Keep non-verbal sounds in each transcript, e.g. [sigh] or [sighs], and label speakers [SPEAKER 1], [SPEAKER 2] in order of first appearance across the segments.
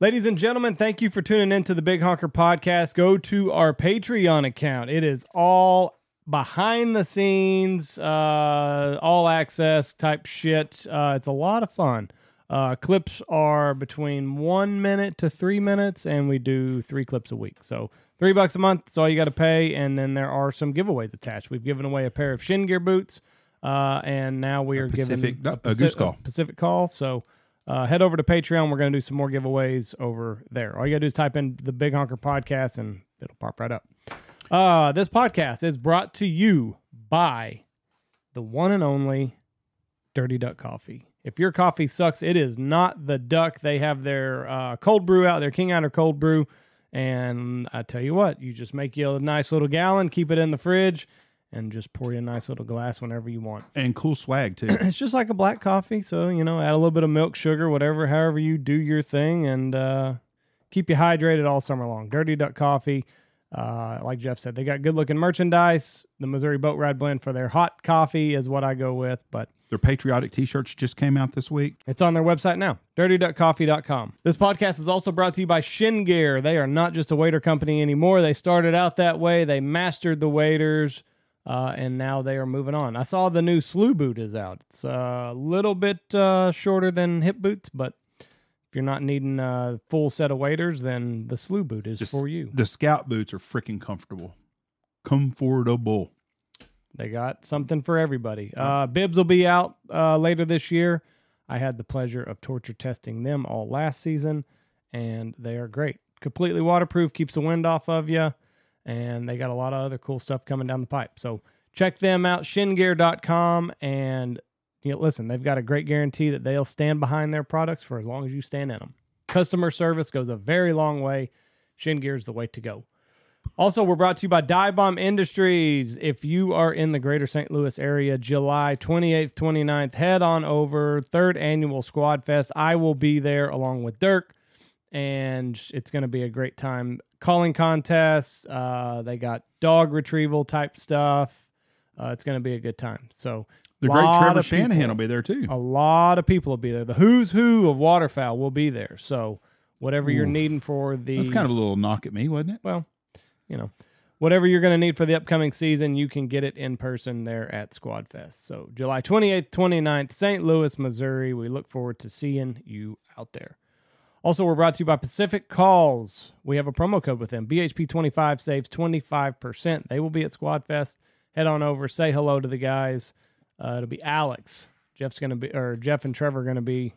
[SPEAKER 1] Ladies and gentlemen, thank you for tuning in to the Big Honker Podcast. Go to our Patreon account. It is all behind the scenes, uh, all access type shit. Uh, it's a lot of fun. Uh, clips are between one minute to three minutes, and we do three clips a week. So three bucks a month is all you got to pay. And then there are some giveaways attached. We've given away a pair of shin gear boots, uh, and now we are
[SPEAKER 2] Pacific-
[SPEAKER 1] giving
[SPEAKER 2] no, a Goose Call.
[SPEAKER 1] Pacific Call. So uh, head over to Patreon. We're going to do some more giveaways over there. All you got to do is type in the Big Honker Podcast, and it'll pop right up. Uh, this podcast is brought to you by the one and only Dirty Duck Coffee. If your coffee sucks, it is not the duck. They have their uh, cold brew out, their King Outer cold brew. And I tell you what, you just make you a nice little gallon, keep it in the fridge, and just pour you a nice little glass whenever you want.
[SPEAKER 2] and cool
[SPEAKER 1] [coughs]
[SPEAKER 2] swag too.
[SPEAKER 1] [clears throat] It's just like a black coffee. So, you know, add a little bit of milk, sugar, whatever, however you do your thing, and uh, keep you hydrated all summer long. Dirty Duck Coffee. Uh, like Jeff said, they got good looking merchandise. The Missouri Boat Ride Blend for their hot coffee is what I go with, but
[SPEAKER 2] Their patriotic T-shirts just came out this week.
[SPEAKER 1] it's on their website now, dirtyduckcoffee.com. This podcast is also brought to you by Shin Gear. They are not just a waiter company anymore. They started out that way, they mastered the waiters, uh, and now they are moving on. I saw the new slew boot is out. It's a little bit uh, shorter than hip boots, but if you're not needing a full set of waiters, then the slew boot is
[SPEAKER 2] Just-
[SPEAKER 1] for you.
[SPEAKER 2] The Scout boots are freaking comfortable, comfortable.
[SPEAKER 1] They got something for everybody. Uh, Bibs will be out uh, later this year. I had the pleasure of torture testing them all last season, and they are great. Completely waterproof, keeps the wind off of you, and they got a lot of other cool stuff coming down the pipe. So check them out, shingear.com. And you know, listen, they've got a great guarantee that they'll stand behind their products for as long as you stand in them. Customer service goes a very long way. Shin Gear is the way to go. Also, we're brought to you by Dive Bomb Industries. If you are in the greater St. Louis area, July 28th, 29th, head on over. Third annual Squad Fest. I will be there along with Dirk, and it's going to be a great time. Calling contests, uh, they got dog retrieval type stuff. Uh, it's going to be a good time. So,
[SPEAKER 2] The great
[SPEAKER 1] lot
[SPEAKER 2] Trevor
[SPEAKER 1] of people- Oh,
[SPEAKER 2] Shanahan will be there too.
[SPEAKER 1] a lot of people will be there. The who's who of waterfowl will be there. So, whatever you're needing for the
[SPEAKER 2] That's kind of a little knock at me, wasn't it?
[SPEAKER 1] well, you know, whatever you're going to need for the upcoming season, you can get it in person there at Squad Fest. So, July 28th, 29th, St. Louis, Missouri. We look forward to seeing you out there. Also, we're brought to you by Pacific Calls. We have a promo code with them. BHP25 saves 25%. They will be at Squad Fest. Head on over, say hello to the guys. Uh, it'll be Alex. Jeff's going to be, or Jeff and Trevor are going to be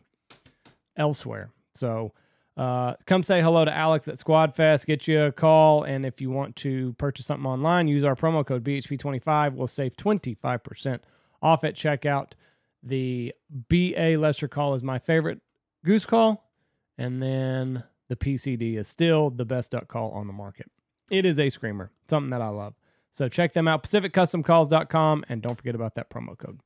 [SPEAKER 1] elsewhere. So uh, come say hello to Alex at Squad Fest. Get you a call. And if you want to purchase something online, use our promo code BHP25. We'll save 25% off at checkout. The BA Lesser Call is my favorite goose call. And then the PCD is still the best duck call on the market. It is a screamer, something that I love. So check them out, pacificcustomcalls.com. And don't forget about that promo code.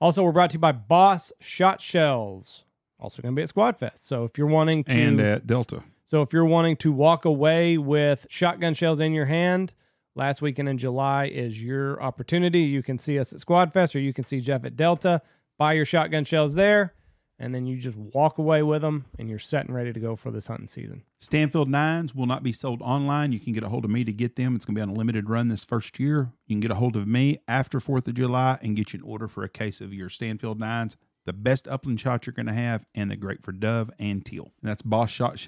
[SPEAKER 1] Also, we're brought to you by Boss Shot Shells. Also going to be at Squad Fest. So if you're wanting to
[SPEAKER 2] And uh, at Delta,
[SPEAKER 1] so if you're wanting to walk away with shotgun shells in your hand, last weekend in July is your opportunity. You can see us at Squad Fest or you can see Jeff at Delta. Buy your shotgun shells there, and then you just walk away with them and you're set and ready to go for this hunting season.
[SPEAKER 2] Stanfield Nines will not be sold online. You can get a hold of me to get them. It's going to be on a limited run this first year. You can get a hold of me after Fourth of July and get you an order for a case of your Stanfield Nines, the best upland shot you're going to have, and the great for dove and teal. And that's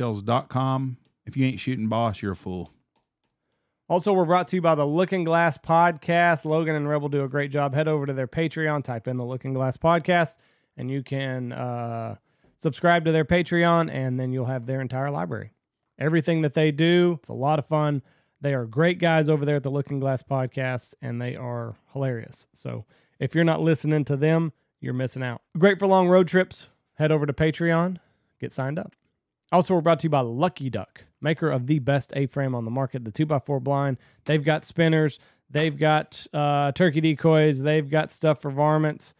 [SPEAKER 2] BossShotShells.com. If you ain't shooting Boss, you're a fool.
[SPEAKER 1] Also, we're brought to you by the Looking Glass Podcast. Logan and Rebel do a great job. Head over to their Patreon, type in the Looking Glass Podcast, and you can uh, subscribe to their Patreon, and then you'll have their entire library. Everything that they do, it's a lot of fun. They are great guys over there at the Looking Glass Podcast, and they are hilarious. So if you're not listening to them, you're missing out. Great for long road trips. Head over to Patreon, get signed up. Also, we're brought to you by Lucky Duck, maker of the best A frame on the market, the 2x4 blind. They've got spinners, they've got uh, turkey decoys, they've got stuff for varmints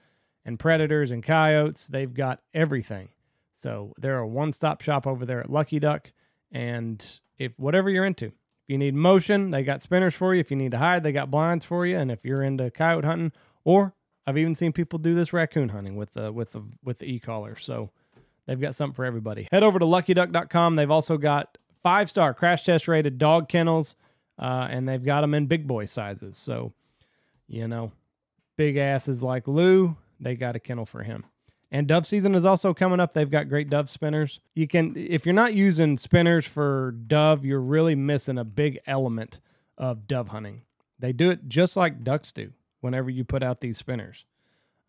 [SPEAKER 1] and predators and coyotes. They've got everything. So they're a one stop shop over there at Lucky Duck. And if whatever you're into, if you need motion, they got spinners for you. If you need to hide, they got blinds for you. And if you're into coyote hunting, or I've even seen people do this raccoon hunting with the with the with the e collar. So They've got something for everybody. Head over to luckyduck.com. They've also got five star crash test rated dog kennels, uh, and they've got them in big boy sizes. So, you know, big asses like Lou, they got a kennel for him. And dove season is also coming up. They've got great dove spinners. You can, if you're not using spinners for dove, you're really missing a big element of dove hunting. They do it just like ducks do whenever you put out these spinners.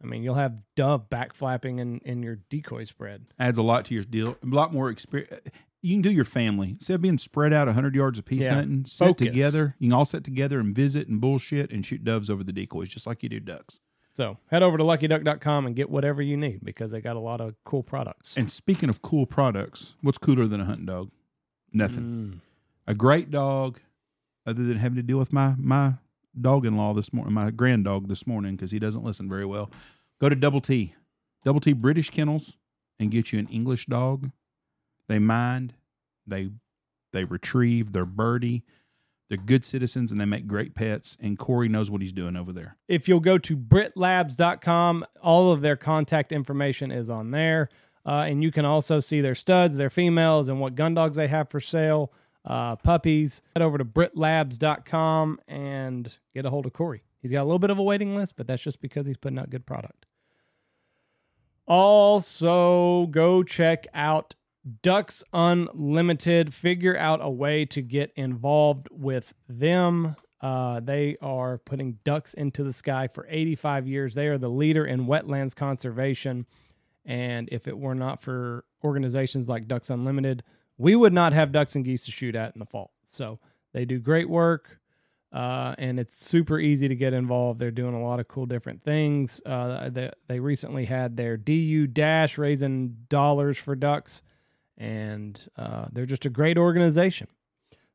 [SPEAKER 1] I mean, you'll have dove back flapping in, in your decoy spread.
[SPEAKER 2] adds a lot to your deal. A lot more experience. You can do your family instead of being spread out hundred yards apiece
[SPEAKER 1] Yeah.
[SPEAKER 2] hunting. Sit
[SPEAKER 1] Focus.
[SPEAKER 2] together. You can all sit together and visit and bullshit and shoot doves over the decoys, just like you do ducks.
[SPEAKER 1] So head over to luckyduck.com and get whatever you need because they got a lot of cool products.
[SPEAKER 2] And speaking of cool products, what's cooler than a hunting dog? Nothing.
[SPEAKER 1] Mm.
[SPEAKER 2] A great dog, other than having to deal with my my dog in law this morning, my grand dog this morning because he doesn't listen very well. Go to Double T, Double T British Kennels, and get you an English dog. They mind, they they retrieve, they're birdie, they're good citizens, and they make great pets. And Corey knows what he's doing over there.
[SPEAKER 1] If you'll go to britlabs.com, all of their contact information is on there. Uh, and you can also see their studs, their females, and what gun dogs they have for sale, uh, puppies. Head over to britlabs.com and get a hold of Corey. He's got a little bit of a waiting list, but that's just because he's putting out good product. Also, go check out Ducks Unlimited. Figure out a way to get involved with them. Uh, they are putting ducks into the sky for 85 years. They are the leader in wetlands conservation. And if it were not for organizations like Ducks Unlimited, we would not have ducks and geese to shoot at in the fall. So they do great work. Uh, and it's super easy to get involved. They're doing a lot of cool different things. Uh, they, they recently had their DU Dash raising dollars for ducks, and uh, they're just a great organization.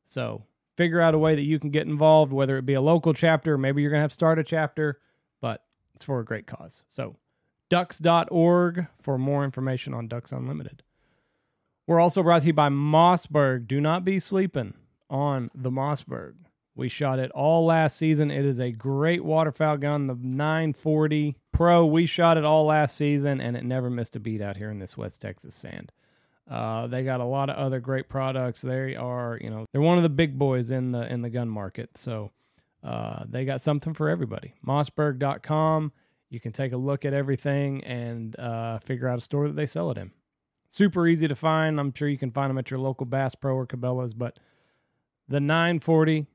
[SPEAKER 1] So figure out a way that you can get involved, whether it be a local chapter, maybe you're going to have to start a chapter, but it's for a great cause. So ducks.org for more information on Ducks Unlimited. We're also brought to you by Mossberg. Do not be sleeping on the Mossberg. We shot it all last season. It is a great waterfowl gun, the 940 Pro. We shot it all last season, and it never missed a beat out here in this West Texas sand. Uh, they got a lot of other great products. They are, you know, they're one of the big boys in the in the gun market. So uh, they got something for everybody. Mossberg.com. You can take a look at everything and uh, figure out a store that they sell it in. Super easy to find. I'm sure you can find them at your local Bass Pro or Cabela's, but the 940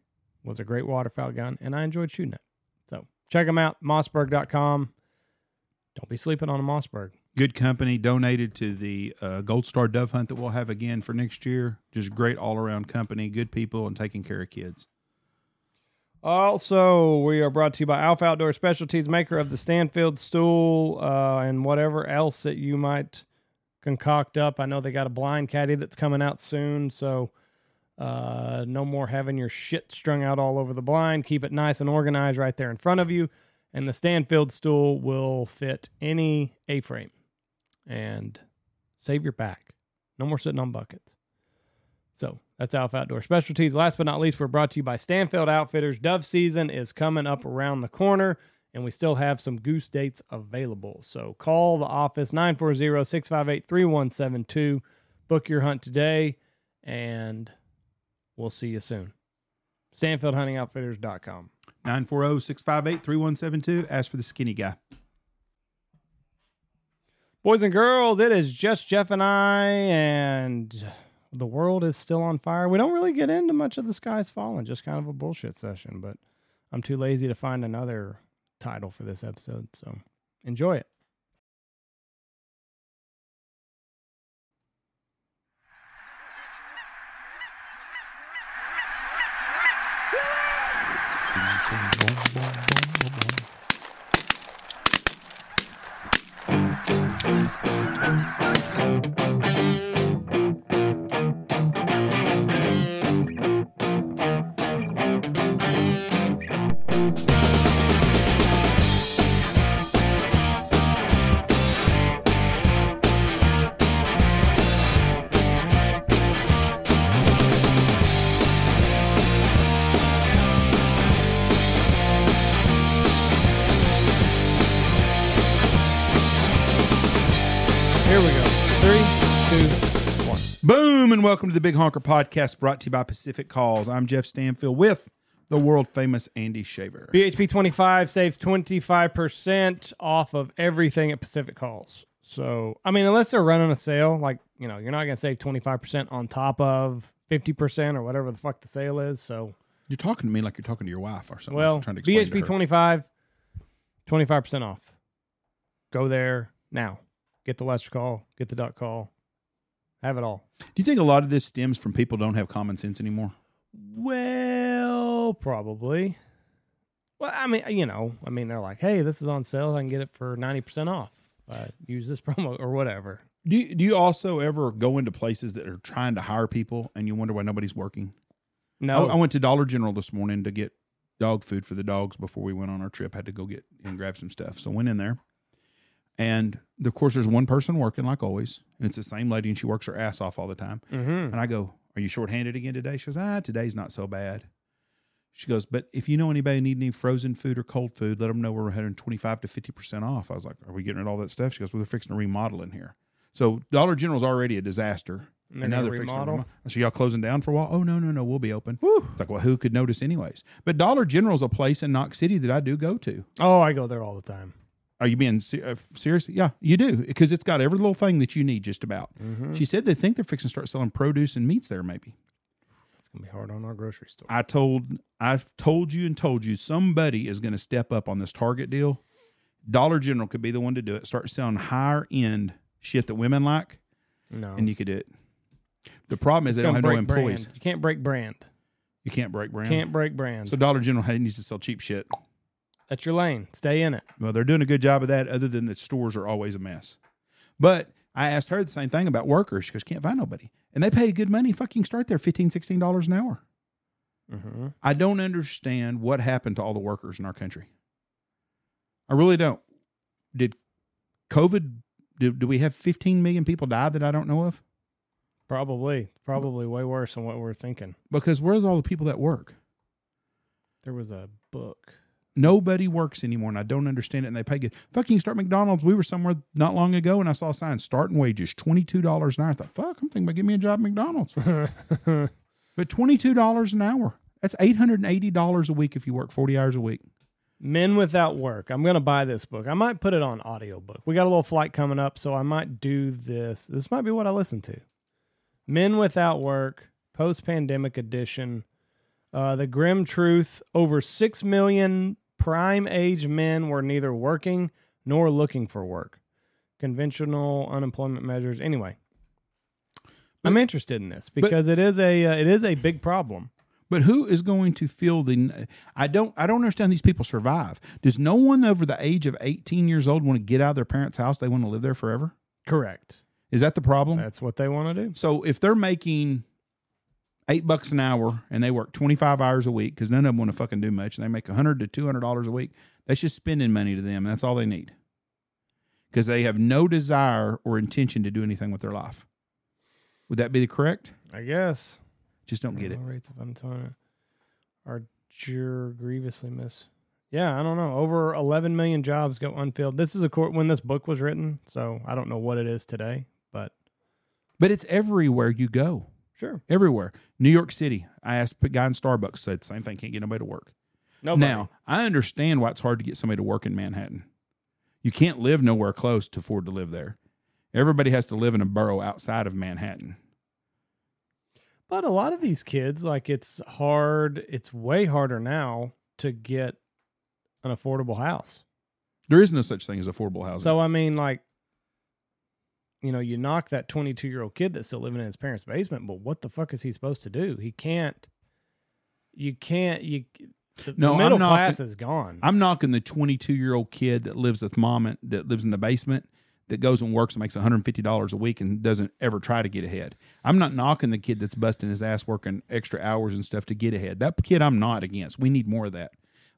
[SPEAKER 1] was a great waterfowl gun, and I enjoyed shooting it. So check them out, mossberg.com. Don't be sleeping on a Mossberg.
[SPEAKER 2] Good company donated to the uh, Gold Star Dove Hunt that we'll have again for next year. Just great all around company, good people, and taking care of kids.
[SPEAKER 1] Also, we are brought to you by Alpha Outdoor Specialties, maker of the Stanfield stool uh, and whatever else that you might concoct up. I know they got a blind caddy that's coming out soon, so uh, no more having your shit strung out all over the blind. Keep it nice and organized right there in front of you, and the Stanfield stool will fit any A-frame. And save your back. No more sitting on buckets. So that's Alpha Outdoor Specialties. Last but not least, we're brought to you by Stanfield Outfitters. Dove season is coming up around the corner, and we still have some goose dates available. So call the office 940 658 3172. Book your hunt today, and we'll see you soon. StanfieldHuntingOutfitters.com.
[SPEAKER 2] 940 658 3172. Ask for the skinny guy.
[SPEAKER 1] Boys and girls, it is just Jeff and I, and the world is still on fire. We don't really get into much of the sky's falling, just kind of a bullshit session, but I'm too lazy to find another title for this episode, so enjoy it.
[SPEAKER 2] Boom, and welcome to the Big Honker Podcast brought to you by Pacific Calls. I'm Jeff Stanfield with the world famous Andy Shaver.
[SPEAKER 1] BHP 25 saves 25% off of everything at Pacific Calls. So, I mean, unless they're running a sale, like, you know, you're not going to save 25% on top of 50% or whatever the fuck the sale is. So,
[SPEAKER 2] You're talking to me like you're talking to your wife or something.
[SPEAKER 1] well,
[SPEAKER 2] I'm trying to explain to her.
[SPEAKER 1] BHP 25, 25% off. Go there now. Get the Lester call, get the duck call, have it all.
[SPEAKER 2] Do you think a lot of this stems from people don't have common sense anymore?
[SPEAKER 1] Well, probably. Well, I mean, you know, I mean, they're like, hey, this is on sale. I can get it for 90% off. Uh, use this [laughs] promo or whatever.
[SPEAKER 2] Do you, do you also ever go into places that are trying to hire people and you wonder why nobody's working?
[SPEAKER 1] No,
[SPEAKER 2] I, I went to Dollar General this morning to get dog food for the dogs before we went on our trip. Had to go get and grab some stuff. So went in there. And of course, there's one person working like always. And it's the same lady and she works her ass off all the time.
[SPEAKER 1] mm-hmm.
[SPEAKER 2] And I go, Are you shorthanded again today? She goes, Ah, today's not so bad. She goes, But if you know anybody who need any frozen food or cold food, let them know we're heading 25 to 50% off. I was like, Are we getting rid of all that stuff? She goes, Well, they're fixing to remodel in here. So Dollar General's already a disaster.
[SPEAKER 1] And they're gonna
[SPEAKER 2] fixing to
[SPEAKER 1] remodel?
[SPEAKER 2] remo- So y'all closing down for a while? Oh, no, no, no. We'll be open.
[SPEAKER 1] Whew.
[SPEAKER 2] It's like, Well, who could notice, anyways? But Dollar General's a place in Knox City that I do go to.
[SPEAKER 1] Oh, I go there all the time.
[SPEAKER 2] Are you being se- uh, serious? Yeah, you do because it's got every little thing that you need just about.
[SPEAKER 1] Mm-hmm.
[SPEAKER 2] She said they think they're fixing to start selling produce and meats there, maybe.
[SPEAKER 1] It's gonna be hard on our grocery store.
[SPEAKER 2] I told I've told you and told you somebody is going to step up on this Target deal. Dollar General could be the one to do it. Start selling higher end shit that women like,
[SPEAKER 1] No,
[SPEAKER 2] and you could do it. The problem is they don't
[SPEAKER 1] Gonna
[SPEAKER 2] have no
[SPEAKER 1] break
[SPEAKER 2] employees.
[SPEAKER 1] Brand. You can't break brand.
[SPEAKER 2] You can't break brand.
[SPEAKER 1] Can't break brand.
[SPEAKER 2] So Dollar General ha- needs to sell cheap shit.
[SPEAKER 1] That's your lane. Stay in it.
[SPEAKER 2] Well, they're doing a good job of that. Other than that, stores are always a mess. But I asked her the same thing about workers. She goes, "Can't find nobody," and they pay good money. Fucking start there, 15 dollars an hour.
[SPEAKER 1] Mm-hmm.
[SPEAKER 2] I don't understand what happened to all the workers in our country. I really don't. Did COVID, do, do we have 15 million people die that I don't know of?
[SPEAKER 1] Probably, probably way worse than what we're thinking.
[SPEAKER 2] Because where's all the people that work?
[SPEAKER 1] There was a book.
[SPEAKER 2] Nobody works anymore, and I don't understand it. And they pay good. Fucking start McDonald's. We were somewhere not long ago, and I saw a sign starting wages twenty two dollars an hour. I thought, fuck, I'm thinking about getting me a job at McDonald's. [laughs] but twenty two dollars an hour. That's eight hundred and eighty dollars a week if you work forty hours a week.
[SPEAKER 1] Men Without Work. I'm going to buy this book. I might put it on audiobook. We got a little flight coming up, so I might do this. This might be what I listen to. Men Without Work, post pandemic edition. Uh, the grim truth over 6 million prime age men were neither working nor looking for work. Conventional unemployment measures. Anyway, I'm interested in this because it is a uh, it is a big problem.
[SPEAKER 2] But who is going to feel the? I don't. I don't understand. These people survive. Does no one over the age of eighteen years old want to get out of their parents' house? They want to live there forever.
[SPEAKER 1] Correct.
[SPEAKER 2] Is that the problem?
[SPEAKER 1] That's what they want to do.
[SPEAKER 2] so if they're making eight bucks an hour and they work twenty five hours a week because none of them want to fucking do much, and they make hundred to two hundred dollars a week, that's just spending money to them. And that's all they need because they have no desire or intention to do anything with their life. Would that be the correct?
[SPEAKER 1] I guess.
[SPEAKER 2] Just don't get it.
[SPEAKER 1] Criminal Rates of unemployment are jur- grievously miss. Yeah, I don't know. Over 11 million jobs go unfilled. This is a court when this book was written, so I don't know what it is today, but
[SPEAKER 2] But it's everywhere you go.
[SPEAKER 1] sure.
[SPEAKER 2] everywhere. New York City. I asked a guy in Starbucks said same thing. Can't get nobody to work.
[SPEAKER 1] No,
[SPEAKER 2] Now I understand why it's hard to get somebody to work in Manhattan. You can't live nowhere close to afford to live there. Everybody has to live in a borough outside of Manhattan.
[SPEAKER 1] but a lot of these kids, like it's hard. It's way harder now to get an affordable house.
[SPEAKER 2] There is no such thing as affordable housing.
[SPEAKER 1] So I mean, like, you know, you knock that 22 year old kid that's still living in his parents' basement, but what the fuck is he supposed to do? He can't. You can't. You the, the
[SPEAKER 2] No, I'm
[SPEAKER 1] middle
[SPEAKER 2] knocking-
[SPEAKER 1] class is gone.
[SPEAKER 2] I'm knocking the 22 year old kid that lives with mom and, that lives in the basement that goes and works and makes 150 dollars a week and doesn't ever try to get ahead. I'm not knocking the kid that's busting his ass working extra hours and stuff to get ahead. That kid I'm not against. We need more of that.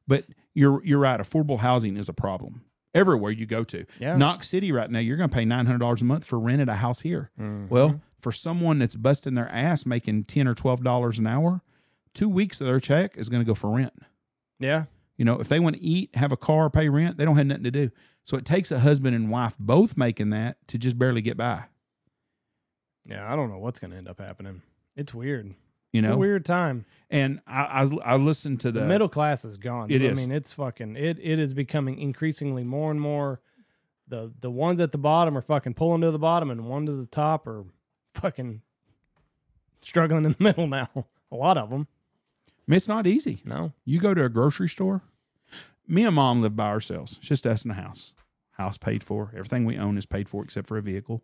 [SPEAKER 2] But you're you're right. Affordable housing is a problem everywhere you go to.
[SPEAKER 1] Yeah.
[SPEAKER 2] Knox City right now, you're going to pay nine hundred dollars a month for rent at a house here.
[SPEAKER 1] Mm-hmm. Hmm.
[SPEAKER 2] Well, for someone that's busting their ass making ten or twelve dollars an hour, two weeks of their check is going to go for rent.
[SPEAKER 1] yeah,
[SPEAKER 2] You know, if they want to eat, have a car, pay rent, they don't have nothing to do. So it takes a husband and wife both making that to just barely get by.
[SPEAKER 1] Yeah, I don't know what's going to end up happening. It's weird.
[SPEAKER 2] You
[SPEAKER 1] It's a
[SPEAKER 2] know,
[SPEAKER 1] weird time.
[SPEAKER 2] and I, I I listened to
[SPEAKER 1] The,
[SPEAKER 2] the,
[SPEAKER 1] middle class is gone.
[SPEAKER 2] It
[SPEAKER 1] I
[SPEAKER 2] is.
[SPEAKER 1] mean, it's fucking it it is becoming increasingly more and more the the ones at the bottom are fucking pulling to the bottom and one to the top are fucking struggling in the [laughs] middle now. A lot of them.
[SPEAKER 2] I mean, It's not easy.
[SPEAKER 1] No.
[SPEAKER 2] You go to a grocery store. Me and mom live by ourselves. It's just us in the house. House paid for. Everything we own is paid for except for a vehicle.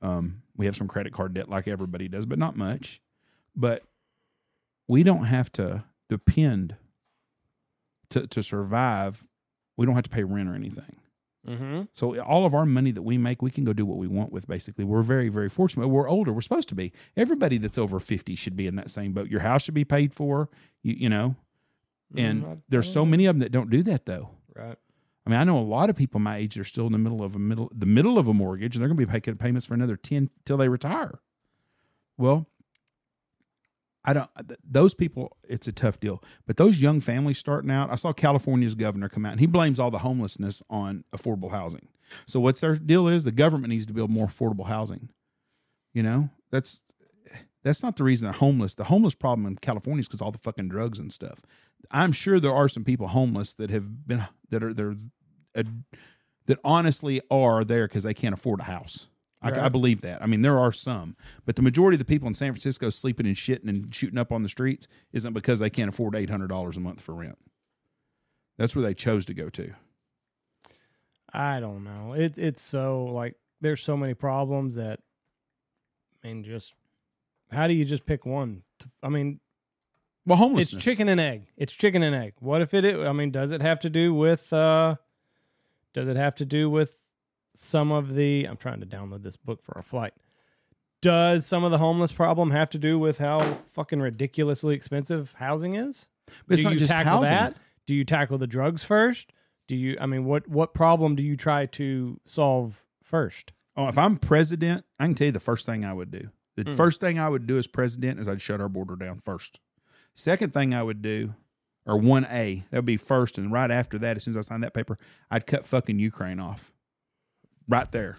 [SPEAKER 2] Um, we have some credit card debt like everybody does, but not much. But we don't have to depend to to survive. We don't have to pay rent or anything.
[SPEAKER 1] Mhm.
[SPEAKER 2] So all of our money that we make, we can go do what we want with. Basically, we're very, very fortunate. We're older. We're supposed to be. Everybody that's over fifty should be in that same boat. Your house should be paid for. You, you know, and
[SPEAKER 1] Mhm.
[SPEAKER 2] there's so many of them that don't do that though.
[SPEAKER 1] right.
[SPEAKER 2] I mean, I know a lot of people my age are still in the middle of a middle the middle of a mortgage, and they're going to be making payments for another ten till they retire. Well, I don't. th- Those people, it's a tough deal. But those young families starting out, I saw California's governor come out, and he blames all the homelessness on affordable housing. So what's their deal is the government needs to build more affordable housing. You know, that's that's not the reason they're homeless. The homeless problem in California is because all the fucking drugs and stuff. I'm sure there are some people homeless that have been that are there uh, that honestly are there because they can't afford a house. I, I
[SPEAKER 1] Right.
[SPEAKER 2] believe that. I mean, there are some, but the majority of the people in San Francisco sleeping and shitting and shooting up on the streets isn't because they can't afford eight hundred dollars a month for rent. That's where they chose to go to.
[SPEAKER 1] I don't know. It it's so like there's so many problems that I mean just how do you just pick one? To, I mean,
[SPEAKER 2] Well,
[SPEAKER 1] it's
[SPEAKER 2] homelessness.
[SPEAKER 1] chicken and egg. It's chicken and egg. What if it i- I mean, does it have to do with uh does it have to do with some of the I'm trying to download this book for our flight. Does some of the homeless problem have to do with how fucking ridiculously expensive housing is?
[SPEAKER 2] But it's
[SPEAKER 1] do
[SPEAKER 2] not
[SPEAKER 1] you
[SPEAKER 2] just
[SPEAKER 1] tackle
[SPEAKER 2] housing.
[SPEAKER 1] that? Do you tackle the drugs first? Do you? I mean, what what problem do you try to solve first?
[SPEAKER 2] Oh, if I'm president, I can tell you the first thing I would do. The
[SPEAKER 1] Mm.
[SPEAKER 2] first thing I would do as president is I'd shut our border down first. Second thing I would do, or one A, that would be first, and right after that, as soon as I signed that paper, I'd cut fucking Ukraine off, right there.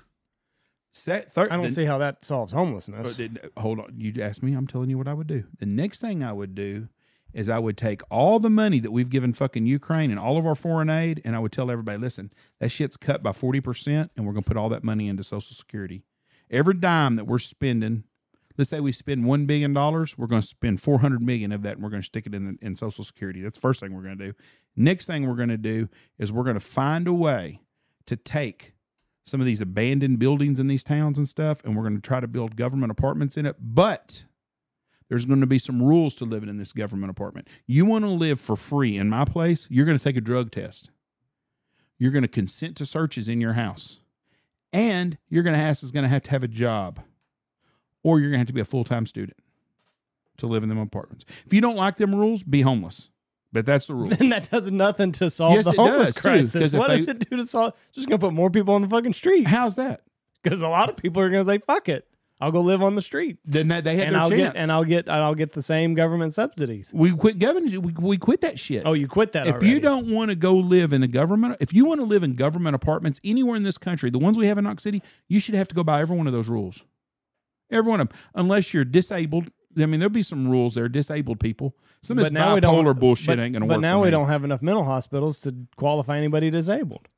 [SPEAKER 2] Set third.
[SPEAKER 1] I don't
[SPEAKER 2] the-
[SPEAKER 1] see how that solves homelessness.
[SPEAKER 2] Oh, did- hold on. You asked me. I'm telling you what I would do. The next thing I would do is I would take all the money that we've given fucking Ukraine and all of our foreign aid, and I would tell everybody, listen, that shit's cut by 40%, and we're going to put all that money into Social Security. Every dime that we're spending, let's say we spend $1 billion, we're going to spend $400 million of that, and we're going to stick it in, the, in Social Security. That's the first thing we're going to do. Next thing we're going to do is we're going to find a way to take some of these abandoned buildings in these towns and stuff, and we're going to try to build government apartments in it. But there's going to be some rules to living in this government apartment. You want to live for free in my place, you're going to take a drug test. You're going to consent to searches in your house. And you're going to ask is going to have to have a job. Or you're going to have to be a full-time student to live in them apartments. If you don't like them rules, be homeless. But that's
[SPEAKER 1] [laughs]
[SPEAKER 2] the rules.
[SPEAKER 1] Then that does nothing to solve
[SPEAKER 2] Yes,
[SPEAKER 1] the
[SPEAKER 2] it does,
[SPEAKER 1] homeless
[SPEAKER 2] too, 'cause
[SPEAKER 1] crisis.
[SPEAKER 2] if
[SPEAKER 1] What does
[SPEAKER 2] they-
[SPEAKER 1] it do to solve? Just gonna put more people on the fucking street [laughs]
[SPEAKER 2] How's that?
[SPEAKER 1] because a lot of people are gonna say, "Fuck it, I'll go live on the street."
[SPEAKER 2] Then that they had
[SPEAKER 1] And
[SPEAKER 2] their
[SPEAKER 1] I'll
[SPEAKER 2] chance.
[SPEAKER 1] get and I'll get and I'll get the same government subsidies.
[SPEAKER 2] we quit government. We, we quit that shit.
[SPEAKER 1] Oh, you quit that
[SPEAKER 2] if
[SPEAKER 1] already.
[SPEAKER 2] you don't want to go live in a government if you want to live in government apartments anywhere in this country the ones we have in knox city you should have to go by every one of those rules every one of them unless you're disabled i mean there'll be some rules there disabled people some of this
[SPEAKER 1] But now we don't-
[SPEAKER 2] bipolar bullshit
[SPEAKER 1] but-
[SPEAKER 2] ain't gonna work
[SPEAKER 1] But now
[SPEAKER 2] for
[SPEAKER 1] we
[SPEAKER 2] me.
[SPEAKER 1] don't have enough mental hospitals to qualify anybody disabled.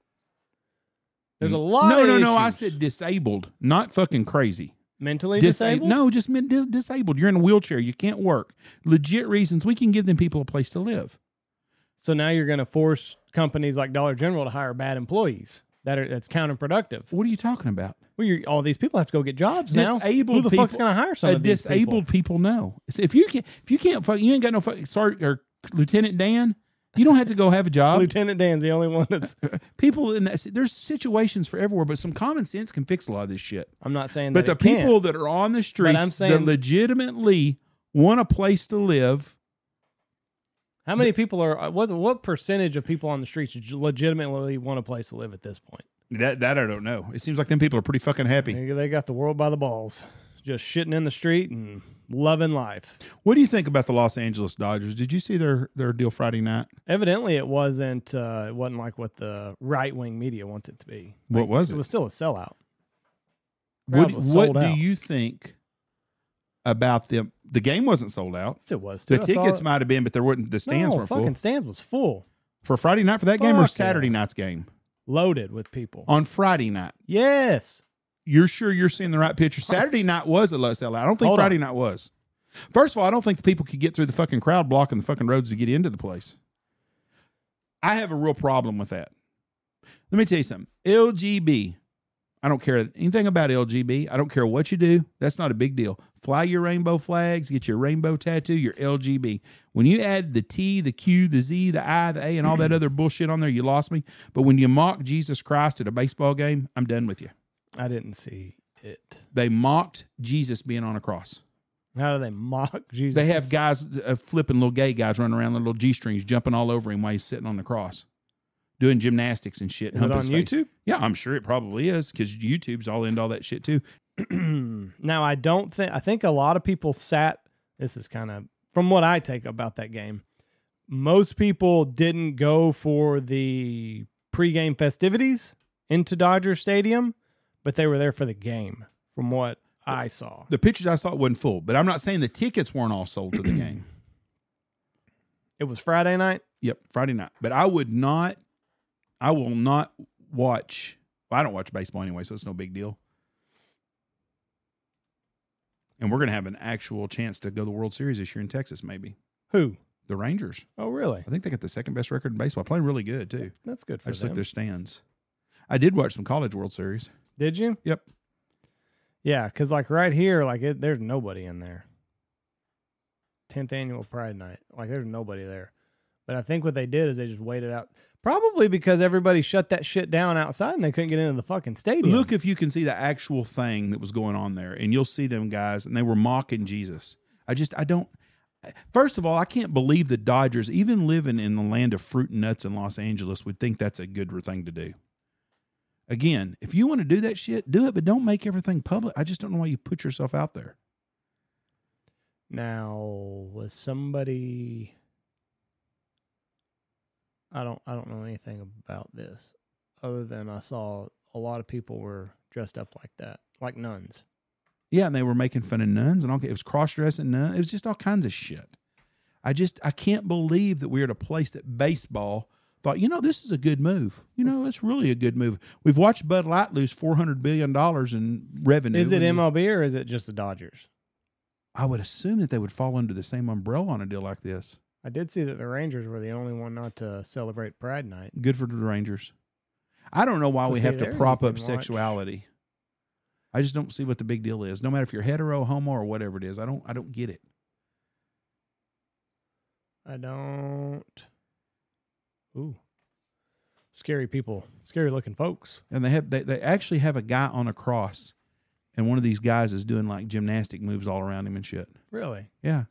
[SPEAKER 1] There's a lot.
[SPEAKER 2] Mm. no
[SPEAKER 1] of
[SPEAKER 2] no no i
[SPEAKER 1] issues.
[SPEAKER 2] said disabled not fucking crazy
[SPEAKER 1] mentally
[SPEAKER 2] Disa-
[SPEAKER 1] disabled.
[SPEAKER 2] No, just meant di- disabled. You're in a wheelchair. You can't work. Legit reasons. We can give them people a place to live.
[SPEAKER 1] So now you're going to force companies like Dollar General to hire bad employees. That are that's counterproductive.
[SPEAKER 2] What are you talking about?
[SPEAKER 1] Well, you're, all these people have to go get jobs now.
[SPEAKER 2] Disabled
[SPEAKER 1] Who the fuck's
[SPEAKER 2] people-
[SPEAKER 1] going to hire some
[SPEAKER 2] a
[SPEAKER 1] of these people?
[SPEAKER 2] disabled people. know. So if you can if you can't fuck, you ain't got no fuck, sorry or Lieutenant Dan. You don't have to go have a job.
[SPEAKER 1] Lieutenant Dan's the only one that's.
[SPEAKER 2] people in that there's situations for everywhere, but some common sense can fix a lot of this shit.
[SPEAKER 1] [laughs] I'm not saying
[SPEAKER 2] But the
[SPEAKER 1] that it can't.
[SPEAKER 2] people that are on the
[SPEAKER 1] I'm
[SPEAKER 2] streets that
[SPEAKER 1] saying-
[SPEAKER 2] legitimately want a place to live,
[SPEAKER 1] How many people are? uh, What what percentage of people on the streets legitimately want a place to live at this point?
[SPEAKER 2] that that I don't know. It seems like them people are pretty fucking happy.
[SPEAKER 1] They, they got the world by the balls, just shitting in the street and loving life.
[SPEAKER 2] What do you think about the Los Angeles Dodgers? Did you see their their deal Friday night?
[SPEAKER 1] Evidently, it wasn't. Uh, it wasn't like what the right wing media wants it to be.
[SPEAKER 2] What was
[SPEAKER 1] It
[SPEAKER 2] it?
[SPEAKER 1] was still a sellout.
[SPEAKER 2] What,
[SPEAKER 1] crowd was
[SPEAKER 2] what
[SPEAKER 1] sold
[SPEAKER 2] do
[SPEAKER 1] out.
[SPEAKER 2] you think about them. The game wasn't sold out.
[SPEAKER 1] Yes, it was.
[SPEAKER 2] The
[SPEAKER 1] Too. I saw
[SPEAKER 2] tickets
[SPEAKER 1] it.
[SPEAKER 2] might have been, but there weren't the stands
[SPEAKER 1] no,
[SPEAKER 2] weren't
[SPEAKER 1] fucking
[SPEAKER 2] full
[SPEAKER 1] stands was full,
[SPEAKER 2] for Friday night for that game
[SPEAKER 1] Fuck yeah.
[SPEAKER 2] or Saturday night's game
[SPEAKER 1] loaded with people.
[SPEAKER 2] on Friday night.
[SPEAKER 1] yes,
[SPEAKER 2] You're sure you're seeing the right picture. Saturday night was a low sellout. I don't think
[SPEAKER 1] Hold
[SPEAKER 2] Friday night was. First of all, I don't think the people could get through the fucking crowd blocking the fucking roads to get into the place. I have a real problem with that. Let me tell you something. LGB. I don't care anything about LGB. I don't care what you do. That's not a big deal. Fly your rainbow flags, get your rainbow tattoo, your LGB. When you add the T, the Q, the Z, the I, the A, and all that other bullshit on there, you lost me. But when you mock Jesus Christ at a baseball game, I'm done with you
[SPEAKER 1] I didn't see it.
[SPEAKER 2] they mocked Jesus being on a cross.
[SPEAKER 1] How do they mock [laughs] Jesus?
[SPEAKER 2] They
[SPEAKER 1] [clears throat]
[SPEAKER 2] have guys uh, flipping little gay guys running around in little g strings, jumping all over him while he's sitting on the cross, doing gymnastics and
[SPEAKER 1] Is
[SPEAKER 2] shit.
[SPEAKER 1] it
[SPEAKER 2] humping
[SPEAKER 1] on
[SPEAKER 2] his face.
[SPEAKER 1] YouTube?
[SPEAKER 2] Yeah, I'm sure it probably is because YouTube's all into all that shit too.
[SPEAKER 1] now I don't think I think a lot of people sat this is kind of from what I take about that game. Most people didn't go for the pregame festivities into Dodger Stadium, but they were there for the game from what I saw.
[SPEAKER 2] The pictures I saw wasn't full, but I'm not saying the tickets weren't all sold to the
[SPEAKER 1] [clears throat]
[SPEAKER 2] game.
[SPEAKER 1] It was Friday night.
[SPEAKER 2] Yep, Friday night. But I would not, I will not watch. Well, I don't watch baseball anyway, so it's no big deal. And we're going to have an actual chance to go to the World Series this year in Texas, maybe.
[SPEAKER 1] Who?
[SPEAKER 2] The Rangers.
[SPEAKER 1] Oh, really?
[SPEAKER 2] I think they got the second best record in baseball. Playing really good too.
[SPEAKER 1] That's good
[SPEAKER 2] I
[SPEAKER 1] for
[SPEAKER 2] just looked
[SPEAKER 1] them.
[SPEAKER 2] their stands. I did watch some college World Series.
[SPEAKER 1] Did you?
[SPEAKER 2] Yep.
[SPEAKER 1] Yeah, because like right here, like it, there's nobody in there. Tenth annual Pride Night, like there's nobody there. But I think what they did is they just waited out, probably because everybody shut that shit down outside and they couldn't get into the fucking stadium.
[SPEAKER 2] Look if you can see the actual thing that was going on there, and you'll see them guys, and they were mocking Jesus. I just I don't. First of all, I can't believe the Dodgers, even living in the land of fruit and nuts in Los Angeles, would think that's a good thing to do. Again, if you want to do that shit, do it, but don't make everything public. I just don't know why you put yourself out there.
[SPEAKER 1] now, was somebody? I don't, I don't know anything about this, other than I saw a lot of people were dressed up like that, like nuns.
[SPEAKER 2] Yeah, and they were making fun of nuns and all. It was cross dressing nuns. It was just all kinds of shit. I just I can't believe that we're at a place that baseball thought you know this is a good move. You know it's really a good move. We've watched Bud Light lose four hundred billion dollars in revenue.
[SPEAKER 1] Is it
[SPEAKER 2] and
[SPEAKER 1] MLB or is it just the Dodgers?
[SPEAKER 2] I would assume that they would fall under the same umbrella on a deal like this.
[SPEAKER 1] I did see that the Rangers were the only one not to celebrate Pride Night.
[SPEAKER 2] Good for the Rangers. I don't know why
[SPEAKER 1] So
[SPEAKER 2] we
[SPEAKER 1] see,
[SPEAKER 2] have
[SPEAKER 1] there
[SPEAKER 2] to
[SPEAKER 1] you
[SPEAKER 2] prop up
[SPEAKER 1] can watch.
[SPEAKER 2] sexuality. I just don't see what the big deal is. No matter if you're hetero, homo, or whatever it is, I don't I don't get it.
[SPEAKER 1] I don't. Ooh. Scary people, scary looking folks.
[SPEAKER 2] and they have they, they actually have a guy on a cross and one of these guys is doing like gymnastic moves all around him and shit
[SPEAKER 1] Really?
[SPEAKER 2] yeah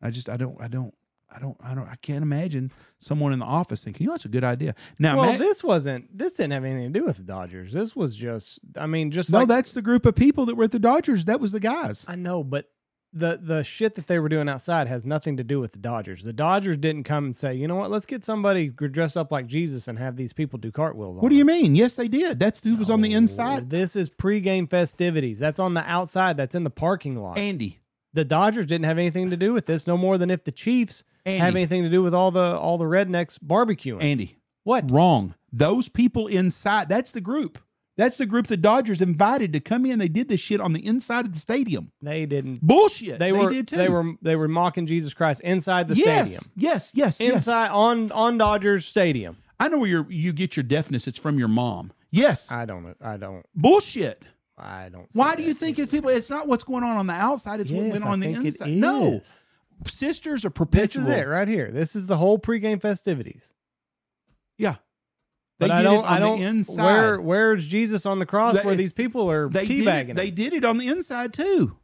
[SPEAKER 2] i just i don't i don't i don't i don't i can't imagine someone in the office thinking you know that's a good idea now
[SPEAKER 1] well,
[SPEAKER 2] ma-
[SPEAKER 1] this wasn't. This didn't have anything to do with the Dodgers. This was just. I mean, just
[SPEAKER 2] no
[SPEAKER 1] like
[SPEAKER 2] that's the group of people that were at the dodgers that was the guys
[SPEAKER 1] I know, but the the shit that they were doing outside has nothing to do with the Dodgers. The Dodgers didn't come and say, you know what? Let's get somebody dressed up like Jesus and have these people do cartwheels.
[SPEAKER 2] what do you mean yes they did that's who was on the inside
[SPEAKER 1] This is pregame festivities. That's on the outside. That's in the parking lot.
[SPEAKER 2] andy
[SPEAKER 1] the Dodgers didn't have anything to do with this, no more than if the Chiefs have
[SPEAKER 2] andy
[SPEAKER 1] anything to do with all the all the rednecks barbecuing.
[SPEAKER 2] andy
[SPEAKER 1] what?
[SPEAKER 2] wrong those people inside that's the group that's the group the dodgers invited to come in they did this shit on the inside of the stadium
[SPEAKER 1] They didn't.
[SPEAKER 2] bullshit
[SPEAKER 1] They, were.
[SPEAKER 2] did too.
[SPEAKER 1] They were. They were mocking Jesus Christ inside the
[SPEAKER 2] yes,
[SPEAKER 1] stadium.
[SPEAKER 2] Yes, yes, yes.
[SPEAKER 1] Inside on on Dodgers Stadium.
[SPEAKER 2] I know where you you get your deafness. It's from your mom. Yes,
[SPEAKER 1] I don't. I don't.
[SPEAKER 2] bullshit.
[SPEAKER 1] I don't. see
[SPEAKER 2] Why do you
[SPEAKER 1] that.
[SPEAKER 2] think it's people? It's not what's going on on the outside. It's what
[SPEAKER 1] Yes,
[SPEAKER 2] went
[SPEAKER 1] I
[SPEAKER 2] on the
[SPEAKER 1] think it
[SPEAKER 2] inside. No,
[SPEAKER 1] is.
[SPEAKER 2] sisters are
[SPEAKER 1] This
[SPEAKER 2] perpetual.
[SPEAKER 1] is it right here. This is the whole pregame festivities.
[SPEAKER 2] Yeah,
[SPEAKER 1] But
[SPEAKER 2] they did
[SPEAKER 1] I
[SPEAKER 2] it
[SPEAKER 1] don't.
[SPEAKER 2] on
[SPEAKER 1] I don't.
[SPEAKER 2] the inside.
[SPEAKER 1] Where Where's Jesus on the cross?
[SPEAKER 2] That-
[SPEAKER 1] where
[SPEAKER 2] it's-
[SPEAKER 1] these people are
[SPEAKER 2] they did.
[SPEAKER 1] teabagging?
[SPEAKER 2] It, they did it on the inside too.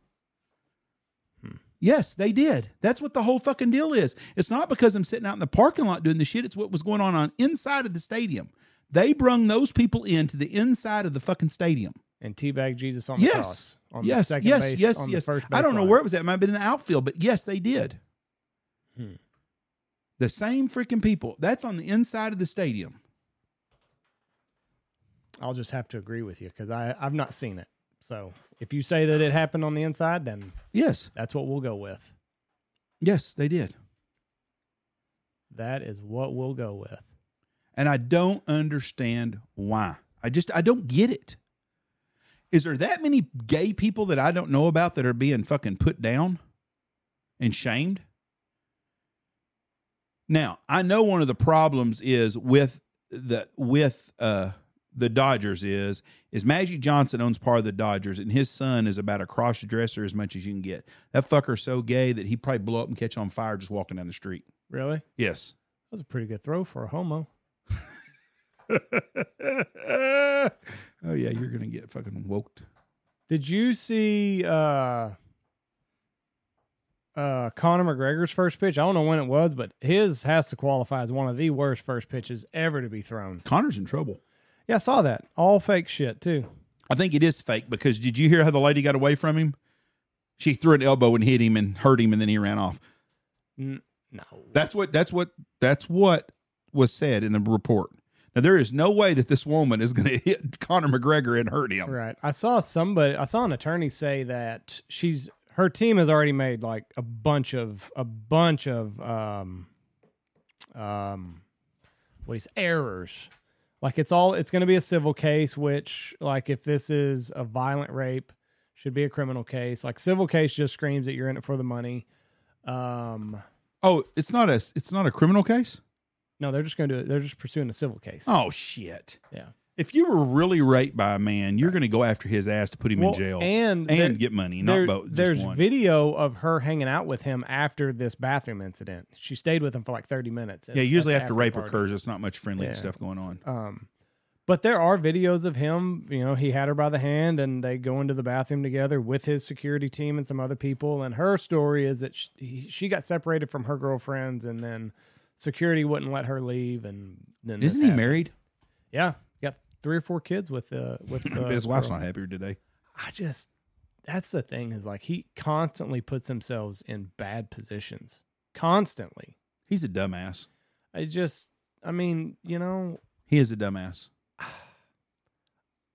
[SPEAKER 1] Hmm.
[SPEAKER 2] Yes, they did. That's what the whole fucking deal is. It's not because I'm sitting out in the parking lot doing the shit. It's what was going on on inside of the stadium. They brung those people into the inside of the fucking stadium.
[SPEAKER 1] and teabag Jesus on the
[SPEAKER 2] Yes.
[SPEAKER 1] cross. On
[SPEAKER 2] yes,
[SPEAKER 1] the second
[SPEAKER 2] yes,
[SPEAKER 1] base,
[SPEAKER 2] yes,
[SPEAKER 1] on
[SPEAKER 2] yes.
[SPEAKER 1] The first
[SPEAKER 2] I don't know
[SPEAKER 1] baseline.
[SPEAKER 2] where it was at. It might have been in the outfield, but yes, they did.
[SPEAKER 1] Hmm.
[SPEAKER 2] The same freaking people. That's on the inside of the stadium.
[SPEAKER 1] I'll just have to agree with you because I I've not seen it. So If you say that it happened on the inside, then
[SPEAKER 2] Yes,
[SPEAKER 1] that's what we'll go with.
[SPEAKER 2] yes, they did.
[SPEAKER 1] That is what we'll go with.
[SPEAKER 2] and I don't understand why. I just I don't get it. Is there that many gay people that I don't know about that are being fucking put down and shamed? Now, I know one of the problems is with the with uh the Dodgers is is Magic Johnson owns part of the Dodgers and his son is about a cross dresser as much as you can get. That fucker's so gay that he'd probably blow up and catch on fire just walking down the street.
[SPEAKER 1] Really? That
[SPEAKER 2] Yes.
[SPEAKER 1] was a pretty good throw for a homo.
[SPEAKER 2] [laughs] oh yeah, you're gonna get fucking woked.
[SPEAKER 1] Did you see uh uh Conor McGregor's first pitch? I don't know when it was, but his has to qualify as one of the worst first pitches ever to be thrown.
[SPEAKER 2] Connor's in trouble.
[SPEAKER 1] Yeah, I saw that. All fake shit too.
[SPEAKER 2] I think it is fake because did you hear how the lady got away from him? She threw an elbow and hit him and hurt him, and then he ran off.
[SPEAKER 1] No.
[SPEAKER 2] That's what. That's what. That's what was said in the report. Now there is no way that this woman is going to [laughs] hit Conor McGregor and hurt him.
[SPEAKER 1] Right. I saw somebody I saw an attorney say that she's her team has already made like a bunch of a bunch of um um what is errors. Like it's all it's going to be a civil case which like if this is a violent rape should be a criminal case. Like civil case just screams that you're in it for the money. Um
[SPEAKER 2] Oh, it's not a. It's not a criminal case.
[SPEAKER 1] no, they're just going to do it. They're just pursuing a civil case.
[SPEAKER 2] Oh shit.
[SPEAKER 1] Yeah.
[SPEAKER 2] If you were really raped by a man, you're going to go after his ass to put him
[SPEAKER 1] Well,
[SPEAKER 2] in jail
[SPEAKER 1] and
[SPEAKER 2] and
[SPEAKER 1] there-
[SPEAKER 2] get money,
[SPEAKER 1] There-
[SPEAKER 2] not both. Just
[SPEAKER 1] there's
[SPEAKER 2] one.
[SPEAKER 1] video of her hanging out with him after this bathroom incident. She stayed with him for like 30 minutes.
[SPEAKER 2] Yeah,
[SPEAKER 1] at-
[SPEAKER 2] usually
[SPEAKER 1] at the
[SPEAKER 2] after
[SPEAKER 1] after
[SPEAKER 2] rape
[SPEAKER 1] party.
[SPEAKER 2] occurs, it's not much friendly
[SPEAKER 1] Yeah.
[SPEAKER 2] stuff going on.
[SPEAKER 1] Um, but there are videos of him. You know, he had her by the hand, and they go into the bathroom together with his security team and some other people. And her story is that she, she got separated from her girlfriends, and then security wouldn't let her leave. And then this
[SPEAKER 2] Isn't he
[SPEAKER 1] happened.
[SPEAKER 2] married?
[SPEAKER 1] Yeah, got three or four kids with uh with uh,
[SPEAKER 2] But [laughs] his wife's
[SPEAKER 1] girl.
[SPEAKER 2] not happier today.
[SPEAKER 1] I just that's the thing is like he constantly puts himself in bad positions. Constantly.
[SPEAKER 2] He's a dumbass.
[SPEAKER 1] I just I mean, you know,
[SPEAKER 2] He is a dumbass.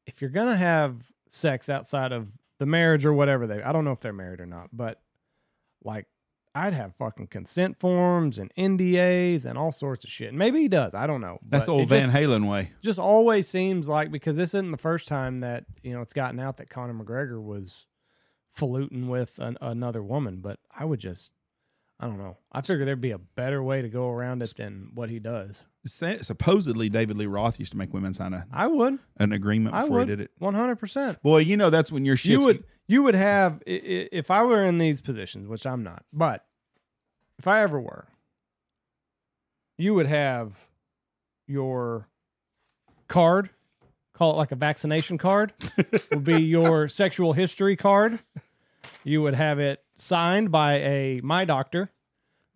[SPEAKER 1] if you're gonna have sex outside of the marriage or whatever they I don't know if they're married or not, but like I'd have fucking consent forms and NDAs and all sorts of shit. And maybe he does. I don't know.
[SPEAKER 2] That's
[SPEAKER 1] but
[SPEAKER 2] the
[SPEAKER 1] it
[SPEAKER 2] old
[SPEAKER 1] just-
[SPEAKER 2] Van Halen way.
[SPEAKER 1] just always seems like because this isn't the first time that you know it's gotten out that Conor McGregor was faluting with an, another woman, but I would just I don't know. I figure there'd be a better way to go around it than what he does.
[SPEAKER 2] Sa- Supposedly, David Lee Roth used to make women sign a,
[SPEAKER 1] I would,
[SPEAKER 2] an agreement
[SPEAKER 1] I
[SPEAKER 2] before
[SPEAKER 1] would,
[SPEAKER 2] he did it.
[SPEAKER 1] one hundred percent.
[SPEAKER 2] Boy, you know that's when your shit.
[SPEAKER 1] You would, you would have i- i- if I were in these positions, which I'm not, but if I ever were, you would have your card, call it like a vaccination
[SPEAKER 2] [laughs]
[SPEAKER 1] card, would be your sexual history card. You would have it signed by a my doctor,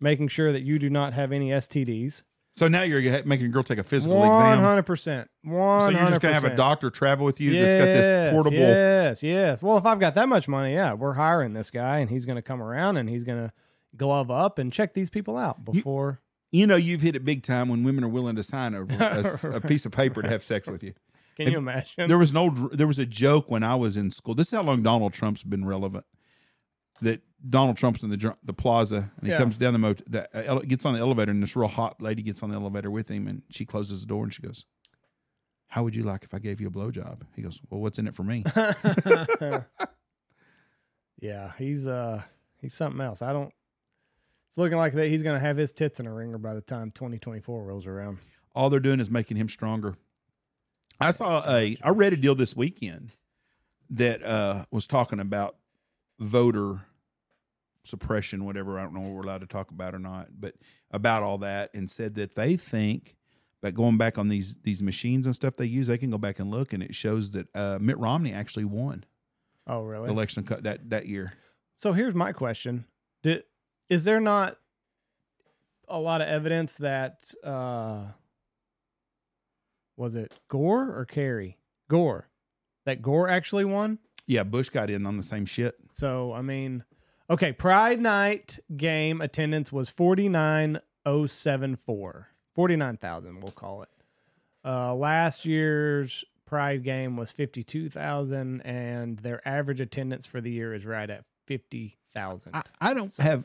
[SPEAKER 1] making sure that you do not have any STDs.
[SPEAKER 2] So now you're ha- making a girl take a physical
[SPEAKER 1] One
[SPEAKER 2] exam.
[SPEAKER 1] hundred percent. One
[SPEAKER 2] So
[SPEAKER 1] hundred
[SPEAKER 2] you're just gonna have a doctor travel with you that's got this portable.
[SPEAKER 1] Yes, yes. Well, if I've got that much money, yeah, we're hiring this guy, and he's going to come around and he's going to glove up and check these people out before.
[SPEAKER 2] You know you've hit it big time when women are willing to sign a, a
[SPEAKER 1] [laughs]
[SPEAKER 2] s- a piece of paper to have sex with you.
[SPEAKER 1] can you imagine?
[SPEAKER 2] There was an old. There was a joke when I was in school. This is how long Donald Trump's been relevant. That Donald Trump's in the dr- the plaza, and he
[SPEAKER 1] Yeah.
[SPEAKER 2] comes down the mo- the, uh, ele- gets on the elevator, and this real hot lady gets on the elevator with him, and she closes the door, and she goes, "How would you like if I gave you a blowjob?" He goes, "Well, what's in it for me?"
[SPEAKER 1] [laughs] yeah, he's uh he's something else. I don't. It's looking like that he's going to have his tits in a ringer by the time 2024 rolls around.
[SPEAKER 2] All they're doing is making him stronger. I saw a I read a deal this weekend that uh was talking about voter suppression, whatever. I don't know if we're allowed to talk about or not, but about all that and said that they think that going back on these these machines and stuff they use, they can go back and look and it shows that uh Mitt Romney actually won
[SPEAKER 1] Oh,
[SPEAKER 2] the
[SPEAKER 1] really?
[SPEAKER 2] election co- that that year.
[SPEAKER 1] So here's my question: Did is there not a lot of evidence that uh, was it Gore or Kerry? Gore, that Gore actually won.
[SPEAKER 2] Yeah, Bush got in on the same shit.
[SPEAKER 1] So I mean, okay, Pride Night game attendance was forty nine oh seven four. 49,000, we'll call it. Uh, last year's Pride game was 52,000, and their average attendance for the year is right at 50,000.
[SPEAKER 2] I, I don't have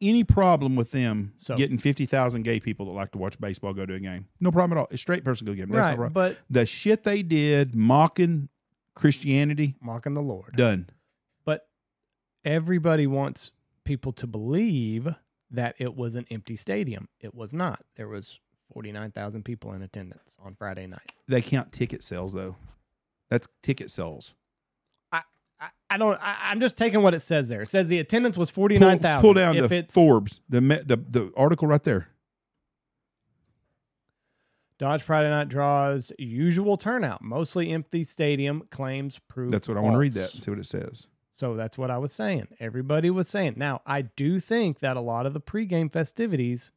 [SPEAKER 2] any problem with them
[SPEAKER 1] So-
[SPEAKER 2] getting 50,000 gay people that like to watch baseball go to a game. No problem at all. A straight person go get them. That's
[SPEAKER 1] Right,
[SPEAKER 2] not right.
[SPEAKER 1] but
[SPEAKER 2] The shit they did mocking Christianity,
[SPEAKER 1] mocking the Lord.
[SPEAKER 2] done.
[SPEAKER 1] But everybody wants people to believe that it was an empty stadium. It was not. There was 49,000 people in attendance on Friday night.
[SPEAKER 2] They count ticket sales, though. That's ticket sales.
[SPEAKER 1] I, I don't. I, I'm just taking what it says there. It says the attendance was forty
[SPEAKER 2] Pull-
[SPEAKER 1] nine thousand.
[SPEAKER 2] Pull down
[SPEAKER 1] if
[SPEAKER 2] to
[SPEAKER 1] it's
[SPEAKER 2] Forbes, the, me- the the article right there.
[SPEAKER 1] Dodge Friday night draws usual turnout, mostly empty stadium. Claims prove
[SPEAKER 2] That's what I want to read
[SPEAKER 1] false.
[SPEAKER 2] that and see what it says.
[SPEAKER 1] So that's what I was saying. Everybody was saying. Now I do think that a lot of the pregame festivities,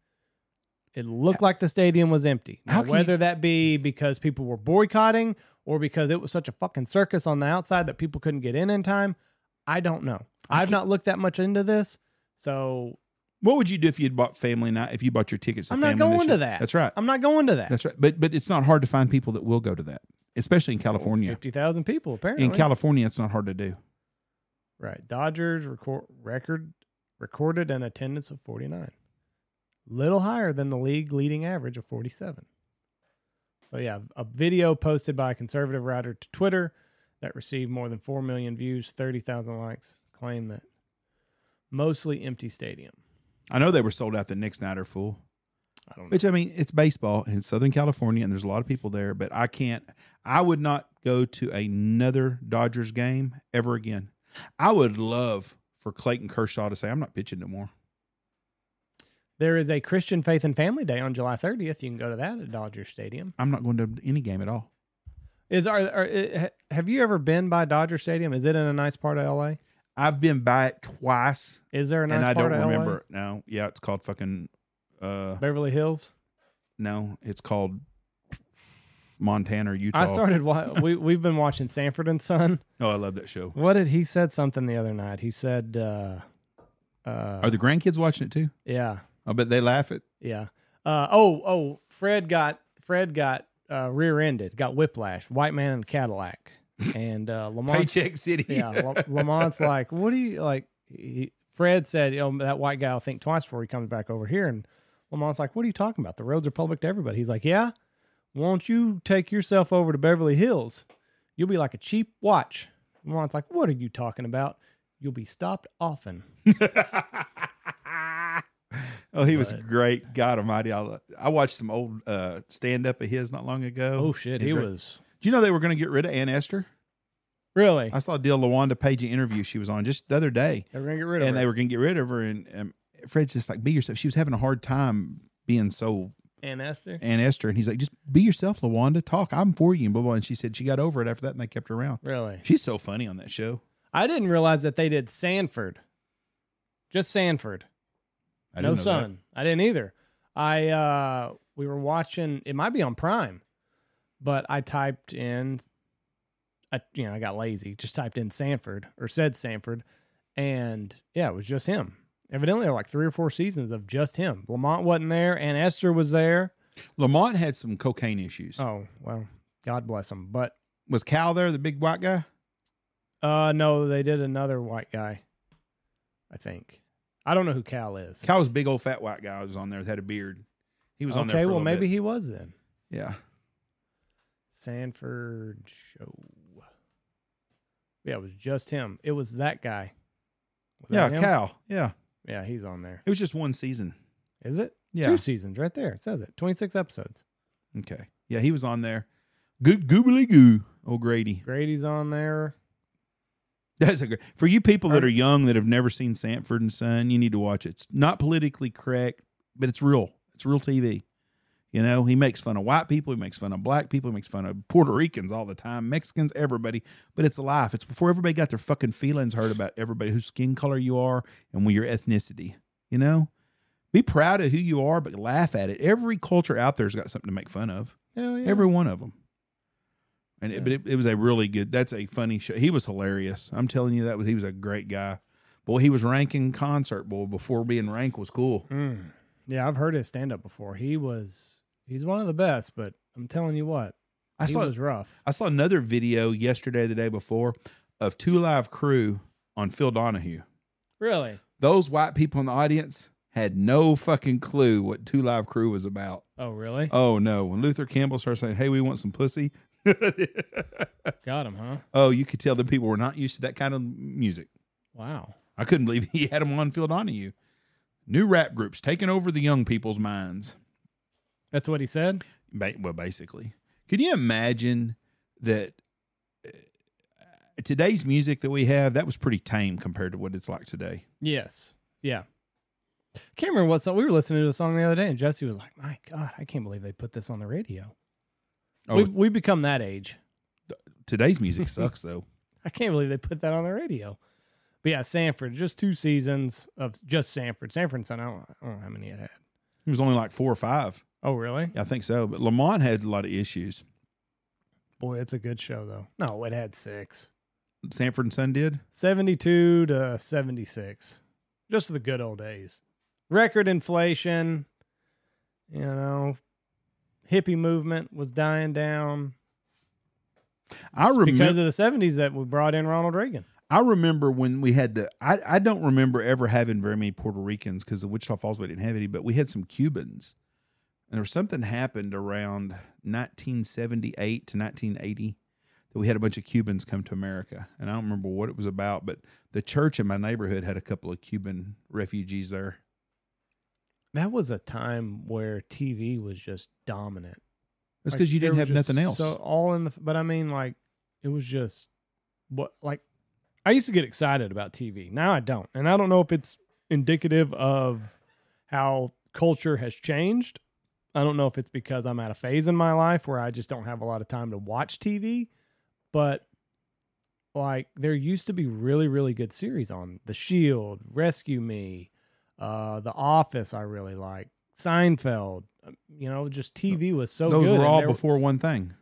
[SPEAKER 1] it looked like the stadium was empty.
[SPEAKER 2] How
[SPEAKER 1] Now,
[SPEAKER 2] can
[SPEAKER 1] whether that be because people were boycotting or because it was such a fucking circus on the outside that people couldn't get in in time, I don't know.
[SPEAKER 2] I
[SPEAKER 1] I've not looked that much into this, so
[SPEAKER 2] What would you do if you'd bought family night? If you bought your tickets, to
[SPEAKER 1] I'm not
[SPEAKER 2] family this
[SPEAKER 1] going to
[SPEAKER 2] year?
[SPEAKER 1] that.
[SPEAKER 2] That's right.
[SPEAKER 1] I'm not going to that.
[SPEAKER 2] That's right. But but it's not hard to find people that will go to that, especially in California.
[SPEAKER 1] Fifty thousand people apparently.
[SPEAKER 2] In California, it's not hard to do.
[SPEAKER 1] right. Dodgers record record recorded an attendance of forty nine, little higher than the league leading average of forty seven. So yeah, a video posted by a conservative writer to Twitter that received more than four million views, thirty thousand likes, claimed that mostly empty stadium.
[SPEAKER 2] I know they were sold out the next night or full.
[SPEAKER 1] I don't know.
[SPEAKER 2] Which I mean, it's baseball in Southern California, and there's a lot of people there. But I can't. I would not go to another Dodgers game ever again. I would love for Clayton Kershaw to say, "I'm not pitching no more."
[SPEAKER 1] there is a Christian Faith and Family Day on July thirtieth. You can go to that at Dodger Stadium.
[SPEAKER 2] I'm not going to any game at all.
[SPEAKER 1] Is are, are ha- have you ever been by Dodger Stadium? Is it in a nice part of LA?
[SPEAKER 2] I've been by it twice,
[SPEAKER 1] Is there a nice
[SPEAKER 2] and I
[SPEAKER 1] part
[SPEAKER 2] don't
[SPEAKER 1] of
[SPEAKER 2] remember
[SPEAKER 1] LA?
[SPEAKER 2] it now. Yeah, it's called fucking. Uh,
[SPEAKER 1] Beverly Hills.
[SPEAKER 2] no, it's called Montana or Utah.
[SPEAKER 1] I started. wa- We we've been watching Sanford and Son.
[SPEAKER 2] Oh, I love that show.
[SPEAKER 1] What did he said something the other night? He said, uh, uh,
[SPEAKER 2] Are the grandkids watching it too?
[SPEAKER 1] yeah,
[SPEAKER 2] I bet they laugh at.
[SPEAKER 1] yeah. Uh, oh, oh, Fred got Fred got uh, rear-ended, got whiplash. White man in Cadillac, and uh, Lamont.
[SPEAKER 2] Paycheck City.
[SPEAKER 1] yeah, La- Lamont's like, what do you like? He, Fred said, you know, that white guy will think twice before he comes back over here. And Lamont's like, what are you talking about? The roads are public to everybody. He's like, yeah, won't you take yourself over to Beverly Hills? You'll be like a cheap watch. Lamont's like, what are you talking about? You'll be stopped often.
[SPEAKER 2] [laughs] oh, he was
[SPEAKER 1] But-
[SPEAKER 2] great. God Almighty! I, lo- I watched some old uh, stand up of his not long ago.
[SPEAKER 1] Oh, shit.
[SPEAKER 2] He's
[SPEAKER 1] He
[SPEAKER 2] right.
[SPEAKER 1] was
[SPEAKER 2] Do you know they were going to get rid of Ann Esther?
[SPEAKER 1] really.
[SPEAKER 2] I saw a Deal Lawanda Page interview she was on just the other day,
[SPEAKER 1] They're going to get rid of
[SPEAKER 2] and
[SPEAKER 1] her.
[SPEAKER 2] they were going to get rid of her. And um, Fred's just like, "Be yourself." She was having a hard time being so
[SPEAKER 1] and Esther.
[SPEAKER 2] Ann Esther, and he's like, "Just be yourself, Lawanda. Talk. I'm for you." And blah blah. And she said she got over it after that, and they kept her around.
[SPEAKER 1] Really?
[SPEAKER 2] She's so funny on that show.
[SPEAKER 1] I didn't realize that they did Sanford. Just Sanford.
[SPEAKER 2] I
[SPEAKER 1] no
[SPEAKER 2] didn't know that.
[SPEAKER 1] son. I didn't either. I uh we were watching it might be on Prime, but I typed in I you know, I got lazy, just typed in Sanford or said Sanford, and yeah, it was just him. Evidently there were like three or four seasons of just him. Lamont wasn't there, and Esther was there.
[SPEAKER 2] Lamont had some cocaine issues.
[SPEAKER 1] Oh, well, God bless him. But
[SPEAKER 2] Was Cal there, the big white guy?
[SPEAKER 1] uh no, they did another white guy, I think. I don't know who Cal is.
[SPEAKER 2] Cal was a big old fat white guy. who was on there that had a beard. He was
[SPEAKER 1] okay,
[SPEAKER 2] on there. For
[SPEAKER 1] well
[SPEAKER 2] a
[SPEAKER 1] maybe he was then.
[SPEAKER 2] he. Yeah.
[SPEAKER 1] Sanford show. Yeah, it was just him. It was that guy. Was
[SPEAKER 2] Yeah,
[SPEAKER 1] that him?
[SPEAKER 2] Cal. Yeah.
[SPEAKER 1] Yeah, he's on there.
[SPEAKER 2] It was just one season.
[SPEAKER 1] Is it?
[SPEAKER 2] Yeah.
[SPEAKER 1] Two seasons right there. It says it. 26 episodes.
[SPEAKER 2] Okay. Yeah, he was on there. Good goobly goo, old Grady.
[SPEAKER 1] Grady's on there.
[SPEAKER 2] [laughs] That's a great. For you people that are young that have never seen Sanford and Son, you need to watch it. It's not politically correct, but it's real. It's real TV. You know, he makes fun of white people, he makes fun of black people, he makes fun of Puerto Ricans all the time, Mexicans, everybody. But it's life. It's before everybody got their fucking feelings hurt about everybody whose skin color you are and with your ethnicity. You know, be proud of who you are, but laugh at it. Every culture out there's got something to make fun of.
[SPEAKER 1] Hell yeah.
[SPEAKER 2] Every one of them. And
[SPEAKER 1] Yeah.
[SPEAKER 2] it, but it, it was a really good. That's a funny show. He was hilarious. I'm telling you that was he was a great guy. Boy, he was ranking concert boy before being rank was cool.
[SPEAKER 1] Mm. Yeah, I've heard his stand up before. He was, he's one of the best, but I'm telling you what,
[SPEAKER 2] I
[SPEAKER 1] he
[SPEAKER 2] saw
[SPEAKER 1] was rough.
[SPEAKER 2] I saw another video yesterday, the day before, of two live crew on Phil Donahue.
[SPEAKER 1] Really?
[SPEAKER 2] Those white people in the audience had no fucking clue what Two Live Crew was about.
[SPEAKER 1] Oh, really?
[SPEAKER 2] Oh no! When Luther Campbell started saying, "Hey, we want some pussy," [laughs]
[SPEAKER 1] Got him, huh?
[SPEAKER 2] oh, you could tell the people were not used to that kind of music.
[SPEAKER 1] Wow.
[SPEAKER 2] I couldn't believe [laughs] he had them on Phil Donahue. New rap groups taking over the young people's minds.
[SPEAKER 1] That's what he said?
[SPEAKER 2] Ba- well, basically, could you imagine that uh, today's music that we have that was pretty tame compared to what it's like today?
[SPEAKER 1] Yes. Yeah. Can't remember what song we were listening to a song the other day, and Jesse was like, "My God, I can't believe they put this on the radio."
[SPEAKER 2] Oh,
[SPEAKER 1] we we become that age. [laughs]
[SPEAKER 2] today's music sucks though.
[SPEAKER 1] I can't believe they put that on the radio. But yeah, Sanford, just two seasons of just Sanford. Sanford and Son, I don't, I don't know how many it had.
[SPEAKER 2] It was only like four or five,
[SPEAKER 1] Oh, really?
[SPEAKER 2] I think so. But Lamont had a lot of issues.
[SPEAKER 1] Boy, it's a good show though. No, it had six.
[SPEAKER 2] Sanford and Son did.
[SPEAKER 1] 72 to 76. Just the good old days. Record inflation, you know, hippie movement was dying down.
[SPEAKER 2] I
[SPEAKER 1] It's
[SPEAKER 2] remember.
[SPEAKER 1] because of the 70s that we brought in Ronald Reagan.
[SPEAKER 2] I remember when we had the. I, I don't remember ever having very many Puerto Ricans because the Wichita Falls we didn't have any, but we had some Cubans, and there was something happened around 1978 to 1980 that we had a bunch of Cubans come to America, and I don't remember what it was about, but the church in my neighborhood had a couple of Cuban refugees there.
[SPEAKER 1] That was a time where TV was just dominant.
[SPEAKER 2] That's
[SPEAKER 1] Like,
[SPEAKER 2] because you
[SPEAKER 1] there
[SPEAKER 2] didn't
[SPEAKER 1] was
[SPEAKER 2] have
[SPEAKER 1] just
[SPEAKER 2] nothing else.
[SPEAKER 1] So all in the, but I mean, like it was just what like I used to get excited about TV. Now I don't, and I don't know if it's indicative of how culture has changed. I don't know if it's because I'm at a phase in my life where I just don't have a lot of time to watch TV, but like there used to be really really good series on The Shield, Rescue Me, uh The Office I really like, Seinfeld. um, You know, just TV was so
[SPEAKER 2] Those
[SPEAKER 1] good. and
[SPEAKER 2] were all
[SPEAKER 1] there-
[SPEAKER 2] before one thing: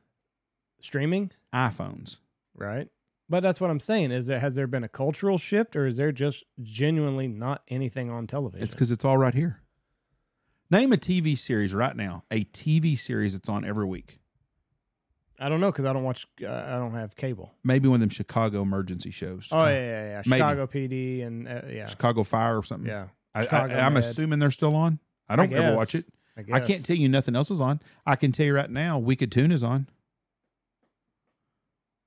[SPEAKER 1] streaming,
[SPEAKER 2] iPhones.
[SPEAKER 1] right? But that's what I'm saying is that has there been a cultural shift or is there just genuinely not anything on television?
[SPEAKER 2] It's because it's all right here. Name a TV series right now. A TV series that's on every week.
[SPEAKER 1] I don't know because I don't watch, uh, I don't have cable.
[SPEAKER 2] Maybe one of them Chicago emergency shows.
[SPEAKER 1] Oh, yeah, yeah, yeah.
[SPEAKER 2] Maybe.
[SPEAKER 1] Chicago PD and uh, yeah,
[SPEAKER 2] Chicago Fire or something.
[SPEAKER 1] yeah.
[SPEAKER 2] I,
[SPEAKER 1] Chicago
[SPEAKER 2] I, I'm
[SPEAKER 1] Med.
[SPEAKER 2] assuming they're still on. I don't
[SPEAKER 1] I
[SPEAKER 2] ever watch
[SPEAKER 1] guess.
[SPEAKER 2] it.
[SPEAKER 1] I,
[SPEAKER 2] I
[SPEAKER 1] guess.
[SPEAKER 2] can't tell you nothing else is on. I can tell you right now, Wicked Tuna is on.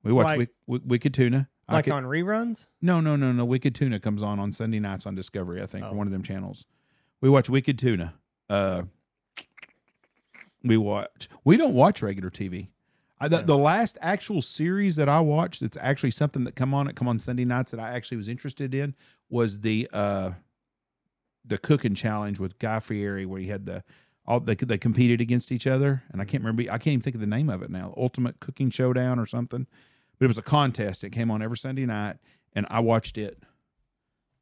[SPEAKER 2] We watch
[SPEAKER 1] Like-
[SPEAKER 2] Wick Wick- Wicked Tuna. I
[SPEAKER 1] like
[SPEAKER 2] could-
[SPEAKER 1] on reruns.
[SPEAKER 2] no, no, no, no. Wicked Tuna comes on on Sunday nights on Discovery, I think,
[SPEAKER 1] Oh.
[SPEAKER 2] or one of them channels. We watch Wicked Tuna. Uh, we watch. We don't watch regular TV. I, the,
[SPEAKER 1] Yeah.
[SPEAKER 2] the last actual series that I watched that's actually something that come on it come on Sunday nights that I actually was interested in was the uh, the cooking challenge with Guy Fieri where he had the all they they competed against each other and I can't remember I can't even think of the name of it now Ultimate Cooking Showdown or something but it was a contest it came on every Sunday night and I watched it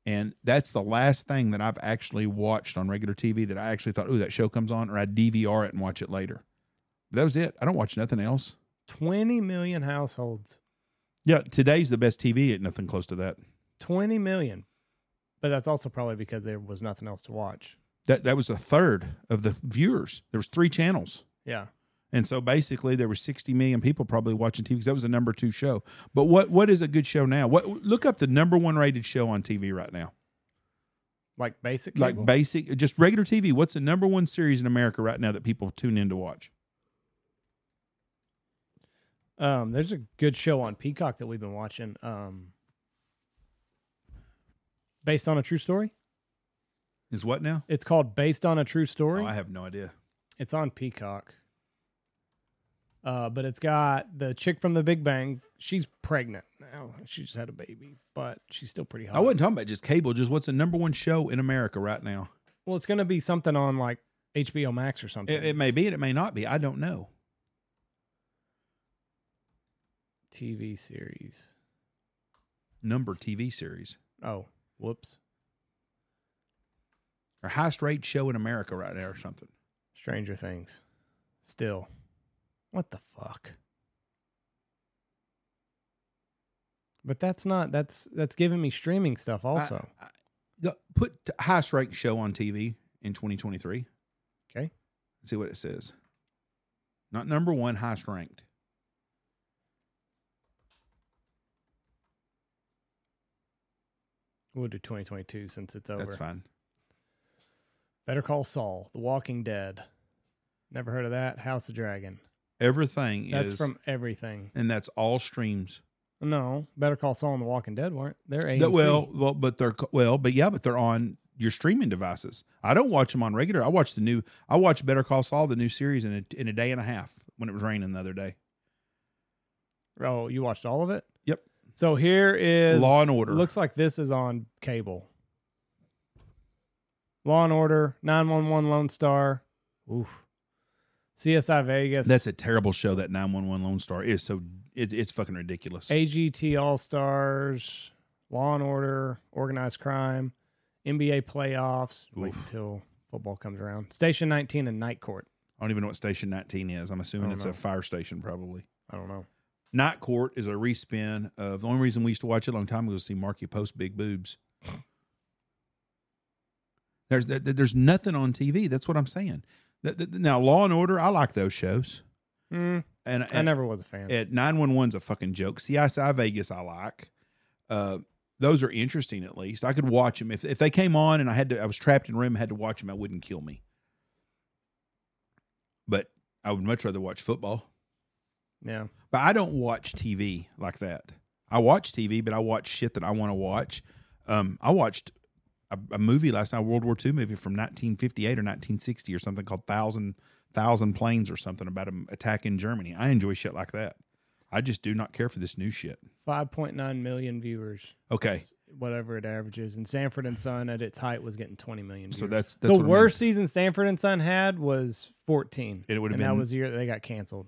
[SPEAKER 2] and that's the last thing that I've actually watched on regular TV that I actually thought oh that show comes on or I DVR it and watch it later that was it I don't watch nothing else
[SPEAKER 1] 20 million households.
[SPEAKER 2] yeah today's the best TV at nothing close to that
[SPEAKER 1] 20 million. But that's also probably because there was nothing else to watch.
[SPEAKER 2] that that was a third of the viewers there was three channels
[SPEAKER 1] Yeah.
[SPEAKER 2] And so basically, there were 60 million people probably watching TV because that was the number two show. But what what is a good show now? What look up the number one rated show on TV right now?
[SPEAKER 1] Like basic
[SPEAKER 2] Like
[SPEAKER 1] cable.
[SPEAKER 2] basic, just regular TV. What's the number one series in America right now that people tune in to watch?
[SPEAKER 1] Um, there's a good show on Peacock that we've been watching. Um, based on a true story.
[SPEAKER 2] Is what now?
[SPEAKER 1] It's called Based on a True Story.
[SPEAKER 2] Oh, I have no idea.
[SPEAKER 1] it's on Peacock. Uh, but it's got the chick from the Big Bang. She's pregnant now. She just had a baby, but she's still pretty hot.
[SPEAKER 2] I wasn't talking about just cable. Just what's the number one show in America right now?
[SPEAKER 1] Well, it's going to be something on like HBO Max or something.
[SPEAKER 2] It, it may be, and it may not be. I don't know.
[SPEAKER 1] TV series.
[SPEAKER 2] Number TV series
[SPEAKER 1] Oh, whoops.
[SPEAKER 2] or highest rated show in America right now or something.
[SPEAKER 1] Stranger Things. Still. What the fuck? But that's not that's that's giving me streaming stuff also.
[SPEAKER 2] I- I- go- put t- highest ranked show on TV in 2023.
[SPEAKER 1] Okay.
[SPEAKER 2] See what it says. Not number one, highest ranked.
[SPEAKER 1] We'll do 2022 since it's over.
[SPEAKER 2] That's fine.
[SPEAKER 1] Better Call Saul, The Walking Dead. Never heard of that. House of Dragon.
[SPEAKER 2] Everything
[SPEAKER 1] That's
[SPEAKER 2] is,
[SPEAKER 1] from everything.
[SPEAKER 2] and that's all streams.
[SPEAKER 1] No, Better Call Saul and The Walking Dead weren't. They're AMC.
[SPEAKER 2] That, well, well, but they're co- well, but yeah, but they're on your streaming devices. I don't watch them on regular. I watch the new. I watched Better Call Saul, the new series, in a, in a day and a half when it was raining the other day.
[SPEAKER 1] Oh, you watched all of it?
[SPEAKER 2] Yep.
[SPEAKER 1] So here is
[SPEAKER 2] Law and Order.
[SPEAKER 1] Looks like this is on cable. Law and Order, 911 Lone Star. Oof. CSI Vegas.
[SPEAKER 2] That's a terrible show. That nine one one Lone Star is so it, it's fucking ridiculous.
[SPEAKER 1] AGT All Stars, Law and Order, Organized Crime, NBA Playoffs. Wait
[SPEAKER 2] Oof.
[SPEAKER 1] until football comes around. Station 19 and Night Court.
[SPEAKER 2] I don't even know what station nineteen is. I'm assuming
[SPEAKER 1] I don't
[SPEAKER 2] it's
[SPEAKER 1] know.
[SPEAKER 2] a fire station probably.
[SPEAKER 1] I don't know.
[SPEAKER 2] Night Court is a respin of the only reason we used to watch it a long time ago was to see Marky post big boobs. There's th- th- there's nothing on TV. That's what I'm saying. Th- th- Now Law and Order, I like those shows.
[SPEAKER 1] Mm,
[SPEAKER 2] And,
[SPEAKER 1] I
[SPEAKER 2] and
[SPEAKER 1] never was a fan.
[SPEAKER 2] at 911's a fucking joke. CSI Vegas, I like. Uh, those are interesting at least. I could watch them if if they came on and I had to. I was trapped in a room, had to watch them. I wouldn't kill me. But I would much rather watch football.
[SPEAKER 1] yeah.
[SPEAKER 2] But I don't watch TV like that. I watch TV, but I watch shit that I want to watch. Um, I watched a, a movie last night, a World War II movie from 1958 or 1960 or something called Thousand Thousand Planes or something about an attack in Germany. I enjoy shit like that. I just do not care for this new shit.
[SPEAKER 1] 5.9 million viewers.
[SPEAKER 2] Okay,
[SPEAKER 1] whatever it averages. And Sanford and Son at its height was getting 20 million.
[SPEAKER 2] so
[SPEAKER 1] viewers.
[SPEAKER 2] that's that's
[SPEAKER 1] the
[SPEAKER 2] what I mean.
[SPEAKER 1] worst season Sanford and Son had was 14.
[SPEAKER 2] It would've
[SPEAKER 1] and that
[SPEAKER 2] been-
[SPEAKER 1] was the year that they got canceled.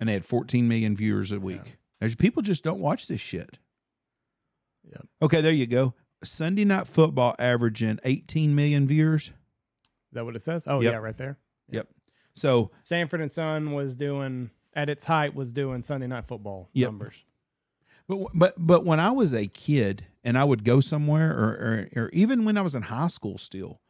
[SPEAKER 2] And they had 14 million viewers a week. There's people just don't watch this shit.
[SPEAKER 1] Yep.
[SPEAKER 2] Okay, there you go. Sunday night football averaging 18 million viewers.
[SPEAKER 1] Is that what it says? Oh
[SPEAKER 2] Yep.
[SPEAKER 1] yeah, right there.
[SPEAKER 2] So
[SPEAKER 1] Sanford and Son was doing at its height was doing Sunday Night Football
[SPEAKER 2] Yep.
[SPEAKER 1] numbers.
[SPEAKER 2] But but but when I was a kid and I would go somewhere, or, or or even when I was in high school, still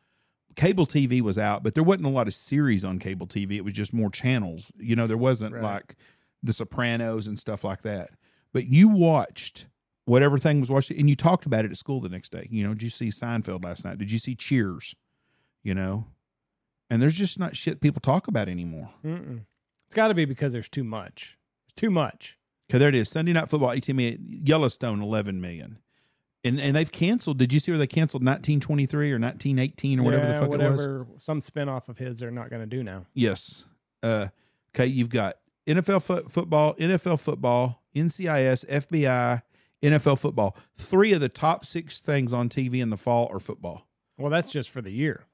[SPEAKER 2] cable TV was out, but there wasn't a lot of series on cable TV. It was just more channels. You know, there wasn't
[SPEAKER 1] Right.
[SPEAKER 2] like The Sopranos and stuff like that. But you watched whatever thing was watched, and you talked about it at school the next day. You know, did you see Seinfeld last night? Did you see Cheers? You know, and there's just not shit people talk about anymore.
[SPEAKER 1] Mm-mm. It's got to be because there's too much. Too much.
[SPEAKER 2] Okay, there it is. Sunday Night Football, 18 million. Yellowstone, 11 million. And and they've canceled. Did you see where they canceled 1923 or 1918 or whatever the
[SPEAKER 1] Yeah,
[SPEAKER 2] fuck it was?
[SPEAKER 1] whatever, Some spinoff of his they're not going to do now.
[SPEAKER 2] Yes. Uh, okay, you've got NFL fo- football, NFL football, NCIS, FBI, NFL football. Three of the top six things on TV in the fall are football.
[SPEAKER 1] Well, that's just for the year.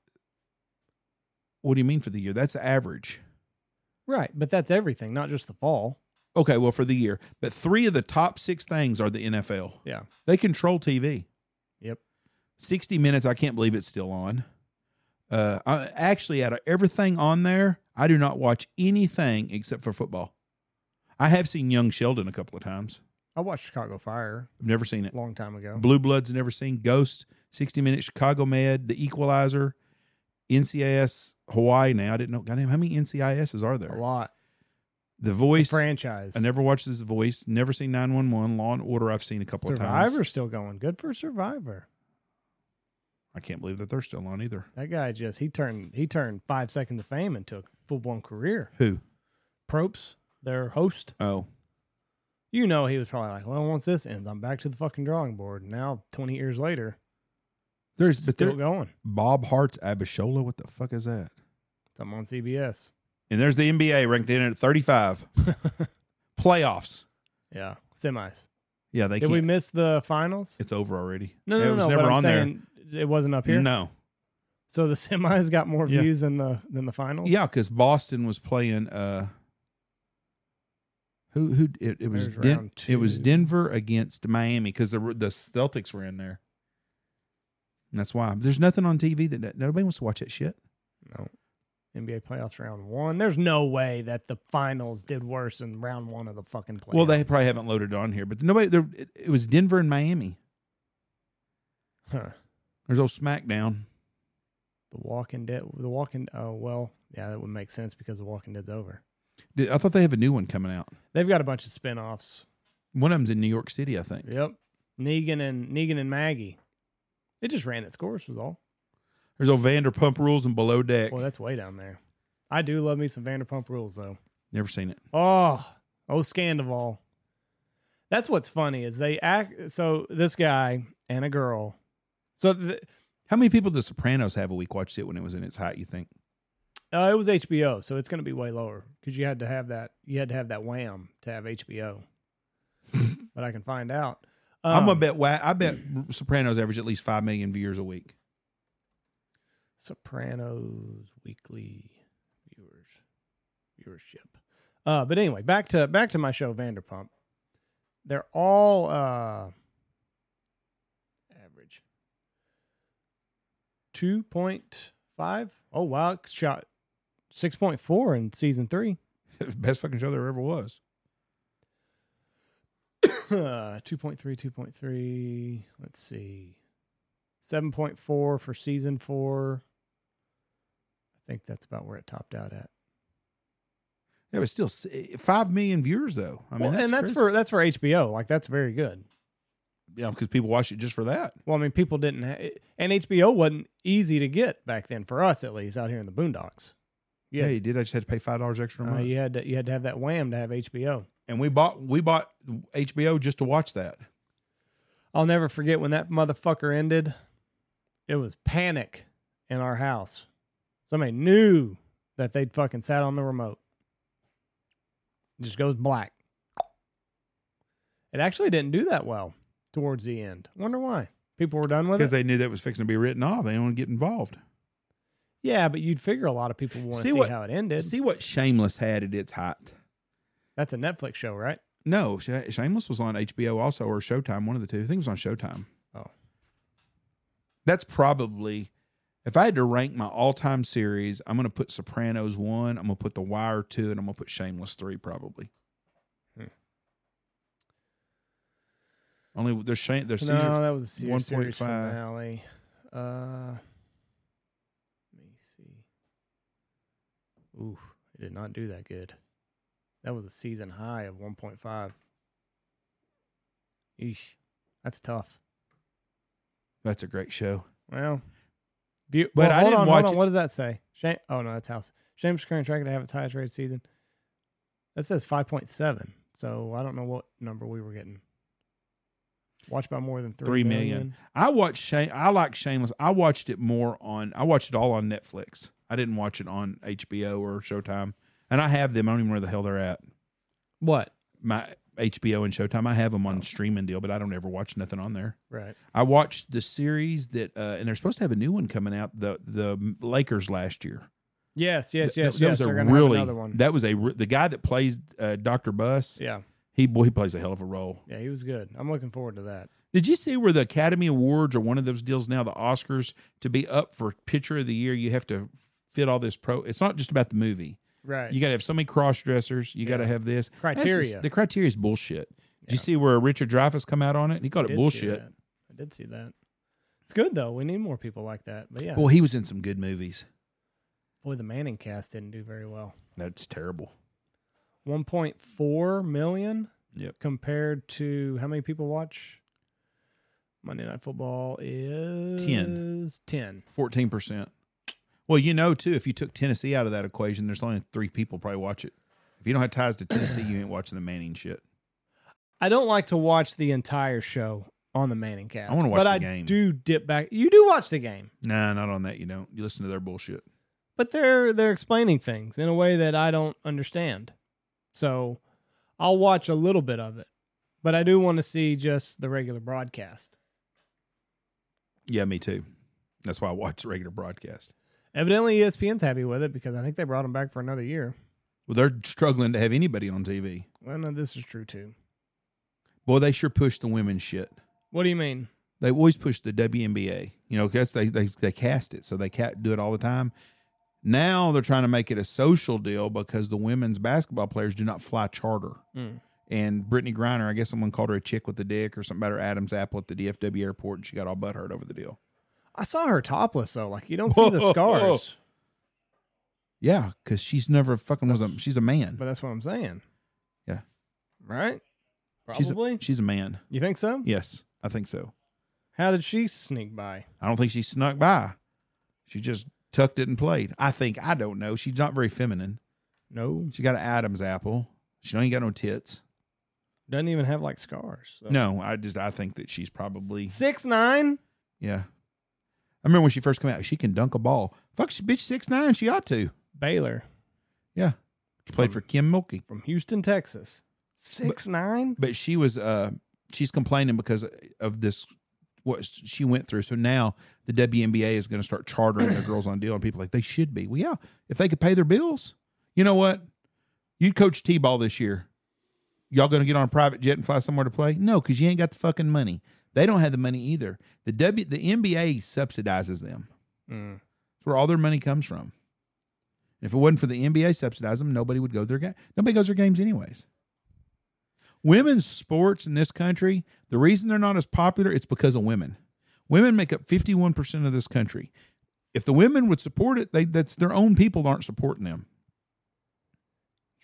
[SPEAKER 2] What do you mean for the year? That's average.
[SPEAKER 1] Right, but that's everything, not just the fall.
[SPEAKER 2] Okay, well, for the year. But three of the top six things are the NFL.
[SPEAKER 1] Yeah.
[SPEAKER 2] They control TV.
[SPEAKER 1] Yep.
[SPEAKER 2] 60 Minutes, I can't believe it's still on. Uh, I, actually, out of everything on there, I do not watch anything except for football. I have seen Young Sheldon a couple of times.
[SPEAKER 1] I watched Chicago Fire
[SPEAKER 2] I've never seen it.
[SPEAKER 1] a long time ago.
[SPEAKER 2] Blue Bloods, never seen. Ghost, 60 Minutes, Chicago Med, The Equalizer, NCIS Hawaii. Now, I didn't know. Goddamn, how many NCISs are
[SPEAKER 1] A
[SPEAKER 2] there?
[SPEAKER 1] lot.
[SPEAKER 2] The Voice.
[SPEAKER 1] Franchise.
[SPEAKER 2] I never watched this voice. Never seen 911. Law and Order, I've seen a couple of
[SPEAKER 1] Survivor's
[SPEAKER 2] times.
[SPEAKER 1] still going. Good for Survivor.
[SPEAKER 2] I can't believe that they're still on either.
[SPEAKER 1] That guy just he turned he turned five seconds of fame into a full blown career.
[SPEAKER 2] Who?
[SPEAKER 1] Probes, their host,
[SPEAKER 2] Oh,
[SPEAKER 1] you know he was probably like, well, once this ends, I'm back to the fucking drawing board. And Now, twenty years later,
[SPEAKER 2] there's but
[SPEAKER 1] still
[SPEAKER 2] there-
[SPEAKER 1] going.
[SPEAKER 2] Bob Hart's Abishola. What the fuck is that?
[SPEAKER 1] Something on
[SPEAKER 2] [laughs]
[SPEAKER 1] CBS.
[SPEAKER 2] And there's the NBA ranked in at 35. Playoffs.
[SPEAKER 1] Yeah, semis.
[SPEAKER 2] Yeah, they
[SPEAKER 1] Did
[SPEAKER 2] can't.
[SPEAKER 1] we miss the finals?
[SPEAKER 2] it's over already.
[SPEAKER 1] No,
[SPEAKER 2] Yeah,
[SPEAKER 1] no,
[SPEAKER 2] it was
[SPEAKER 1] no.
[SPEAKER 2] never
[SPEAKER 1] but I'm
[SPEAKER 2] on
[SPEAKER 1] saying it wasn't up
[SPEAKER 2] there.
[SPEAKER 1] here.
[SPEAKER 2] No.
[SPEAKER 1] So the [laughs] semis got more
[SPEAKER 2] Yeah.
[SPEAKER 1] views than the than the finals.
[SPEAKER 2] Yeah, because Boston was playing. uh Who who it, it was?
[SPEAKER 1] There's
[SPEAKER 2] Den-
[SPEAKER 1] round
[SPEAKER 2] it was
[SPEAKER 1] two.
[SPEAKER 2] Denver against Miami because the the Celtics were in there. And that's why there's nothing on TV that- that nobody wants to watch that shit.
[SPEAKER 1] No. NBA playoffs round one. There's no way that the finals did worse than round one of the fucking playoffs.
[SPEAKER 2] Well, they
[SPEAKER 1] [laughs]
[SPEAKER 2] probably haven't loaded it on here, but nobody. There, it, it was Denver and Miami.
[SPEAKER 1] Huh.
[SPEAKER 2] There's old SmackDown.
[SPEAKER 1] The Walking Dead. The Walking. Oh well, yeah, that would make sense because The Walking Dead's over.
[SPEAKER 2] Did- I thought they have a new one coming out.
[SPEAKER 1] They've got a bunch of spinoffs.
[SPEAKER 2] One of them's in New York City, I think.
[SPEAKER 1] Yep. Negan and Negan and Maggie. It just ran its course, was all.
[SPEAKER 2] There's old Vanderpump Rules and Below Deck.
[SPEAKER 1] Boy, that's way down there. I do love me some Vanderpump Rules though.
[SPEAKER 2] Never seen it.
[SPEAKER 1] Oh, oh, Scandival. That's what's funny is they act. So this guy and a girl. So the,
[SPEAKER 2] How many people did The Sopranos have a week watched it when it was in its height? You think?
[SPEAKER 1] uh, it was HBO, so it's going to be way lower because you had to have that. You had to have that wham to have HBO.
[SPEAKER 2] [laughs]
[SPEAKER 1] but I can find out.
[SPEAKER 2] I'm a
[SPEAKER 1] Um,
[SPEAKER 2] bet. Wa- I bet Sopranos average at least five million viewers a week. [laughs]
[SPEAKER 1] Sopranos weekly viewers viewership. Uh, but anyway, back to back to my show Vanderpump. They're all uh, average. Two point five. Oh wow, it shot six point four in season three.
[SPEAKER 2] Best fucking show there ever was.
[SPEAKER 1] Uh, 2.3, 2.3. Let's see. 7.4 for season four. I think that's about where it topped out at.
[SPEAKER 2] Yeah, but still s- eh, five million viewers though. I mean,
[SPEAKER 1] Well,
[SPEAKER 2] that's
[SPEAKER 1] and that's
[SPEAKER 2] crazy.
[SPEAKER 1] for that's for HBO. Like that's very good.
[SPEAKER 2] yeah, because people watch it just for that.
[SPEAKER 1] Well, I mean, people didn't, ha- and HBO wasn't easy to get back then for us, at least out here in the boondocks.
[SPEAKER 2] Yeah,
[SPEAKER 1] Yeah.
[SPEAKER 2] you did. I just had to pay five dollars extra a
[SPEAKER 1] Uh,
[SPEAKER 2] month,
[SPEAKER 1] you had to, you had to have that wham to have HBO.
[SPEAKER 2] and we bought we bought HBO just to watch that.
[SPEAKER 1] I'll never forget when that motherfucker ended. It was panic in our house. Somebody knew that they'd fucking sat on the remote. It just goes black. It actually didn't do that well towards the end. Wonder why people were done with it.
[SPEAKER 2] because they knew that was fixing to be written off. They didn't want to get involved.
[SPEAKER 1] Yeah, but you'd figure a lot of people want to
[SPEAKER 2] See
[SPEAKER 1] see,
[SPEAKER 2] what-
[SPEAKER 1] how it ended.
[SPEAKER 2] See what Shameless had at its height.
[SPEAKER 1] That's a Netflix show, right?
[SPEAKER 2] No, Sh- Shameless was on HBO also or Showtime, one of the two. I think it was on Showtime.
[SPEAKER 1] Oh.
[SPEAKER 2] that's probably. If I had to rank my all-time series, I'm going to put Sopranos one. I'm going to put The Wire two, and I'm going to put Shameless three probably.
[SPEAKER 1] Hmm.
[SPEAKER 2] Only there's Shane. There's
[SPEAKER 1] no,
[SPEAKER 2] Caesar.
[SPEAKER 1] that was a se- series
[SPEAKER 2] 1.5.
[SPEAKER 1] finale. Uh, let me see. Ooh, it did not do that good. That was a season high of 1.5. Eesh, that's tough.
[SPEAKER 2] That's a great show.
[SPEAKER 1] Well, view,
[SPEAKER 2] But
[SPEAKER 1] well,
[SPEAKER 2] I
[SPEAKER 1] hold
[SPEAKER 2] didn't
[SPEAKER 1] on,
[SPEAKER 2] watch
[SPEAKER 1] hold on.
[SPEAKER 2] it-
[SPEAKER 1] What does that say? Shame. Oh no, that's House. Shameless current track to have its highest rated season. That says five point seven. So I don't know what number we were getting. Watched by more than three,
[SPEAKER 2] Three million. I watched Shame. I like Shameless. I watched it more on. I watched it all on Netflix. I didn't watch it on HBO or Showtime. And I have them. I don't even know where the hell they're at.
[SPEAKER 1] What?
[SPEAKER 2] My HBO and Showtime. I have them on streaming deal, but I don't ever watch nothing on there.
[SPEAKER 1] Right.
[SPEAKER 2] I watched the series that, uh, and they're supposed to have a new one coming out. The the Lakers last year.
[SPEAKER 1] Yes. Yes.
[SPEAKER 2] Th-
[SPEAKER 1] Yes.
[SPEAKER 2] that,
[SPEAKER 1] yes.
[SPEAKER 2] was a
[SPEAKER 1] They're gonna
[SPEAKER 2] really
[SPEAKER 1] have another one.
[SPEAKER 2] that was a re- the guy that plays uh, Doctor Bus.
[SPEAKER 1] yeah.
[SPEAKER 2] He boy, he plays a hell of a role.
[SPEAKER 1] Yeah. He was good. I'm looking forward to that.
[SPEAKER 2] Did you see where the Academy Awards or one of those deals now, the Oscars, to be up for Picture of the Year, you have to fit all this pro. It's not just about the movie.
[SPEAKER 1] Right.
[SPEAKER 2] You got to have so many cross dressers. You got to
[SPEAKER 1] Yeah.
[SPEAKER 2] have this That's just-
[SPEAKER 1] Criteria.
[SPEAKER 2] the criteria is bullshit. Did you
[SPEAKER 1] Yeah.
[SPEAKER 2] see where Richard Dreyfuss come out on it? He
[SPEAKER 1] I
[SPEAKER 2] called
[SPEAKER 1] did
[SPEAKER 2] it
[SPEAKER 1] see
[SPEAKER 2] bullshit.
[SPEAKER 1] that. I did see that. It's good though. We need more people like that. But yeah.
[SPEAKER 2] Boy, he was in some good movies.
[SPEAKER 1] boy, the Manning cast didn't do very well.
[SPEAKER 2] That's terrible.
[SPEAKER 1] 1.4 million.
[SPEAKER 2] Yep.
[SPEAKER 1] Compared to how many people watch Monday Night Football is 10.
[SPEAKER 2] Fourteen percent. Well, you know too, if you took Tennessee out of that equation, there's only three people probably watch it. If you don't have ties to Tennessee, you ain't watching the Manning shit.
[SPEAKER 1] I don't like to watch the entire show on the Manning cast.
[SPEAKER 2] I wanna watch
[SPEAKER 1] but
[SPEAKER 2] the
[SPEAKER 1] I
[SPEAKER 2] game.
[SPEAKER 1] do dip back. You do watch the game,
[SPEAKER 2] Nah, not on that. You don't. You listen to their bullshit.
[SPEAKER 1] but they're they're explaining things in a way that I don't understand. So I'll watch a little bit of it, but I do want to see just the regular broadcast.
[SPEAKER 2] Yeah, me too. That's why I watch the regular broadcast.
[SPEAKER 1] Evidently, E ESPN's happy with it because I think they brought him back for another year.
[SPEAKER 2] Well, they're struggling to have anybody on TV.
[SPEAKER 1] Well, no, this is true too.
[SPEAKER 2] Boy, they sure push the women's shit.
[SPEAKER 1] What do you mean?
[SPEAKER 2] They always push the WNBA. You know, because they, they they cast it, so they can't do it all the time. Now they're trying to make it a social deal because the women's basketball players do not fly charter.
[SPEAKER 1] Mm.
[SPEAKER 2] And Brittany Griner, I guess someone called her a chick with a dick or something about her Adam's apple at the DFW airport, and she got all butthurt over the deal.
[SPEAKER 1] I saw her topless though. Like you don't see the
[SPEAKER 2] [laughs] Whoa.
[SPEAKER 1] scars,
[SPEAKER 2] Yeah, because she's never fucking was a she's a man.
[SPEAKER 1] but that's what I'm saying.
[SPEAKER 2] Yeah.
[SPEAKER 1] Right.
[SPEAKER 2] She's
[SPEAKER 1] Probably.
[SPEAKER 2] a, she's a man.
[SPEAKER 1] you think so?
[SPEAKER 2] Yes, I think so.
[SPEAKER 1] How did she sneak by?
[SPEAKER 2] I don't think she snuck by. She just tucked it and played. I think I don't know. She's not very feminine.
[SPEAKER 1] No,
[SPEAKER 2] She got an Adam's apple. She ain't got no tits.
[SPEAKER 1] doesn't even have like scars. so.
[SPEAKER 2] No, I just I think that she's probably
[SPEAKER 1] six nine.
[SPEAKER 2] yeah. I remember when she first came out, she can dunk a ball. Fuck, she bitch six nine. She ought to.
[SPEAKER 1] Baylor
[SPEAKER 2] Yeah, she played for Kim Mulkey,
[SPEAKER 1] from Houston, Texas. Six nine.
[SPEAKER 2] but she was uh she's complaining because of this what she went through. So now the WNBA is going to start chartering their girls on deal, and people are like they should be. Well, yeah, if they could pay their bills, you know what? You coach T ball this year. Y'all going to get on a private jet and fly somewhere to play? No, because you ain't got the fucking money. They don't have the money either. The W the NBA subsidizes them.
[SPEAKER 1] Mm.
[SPEAKER 2] It's where all their money comes from. And if it wasn't for the NBA subsidizing them, nobody would go to their game. Nobody goes to their games anyways. Women's sports in this country, the reason they're not as popular, it's because of women. Women make up 51% of this country. If the women would support it, they that's their own people that aren't supporting them.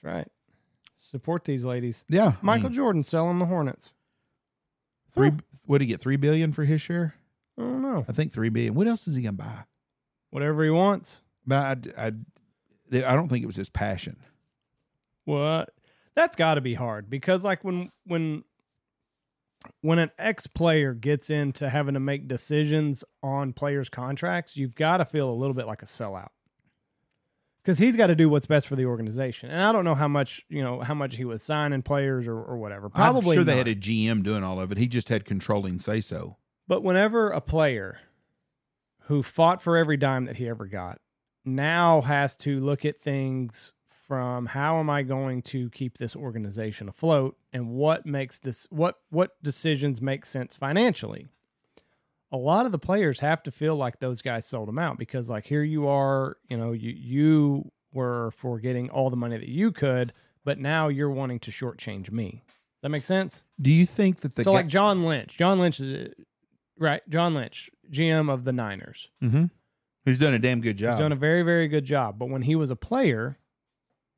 [SPEAKER 1] That's right. Support these ladies.
[SPEAKER 2] Yeah. I
[SPEAKER 1] Michael
[SPEAKER 2] mean,
[SPEAKER 1] Jordan selling the Hornets.
[SPEAKER 2] three what did he get? Three billion for his share?
[SPEAKER 1] I don't know.
[SPEAKER 2] I think three billion. What else is he gonna buy?
[SPEAKER 1] Whatever he wants.
[SPEAKER 2] But I, I, I don't think it was his passion.
[SPEAKER 1] What? That's got to be hard because like when when when an ex player gets into having to make decisions on players' contracts, you've got to feel a little bit like a sellout. Because he's got to do what's best for the organization, and I don't know how much you know how much he was signing players or, or whatever. Probably
[SPEAKER 2] I'm sure
[SPEAKER 1] not.
[SPEAKER 2] they had a GM doing all of it. He just had controlling say so.
[SPEAKER 1] But whenever a player who fought for every dime that he ever got now has to look at things from how am I going to keep this organization afloat and what makes this what what decisions make sense financially. A lot of the players have to feel like those guys sold them out because like here you are, you know, you you were for getting all the money that you could, but now you're wanting to shortchange me. That make sense?
[SPEAKER 2] Do you think that the
[SPEAKER 1] so like John Lynch. John Lynch is right. John Lynch, GM of the Niners,
[SPEAKER 2] mm-hmm. who's done a damn good
[SPEAKER 1] he's
[SPEAKER 2] job?
[SPEAKER 1] done a very very good job. But when he was a player,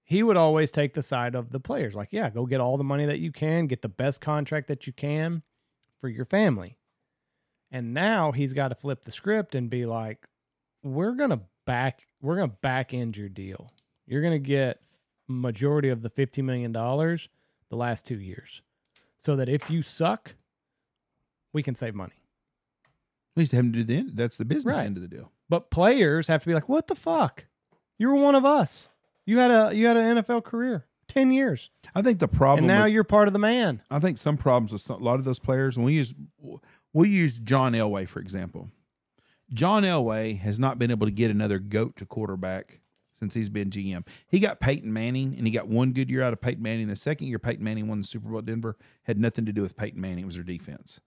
[SPEAKER 1] he would always take the side of the players. Like, yeah, go get all the money that you can, get the best contract that you can for your family. And now he's got to flip the script and be like, we're gonna back we're gonna back end your deal. You're gonna get majority of the fifteen million dollars the last two years, so that if you suck, we can save money.
[SPEAKER 2] At least have him do the end. That's the business
[SPEAKER 1] Right.
[SPEAKER 2] end of the deal.
[SPEAKER 1] But players have to be like, "What the fuck? You were one of us. You had a you had an NFL career, ten years,
[SPEAKER 2] I think the
[SPEAKER 1] and
[SPEAKER 2] problem.
[SPEAKER 1] now
[SPEAKER 2] with-
[SPEAKER 1] you're part of the man."
[SPEAKER 2] I think some problems with some, a lot of those players. When we use we'll use John Elway for example. John Elway has not been able to get another goat to quarterback since he's been GM. He got Peyton Manning, and he got one good year out of Peyton Manning. The second year Peyton Manning won the Super Bowl at Denver had nothing to do with Peyton Manning. It was their defense.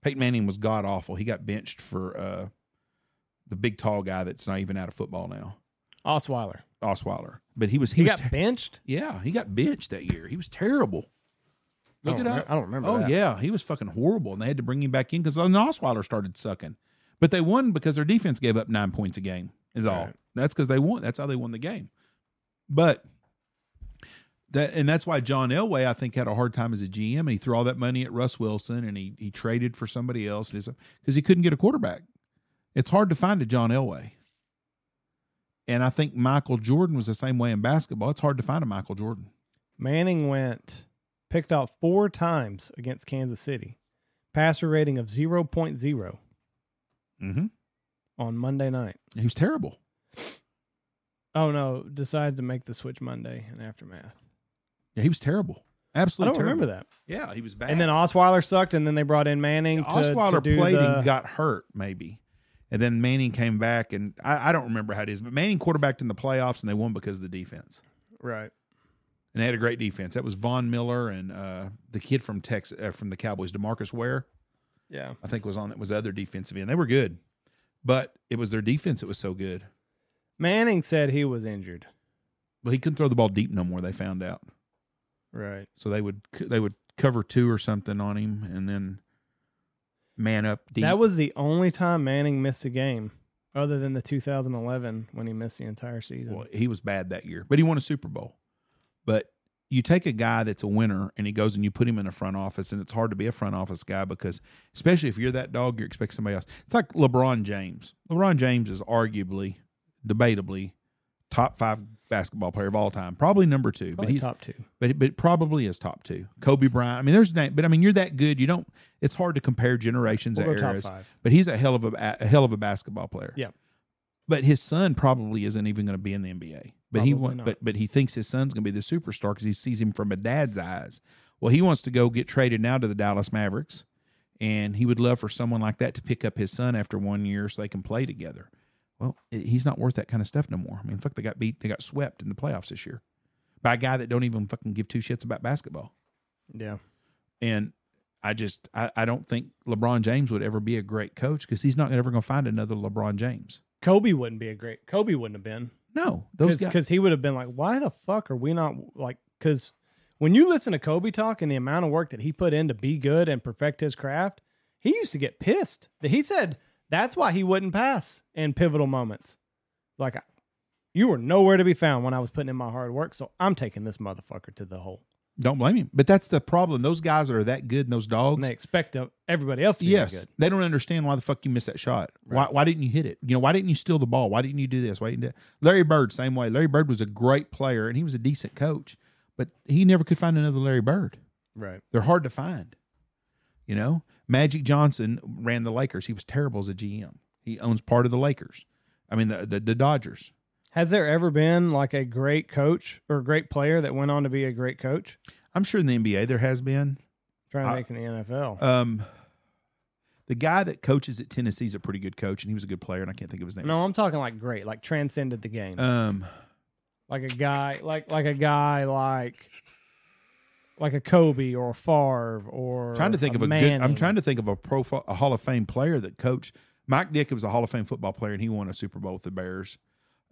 [SPEAKER 2] Peyton Manning was god awful. He got benched for uh, the big tall guy that's not even out of football now,
[SPEAKER 1] Osweiler,
[SPEAKER 2] Osweiler. But he was he,
[SPEAKER 1] he
[SPEAKER 2] was
[SPEAKER 1] got
[SPEAKER 2] ter-
[SPEAKER 1] benched.
[SPEAKER 2] yeah he got benched that year. He was terrible. Look
[SPEAKER 1] I
[SPEAKER 2] it
[SPEAKER 1] don't
[SPEAKER 2] up.
[SPEAKER 1] remem- I don't remember.
[SPEAKER 2] Oh
[SPEAKER 1] that.
[SPEAKER 2] yeah, he was fucking horrible, and they had to bring him back in because Osweiler started sucking. But they won because their defense gave up nine points a game. Is all.
[SPEAKER 1] Right.
[SPEAKER 2] That's because they won. That's how they won the game. But that and that's why John Elway I think had a hard time as a GM, and he threw all that money at Russ Wilson, and he he traded for somebody else because he couldn't get a quarterback. It's hard to find a John Elway. And I think Michael Jordan was the same way in basketball. It's hard to find a Michael Jordan.
[SPEAKER 1] Manning went picked out four times against Kansas City, passer rating of 0.0
[SPEAKER 2] Mm-hmm.
[SPEAKER 1] on Monday night.
[SPEAKER 2] He was terrible.
[SPEAKER 1] Oh no, decided to make the switch Monday in aftermath.
[SPEAKER 2] Yeah, he was terrible.
[SPEAKER 1] I
[SPEAKER 2] Absolutely.
[SPEAKER 1] don't remember that.
[SPEAKER 2] Yeah, he was bad.
[SPEAKER 1] And then Osweiler sucked, and then they brought in Manning. to- to,
[SPEAKER 2] Osweiler
[SPEAKER 1] do
[SPEAKER 2] played
[SPEAKER 1] the,
[SPEAKER 2] and got hurt, maybe. And then Manning came back, and I, I don't remember how it is, but Manning quarterbacked in the playoffs, and they won because of the defense.
[SPEAKER 1] right.
[SPEAKER 2] And they had a great defense. That was Von Miller and uh, the kid from Texas, uh, from the Cowboys, Demarcus Ware,
[SPEAKER 1] Yeah.
[SPEAKER 2] I think was on. That was the other defensive end. They were good, but it was their defense that was so good.
[SPEAKER 1] Manning said he was injured.
[SPEAKER 2] But he couldn't throw the ball deep no more. They found out.
[SPEAKER 1] Right.
[SPEAKER 2] So they would they would cover two or something on him, and then man up deep.
[SPEAKER 1] That was the only time Manning missed a game, other than the 2011 when he missed the entire season.
[SPEAKER 2] Well, he was bad that year, but he won a Super Bowl. But you take a guy that's a winner and he goes and you put him in a front office, and it's hard to be a front office guy because, especially if you're that dog, you expect somebody else. It's like LeBron James. LeBron James is arguably, debatably, top five basketball player of all time, probably number two,
[SPEAKER 1] Probably
[SPEAKER 2] but he's
[SPEAKER 1] top two.
[SPEAKER 2] but but probably is top two. Kobe Bryant. I mean, there's name, but I mean, you're that good. You don't. It's hard to compare generations
[SPEAKER 1] We'll
[SPEAKER 2] or
[SPEAKER 1] go top
[SPEAKER 2] eras.
[SPEAKER 1] five.
[SPEAKER 2] But he's a hell of a, ba- a hell of a basketball player.
[SPEAKER 1] Yep.
[SPEAKER 2] But his son probably isn't even going to be in the NBA. But he
[SPEAKER 1] Probably
[SPEAKER 2] want,
[SPEAKER 1] not.
[SPEAKER 2] but but he thinks his son's going to be the superstar because he sees him from a dad's eyes. Well, he wants to go get traded now to the Dallas Mavericks, and he would love for someone like that to pick up his son after one year so they can play together. Well, i- he's not worth that kind of stuff no more. I mean, fuck, they got beat, they got swept in the playoffs this year by a guy that don't even fucking give two shits about basketball.
[SPEAKER 1] Yeah.
[SPEAKER 2] And I just I, I don't think LeBron James would ever be a great coach because he's not ever going to find another LeBron James.
[SPEAKER 1] Kobe wouldn't be a great. Kobe wouldn't have been
[SPEAKER 2] No, those guys.
[SPEAKER 1] because he would have been like, why the fuck are we not like? Because when you listen to Kobe talk and the amount of work that he put in to be good and perfect his craft, he used to get pissed. He said that's why he wouldn't pass in pivotal moments. Like, you were nowhere to be found when I was putting in my hard work, so I'm taking this motherfucker to the hole.
[SPEAKER 2] Don't blame him. But that's the problem. Those guys that are that good and those dogs.
[SPEAKER 1] And they expect uh, everybody else to be that
[SPEAKER 2] yes,
[SPEAKER 1] good.
[SPEAKER 2] they don't understand why the fuck you missed that shot. Why,
[SPEAKER 1] Right.
[SPEAKER 2] why didn't you hit it? You know, why didn't you steal the ball? Why didn't you do this? Why didn't you do that? Larry Bird, same way. Larry Bird was a great player and he was a decent coach, but he never could find another Larry Bird.
[SPEAKER 1] Right.
[SPEAKER 2] They're hard to find. You know, Magic Johnson ran the Lakers. He was terrible as a GM. He owns part of the Lakers. I mean, the the, the Dodgers.
[SPEAKER 1] Has there ever been like a great coach or a great player that went on to be a great coach?
[SPEAKER 2] I'm sure in the NBA there has been.
[SPEAKER 1] Trying to
[SPEAKER 2] I-
[SPEAKER 1] make in the NFL.
[SPEAKER 2] Um, the guy that coaches at Tennessee is a pretty good coach, and he was a good player, and I can't think of his name.
[SPEAKER 1] no, I'm talking like great, like transcended the game.
[SPEAKER 2] Um,
[SPEAKER 1] like a guy, like like a guy like like a Kobe or a Favre or
[SPEAKER 2] trying to think of a
[SPEAKER 1] Manning.
[SPEAKER 2] good. I'm trying to think of a profile, a Hall of Fame player that coached. Mike Dick was a Hall of Fame football player, and he won a Super Bowl with the Bears.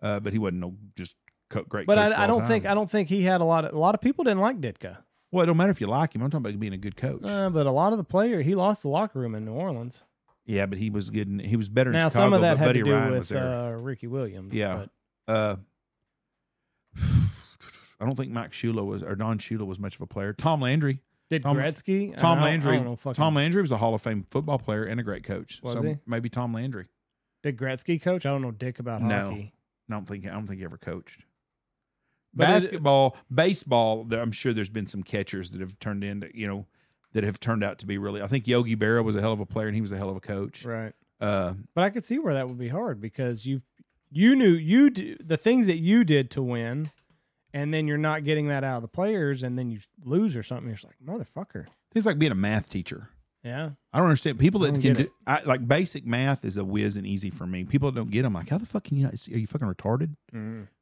[SPEAKER 2] Uh, but he wasn't no just co- great.
[SPEAKER 1] But
[SPEAKER 2] coach of
[SPEAKER 1] I, I
[SPEAKER 2] all
[SPEAKER 1] don't
[SPEAKER 2] time.
[SPEAKER 1] think I don't think he had a lot of a lot of people didn't like Ditka.
[SPEAKER 2] Well, it don't matter if you like him. I'm talking about being a good coach.
[SPEAKER 1] Uh, but a lot of the player he lost the locker room in New Orleans.
[SPEAKER 2] Yeah, but he was good. In, he was better in
[SPEAKER 1] Now
[SPEAKER 2] Chicago.
[SPEAKER 1] some of that
[SPEAKER 2] but
[SPEAKER 1] had
[SPEAKER 2] Buddy
[SPEAKER 1] to do
[SPEAKER 2] Ryan was
[SPEAKER 1] with
[SPEAKER 2] there.
[SPEAKER 1] uh, Ricky Williams.
[SPEAKER 2] Yeah.
[SPEAKER 1] but
[SPEAKER 2] Uh, [sighs] I don't think Mike Shula was or Don Shula was much of a player. Tom Landry.
[SPEAKER 1] did
[SPEAKER 2] Tom-
[SPEAKER 1] Gretzky? I don't-
[SPEAKER 2] Tom
[SPEAKER 1] I
[SPEAKER 2] Landry.
[SPEAKER 1] don't know fucking-
[SPEAKER 2] Tom Landry was a Hall of Fame football player and a great coach.
[SPEAKER 1] Was
[SPEAKER 2] so
[SPEAKER 1] he?
[SPEAKER 2] maybe Tom Landry.
[SPEAKER 1] Did Gretzky coach? I don't know dick about
[SPEAKER 2] No.
[SPEAKER 1] hockey.
[SPEAKER 2] I don't think I don't think he ever coached.
[SPEAKER 1] But is-
[SPEAKER 2] Basketball, baseball. there- I'm sure there's been some catchers that have turned into you know that have turned out to be really. I think Yogi Berra was a hell of a player and he was a hell of a coach.
[SPEAKER 1] Right.
[SPEAKER 2] Uh,
[SPEAKER 1] But I could see where that would be hard because you you knew you do, the things that you did to win, and then you're not getting that out of the players, and then you lose or something. You're just like motherfucker.
[SPEAKER 2] it's like being a math teacher.
[SPEAKER 1] Yeah.
[SPEAKER 2] I don't understand people
[SPEAKER 1] I
[SPEAKER 2] that
[SPEAKER 1] don't
[SPEAKER 2] can
[SPEAKER 1] get
[SPEAKER 2] do I, like basic math is a whiz and easy for me. People that don't get them. Like how the fuck can you? Not, are you fucking retarded?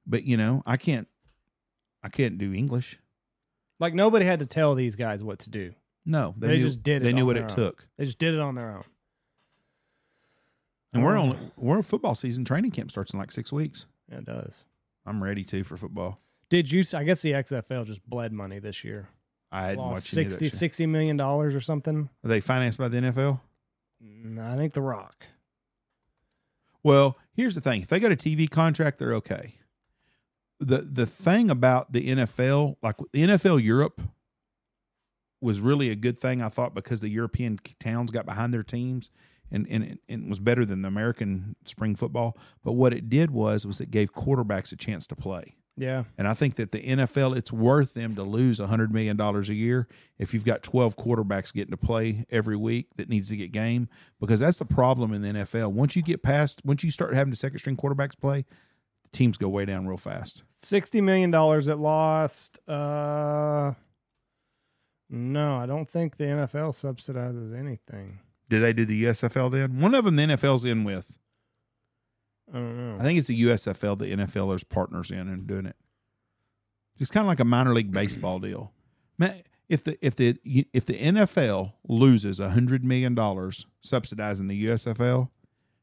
[SPEAKER 2] But you know I can't. I can't do English.
[SPEAKER 1] Like nobody had to tell these guys what to do.
[SPEAKER 2] No,
[SPEAKER 1] They just did it
[SPEAKER 2] They knew
[SPEAKER 1] on
[SPEAKER 2] what
[SPEAKER 1] their
[SPEAKER 2] it
[SPEAKER 1] own.
[SPEAKER 2] took.
[SPEAKER 1] They just did it on their own.
[SPEAKER 2] And we're
[SPEAKER 1] Oh.
[SPEAKER 2] only we're football season. Training camp starts in like six weeks.
[SPEAKER 1] Yeah, it does.
[SPEAKER 2] I'm ready to for football.
[SPEAKER 1] Did you? I guess the XFL just bled money this year.
[SPEAKER 2] I hadn't
[SPEAKER 1] Lost
[SPEAKER 2] watched any of that
[SPEAKER 1] 60,
[SPEAKER 2] shit.
[SPEAKER 1] 60 million dollars or something.
[SPEAKER 2] Are they financed by the NFL?
[SPEAKER 1] Mm, I think The Rock.
[SPEAKER 2] Well, here's the thing: if they got a TV contract, they're okay. the The thing about the NFL, like the NFL Europe, was really a good thing, I thought, because the European towns got behind their teams, and and and was better than the American spring football. But what it did was was it gave quarterbacks a chance to play.
[SPEAKER 1] Yeah.
[SPEAKER 2] And I think that the NFL, it's worth them to lose $100 million a year if you've got 12 quarterbacks getting to play every week that needs to get game, because that's the problem in the NFL. Once you get past, once you start having the second string quarterbacks play, the teams go way down real fast.
[SPEAKER 1] sixty million dollars it lost. Uh, no, I don't think the NFL subsidizes anything.
[SPEAKER 2] Did they do the USFL then? One of them the NFL's in with.
[SPEAKER 1] I don't
[SPEAKER 2] I
[SPEAKER 1] know.
[SPEAKER 2] think it's the USFL the NFL is partners in and doing it. It's kind of like a minor league baseball deal. Man, if the if the if the NFL loses hundred million dollars subsidizing the USFL,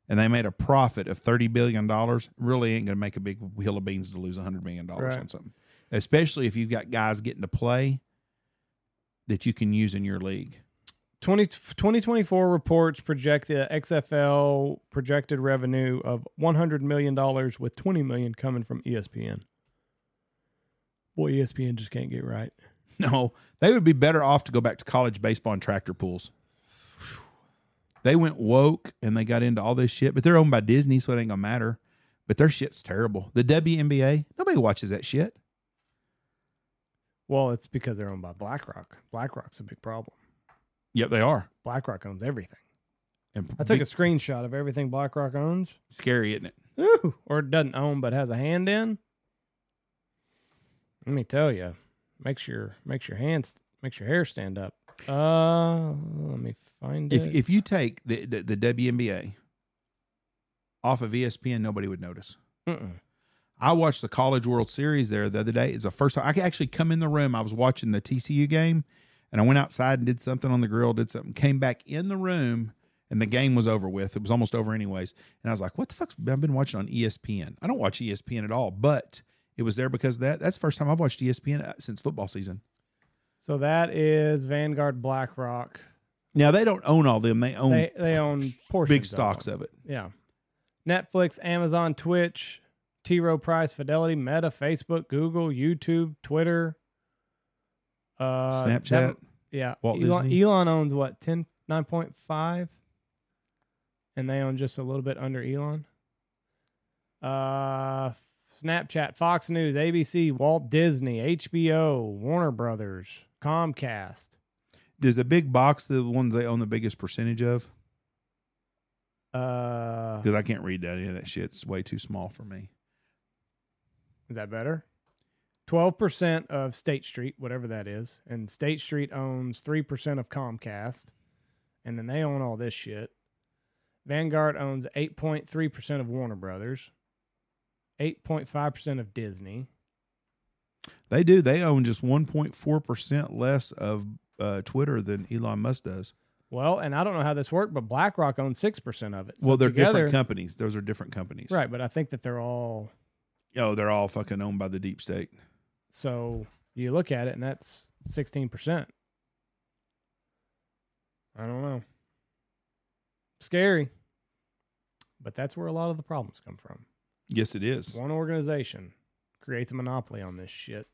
[SPEAKER 2] and they made a profit of thirty billion dollars, really ain't going to make a big hill of beans to lose hundred million dollars
[SPEAKER 1] Right.
[SPEAKER 2] on something. Especially if you've got guys getting to play that you can use in your league.
[SPEAKER 1] 20, 2024 reports project the XFL projected revenue E of one hundred million dollars, with twenty million coming from ESPN. Boy, E ESPN just can't get right.
[SPEAKER 2] [laughs] No, they would be better off to go back to college baseball and tractor pools. They went woke and they got into all this shit, but they're owned by Disney, so it ain't gonna matter. But their shit's terrible. The WNBA, nobody watches that shit.
[SPEAKER 1] Well, it's because they're owned by BlackRock. BlackRock's a big problem.
[SPEAKER 2] Yep, they are.
[SPEAKER 1] BlackRock owns everything.
[SPEAKER 2] And
[SPEAKER 1] I took a screenshot of everything BlackRock owns,
[SPEAKER 2] scary, isn't it?
[SPEAKER 1] Ooh, or doesn't own but has a hand in. Let me tell you, makes your makes your hands makes your hair stand up. Uh, let me find
[SPEAKER 2] If
[SPEAKER 1] it.
[SPEAKER 2] if you take the, the the WNBA off of E ESPN, nobody would notice.
[SPEAKER 1] Mm-mm.
[SPEAKER 2] I watched the College World Series there the other day. It's the first time I could actually come in the room. I was watching the TCU game and I went outside and did something on the grill, did something, came back in the room and the game was over with. It was almost over anyways. And I was like, what the fuck's I've been watching on E ESPN? I don't watch E ESPN at all, but it was there because of that that's the first time I've watched E ESPN uh, since football season.
[SPEAKER 1] So that is Vanguard BlackRock.
[SPEAKER 2] Now they don't own all them. They own
[SPEAKER 1] They they own portions
[SPEAKER 2] big stocks
[SPEAKER 1] Of
[SPEAKER 2] of it.
[SPEAKER 1] them. Yeah, Netflix, Amazon, Twitch, T Rowe Price, Fidelity, Meta, Facebook, Google, YouTube, Twitter, uh, that-
[SPEAKER 2] Snapchat.
[SPEAKER 1] Yeah.
[SPEAKER 2] Walt
[SPEAKER 1] Elon,
[SPEAKER 2] Disney?
[SPEAKER 1] Elon owns what, 10, 9.5? And they own just a little bit under Elon. Uh, Snapchat, Fox News, ABC, Walt Disney, HBO, Warner Brothers, Comcast.
[SPEAKER 2] Does the big box the ones they own the biggest percentage of?
[SPEAKER 1] Uh,
[SPEAKER 2] Because I can't read that any of that shit. It's way too small for me.
[SPEAKER 1] is that better? 12% of State Street, whatever that is. And State Street owns 3% of Comcast. And then they own all this shit. Vanguard owns 8.3% of Warner Brothers, 8.5% of Disney.
[SPEAKER 2] They do. They own just 1.4% less of uh, Twitter than Elon Musk does.
[SPEAKER 1] Well, and I don't know how this worked, but BlackRock owns 6% of it. So
[SPEAKER 2] well, they're
[SPEAKER 1] together,
[SPEAKER 2] different companies. Those are different companies.
[SPEAKER 1] Right, but I think that they're all.
[SPEAKER 2] Oh, they're all fucking owned by the deep state.
[SPEAKER 1] So you look at it, and that's 16%. I don't know. Scary. But that's where a lot of the problems come from.
[SPEAKER 2] Yes, it is.
[SPEAKER 1] One organization creates a monopoly on this shit.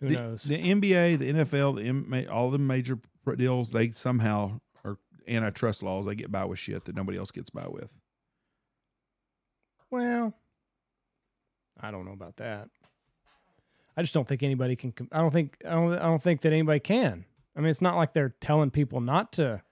[SPEAKER 1] Who
[SPEAKER 2] the,
[SPEAKER 1] knows?
[SPEAKER 2] the NBA, the NFL, the M- ma- all the major pr- deals, they somehow are antitrust laws. They get by with shit that nobody else gets by with.
[SPEAKER 1] Well, I don't know about that. I just don't think anybody can. com- I don't think. I don't. I don't think that anybody can. I mean, it's not like they're telling people not to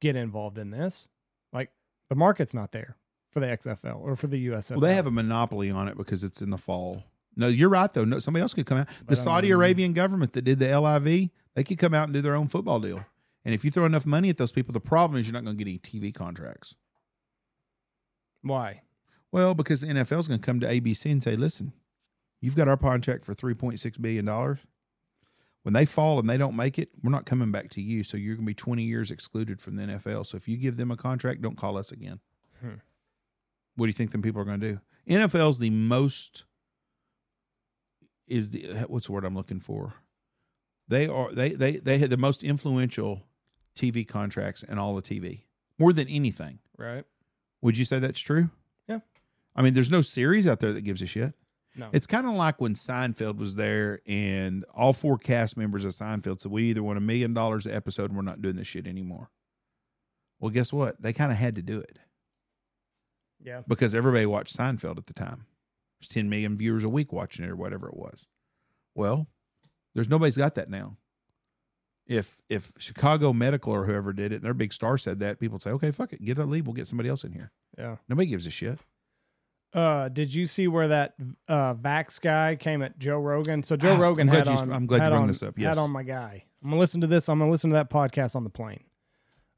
[SPEAKER 1] get involved in this. Like the market's not there for the XFL or for the USFL.
[SPEAKER 2] Well, they have a monopoly on it because it's in the fall. No, you're right though. No, somebody else could come out. The
[SPEAKER 1] But,
[SPEAKER 2] Saudi
[SPEAKER 1] um,
[SPEAKER 2] Arabian government that did the LIV, they could come out and do their own football deal. And if you throw enough money at those people, the problem is you're not going to get any TV contracts.
[SPEAKER 1] why?
[SPEAKER 2] Well, because the NFL is going to come to ABC and say, "Listen, you've got our contract for three point six billion dollars. When they fall and they don't make it, we're not coming back to you. So you're going to be twenty years excluded from the NFL. So if you give them a contract, don't call us again.
[SPEAKER 1] Hmm.
[SPEAKER 2] What do you think them people are going to do? NFL's the most is the what's the word I'm looking for? They are they they they had the most influential TV contracts in all the TV more than anything.
[SPEAKER 1] Right?
[SPEAKER 2] Would you say that's true?
[SPEAKER 1] Yeah.
[SPEAKER 2] I mean, there's no series out there that gives a shit.
[SPEAKER 1] No.
[SPEAKER 2] It's kind of like when Seinfeld was there and all four cast members of Seinfeld said, We either want a million dollars an episode and we're not doing this shit anymore. Well, guess what? They kind of had to do it
[SPEAKER 1] yeah.
[SPEAKER 2] because everybody watched Seinfeld at the time. It was 10 million viewers a week watching it or whatever it was. Well, there's nobody's got that now. If if Chicago Medical or whoever did it and their big star said that, people would say, Okay, fuck it, get a leave, we'll get somebody else in here.
[SPEAKER 1] Yeah.
[SPEAKER 2] Nobody gives a shit.
[SPEAKER 1] Uh, did you see where that uh, Vax guy came at Joe Rogan? So Joe
[SPEAKER 2] Ah,
[SPEAKER 1] Rogan
[SPEAKER 2] I'm glad
[SPEAKER 1] had
[SPEAKER 2] you-
[SPEAKER 1] on.
[SPEAKER 2] I'm glad you
[SPEAKER 1] had
[SPEAKER 2] brought
[SPEAKER 1] on-
[SPEAKER 2] this up, yes.
[SPEAKER 1] had on my guy. I'm gonna listen to this. I'm gonna listen to that podcast on the plane.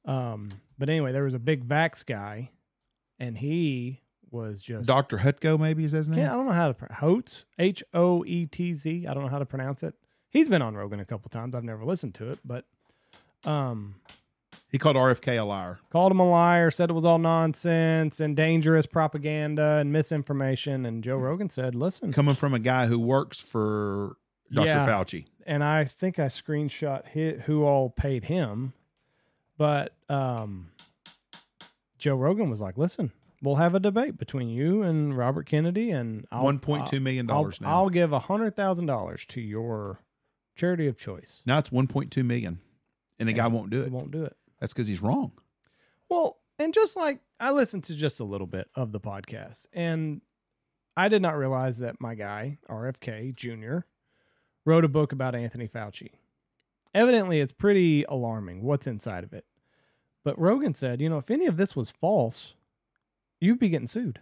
[SPEAKER 1] Um, but anyway, there was a big Vax guy, and he was just.
[SPEAKER 2] Dr. Hutko, maybe is his name?
[SPEAKER 1] Can't- I don't know how to pr- Hoetz H O E T Z. I don't know how to pronounce it. He's been on Rogan a couple times. I've never listened to it, but um,
[SPEAKER 2] He called RFK a liar.
[SPEAKER 1] called him a liar, said it was all nonsense and dangerous propaganda and misinformation. And Joe Rogan said, "Listen,
[SPEAKER 2] Coming from a guy who works for Dr.
[SPEAKER 1] Yeah.
[SPEAKER 2] Fauci.
[SPEAKER 1] and I think I screenshot hi who all paid him, but um, Joe Rogan was like, "Listen, we'll have a debate between you and Robert Kennedy, and I'll,
[SPEAKER 2] One point two million
[SPEAKER 1] I'll,
[SPEAKER 2] dollars now.
[SPEAKER 1] I'll give a hundred thousand dollars to your charity of choice.
[SPEAKER 2] now it's one point two million, and the guy won't
[SPEAKER 1] I
[SPEAKER 2] do it.
[SPEAKER 1] won't do it.
[SPEAKER 2] That's because he's wrong.
[SPEAKER 1] Well, and just like I listened to just a little bit of the podcast, and I did not realize that my guy, RFK Jr., wrote a book about Anthony Fauci. Evidently, it's pretty alarming what's inside of it. But Rogan said, you know, if any of this was false, you'd be getting sued.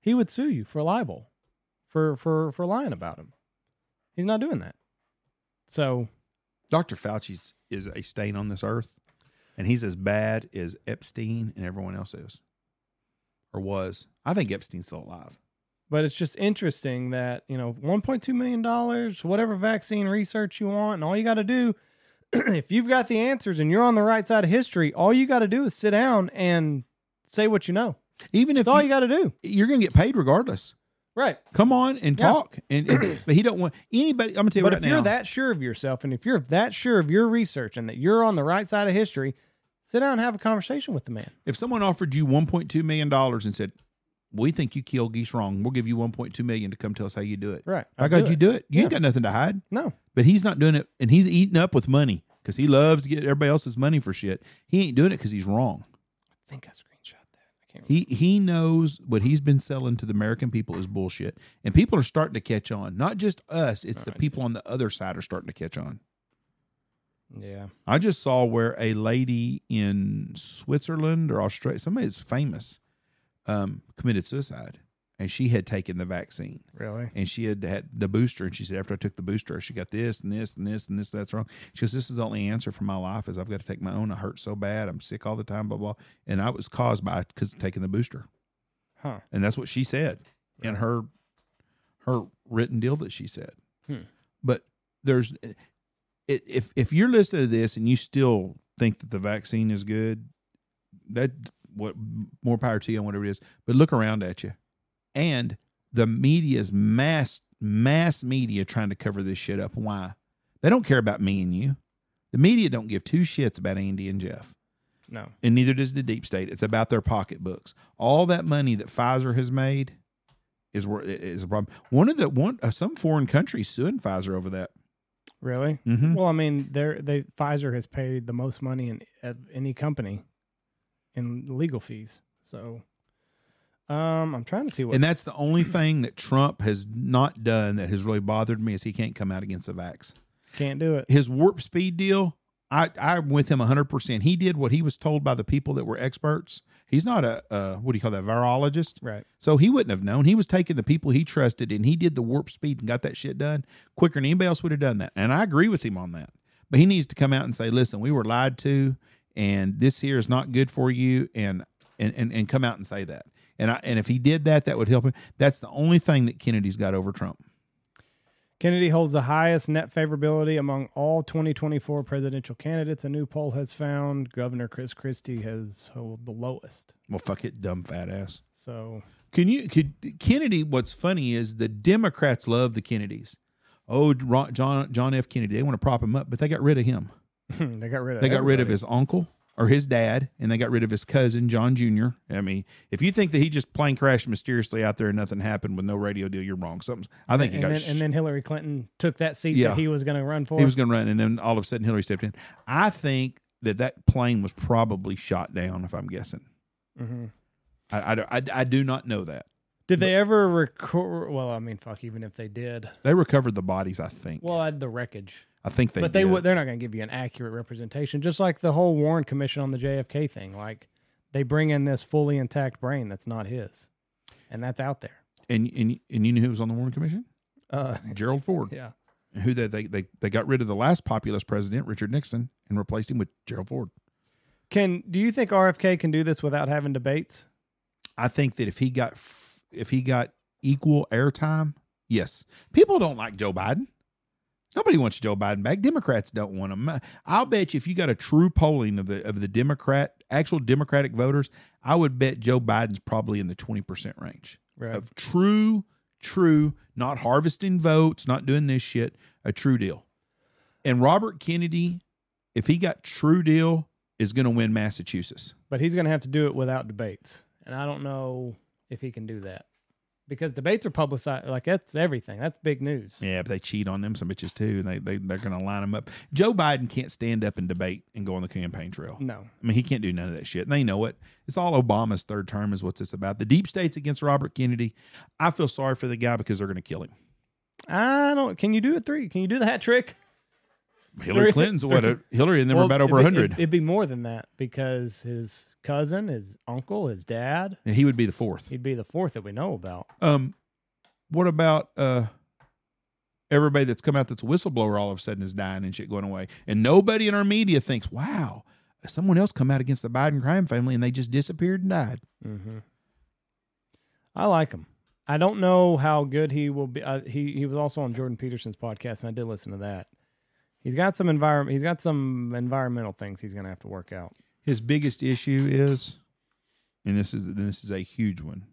[SPEAKER 1] He would sue you for libel, for for for lying about him. He's not doing that. So
[SPEAKER 2] Dr. Fauci is a stain on this earth, and he's as bad as Epstein and everyone else is, or was. I think Epstein's still alive.
[SPEAKER 1] But it's just interesting that, you know, $1.2 million, whatever vaccine research you want, and all you got to do, [clears throat] if you've got the answers and you're on the right side of history, all you got to do is sit down and say what you know.
[SPEAKER 2] Even if
[SPEAKER 1] That's all
[SPEAKER 2] you,
[SPEAKER 1] you got to do.
[SPEAKER 2] you're going to get paid regardless,
[SPEAKER 1] Right.
[SPEAKER 2] come on and
[SPEAKER 1] Yeah.
[SPEAKER 2] talk. And, and- but he don't want anybody. I'm going to tell you
[SPEAKER 1] But
[SPEAKER 2] right
[SPEAKER 1] if
[SPEAKER 2] now.
[SPEAKER 1] you're that sure of yourself and if you're that sure of your research and that you're on the right side of history, sit down and have a conversation with the man.
[SPEAKER 2] If someone offered you 1.2 million dollars and said, "We think you killed geese wrong. We'll give you 1.2 million to come tell us how you do it."
[SPEAKER 1] Right.
[SPEAKER 2] By
[SPEAKER 1] I'll
[SPEAKER 2] God,
[SPEAKER 1] do
[SPEAKER 2] you
[SPEAKER 1] it.
[SPEAKER 2] do it. You ain't
[SPEAKER 1] Yeah.
[SPEAKER 2] got nothing to hide.
[SPEAKER 1] No.
[SPEAKER 2] But he's not doing it, and he's eating up with money because he loves to get everybody else's money for shit. He ain't doing it because he's wrong.
[SPEAKER 1] I think I screenshot that. I can't remember.
[SPEAKER 2] He he knows what he's been selling to the American people is bullshit, and people are starting to catch on. Not just us; it's the people on the other side are starting to catch on.
[SPEAKER 1] Yeah.
[SPEAKER 2] I just saw where a lady in Switzerland or Australia, somebody that's famous, um, committed suicide, and she had taken the vaccine
[SPEAKER 1] Really?
[SPEAKER 2] and she had had the booster, and she said after I took the booster, she got this and this and this and this. That's wrong. She goes, this is the only answer for my life is I've got to take my own. I hurt so bad. I'm sick all the time. Blah blah. And I was caused by because taking the booster.
[SPEAKER 1] Huh.
[SPEAKER 2] And that's what she said in her her written deal that she said.
[SPEAKER 1] Hmm.
[SPEAKER 2] But there's i- if if you're listening to this and you still think that the vaccine is good, that what more power to you on whatever it is. But look around at you, and the media's mass mass media trying to cover this shit up. Why? They don't care about me and you. The media don't give two shits about Andy and Jeff
[SPEAKER 1] No.
[SPEAKER 2] and neither does the deep state. It's about their pocketbooks. All that money that Pfizer has made is wor- is a problem. One of the one uh, some foreign country suing Pfizer over that.
[SPEAKER 1] Really?
[SPEAKER 2] Mm-hmm.
[SPEAKER 1] Well, I mean, they're, they Pfizer has paid the most money in of any company in legal fees. So, um, I'm trying to see what.
[SPEAKER 2] And that's the only thing that Trump has not done that has really bothered me is he can't come out against the vax.
[SPEAKER 1] can't do
[SPEAKER 2] [laughs]
[SPEAKER 1] it.
[SPEAKER 2] His warp speed deal, I I'm with him 100. percent He did what he was told by the people that were experts. He's not a uh, what do you call that virologist.
[SPEAKER 1] Right.
[SPEAKER 2] So he wouldn't have known. He was taking the people he trusted and he did the warp speed and got that shit done quicker than anybody else would have done that. And I agree with him on that. But he needs to come out and say, listen, we were lied to and this here is not good for you and and and, and come out and say that. And I, and if he did that, that would help him. That's the only thing that Kennedy's got over Trump.
[SPEAKER 1] Kennedy holds the highest net favorability among all 2024 presidential candidates. A new poll has found Governor Chris Christie has held the lowest.
[SPEAKER 2] Well, fuck it, dumb fat ass.
[SPEAKER 1] So, [laughs]
[SPEAKER 2] Can you could Kennedy? What's funny is the Democrats love the Kennedys. Oh, Ron, John John F. Kennedy. They want to prop him up, but they got rid of him.
[SPEAKER 1] they got rid of
[SPEAKER 2] They got rid of
[SPEAKER 1] everybody.
[SPEAKER 2] his uncle or his dad, and they got rid of his cousin John Jr. I mean, if you think that he just plane crashed mysteriously out there and nothing happened with no radio deal, you're wrong. Something's. I think he
[SPEAKER 1] And
[SPEAKER 2] got.
[SPEAKER 1] then,
[SPEAKER 2] sh-
[SPEAKER 1] and then Hillary Clinton took that seat
[SPEAKER 2] Yeah.
[SPEAKER 1] that he was going to run for.
[SPEAKER 2] he was going to run, and then all of a sudden Hillary stepped in. I think that that plane was probably shot down. If I'm guessing,
[SPEAKER 1] Mhm.
[SPEAKER 2] I I, don't- I, I do not know that
[SPEAKER 1] Did they ever record? Well, I mean, fuck. Even if they did,
[SPEAKER 2] they recovered the bodies. I think.
[SPEAKER 1] well, I had the wreckage.
[SPEAKER 2] I think they.
[SPEAKER 1] but they
[SPEAKER 2] did.
[SPEAKER 1] would they're not going to give you an accurate representation just like the whole warren commission on the jfk thing like they bring in this fully intact brain that's not his and that's out there
[SPEAKER 2] And and and you knew who was on the Warren Commission?
[SPEAKER 1] uh
[SPEAKER 2] [laughs] Gerald Ford.
[SPEAKER 1] yeah
[SPEAKER 2] Who they, they they they got rid of the last populist president, Richard Nixon, and replaced him with Gerald Ford.
[SPEAKER 1] can do you think rfk can do this without having debates
[SPEAKER 2] I think that if he got f- if he got equal airtime, yes, people don't like Joe Biden. Nobody wants Joe Biden back. Democrats don't want him. Uh, I'll bet you if you got a true polling of the of the Democrat actual Democratic voters, I would bet Joe Biden's probably in the twenty percent range
[SPEAKER 1] right
[SPEAKER 2] of true, true, not harvesting votes, not doing this shit, a true deal. And Robert Kennedy, if he got true deal, is going to win Massachusetts.
[SPEAKER 1] but he's going to have to do it without debates and I don't know if he can do that because debates are publicized. Like that's everything. That's big news.
[SPEAKER 2] Yeah, but they cheat on them some bitches too, and they, they they're going to line them up. Joe Biden can't stand up and debate and go on the campaign trail.
[SPEAKER 1] No,
[SPEAKER 2] I mean, he can't do none of that shit. And they know it. It's all Obama's third term is what's this about. The deep state's against Robert Kennedy. I feel sorry for the guy because they're going to kill him.
[SPEAKER 1] I don't. Can you do a three? Can you do the hat trick?
[SPEAKER 2] Hillary
[SPEAKER 1] Three-
[SPEAKER 2] Clinton's what?
[SPEAKER 1] three-
[SPEAKER 2] A, Hillary and them
[SPEAKER 1] Well,
[SPEAKER 2] were about over
[SPEAKER 1] it'd be-
[SPEAKER 2] 100.
[SPEAKER 1] It'd, it'd be more than that because his cousin, his uncle, his dad,
[SPEAKER 2] and he would be the fourth.
[SPEAKER 1] he'd be the fourth that we know about.
[SPEAKER 2] Um, what about uh, everybody that's come out that's a whistleblower all of a sudden is dying and shit going away, and nobody in our media thinks, wow, someone else come out against the Biden crime family and they just disappeared and died.
[SPEAKER 1] Mm-hmm. I like him. I don't know how good he will be. Uh, he he was also on Jordan Peterson's podcast, and I did listen to that. He's got some environment. He's got some environmental things he's going to have to work out.
[SPEAKER 2] His biggest issue is, and this is and this is a huge one.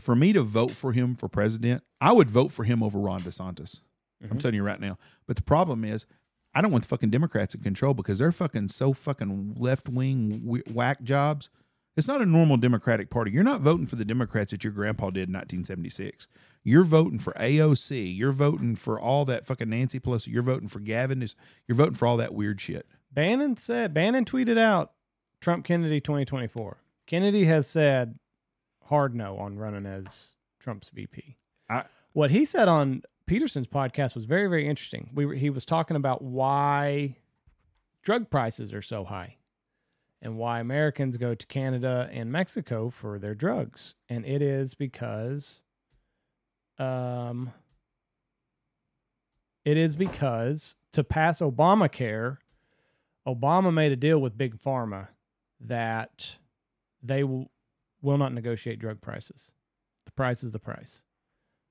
[SPEAKER 2] For me to vote for him for president, I would vote for him over Ron DeSantis. I'm
[SPEAKER 1] Mhm.
[SPEAKER 2] telling you right now. But the problem is, I don't want the fucking Democrats in control because they're fucking so fucking left wing whack jobs. It's not a normal Democratic Party. You're not voting for the Democrats that your grandpa did in 1976. You're voting for AOC. You're voting for all that fucking Nancy Pelosi. You're voting for Gavin. You're voting for all that weird shit.
[SPEAKER 1] Bannon said. Bannon tweeted out Trump Kennedy 2024. Kennedy has said hard no on running as Trump's VP.
[SPEAKER 2] I-
[SPEAKER 1] what he said on Peterson's podcast was very very interesting. We were, he was talking about why drug prices are so high and why Americans go to Canada and Mexico for their drugs. And it is because um it is because to pass Obamacare, Obama made a deal with Big Pharma that they will, will not negotiate drug prices. The price is the price.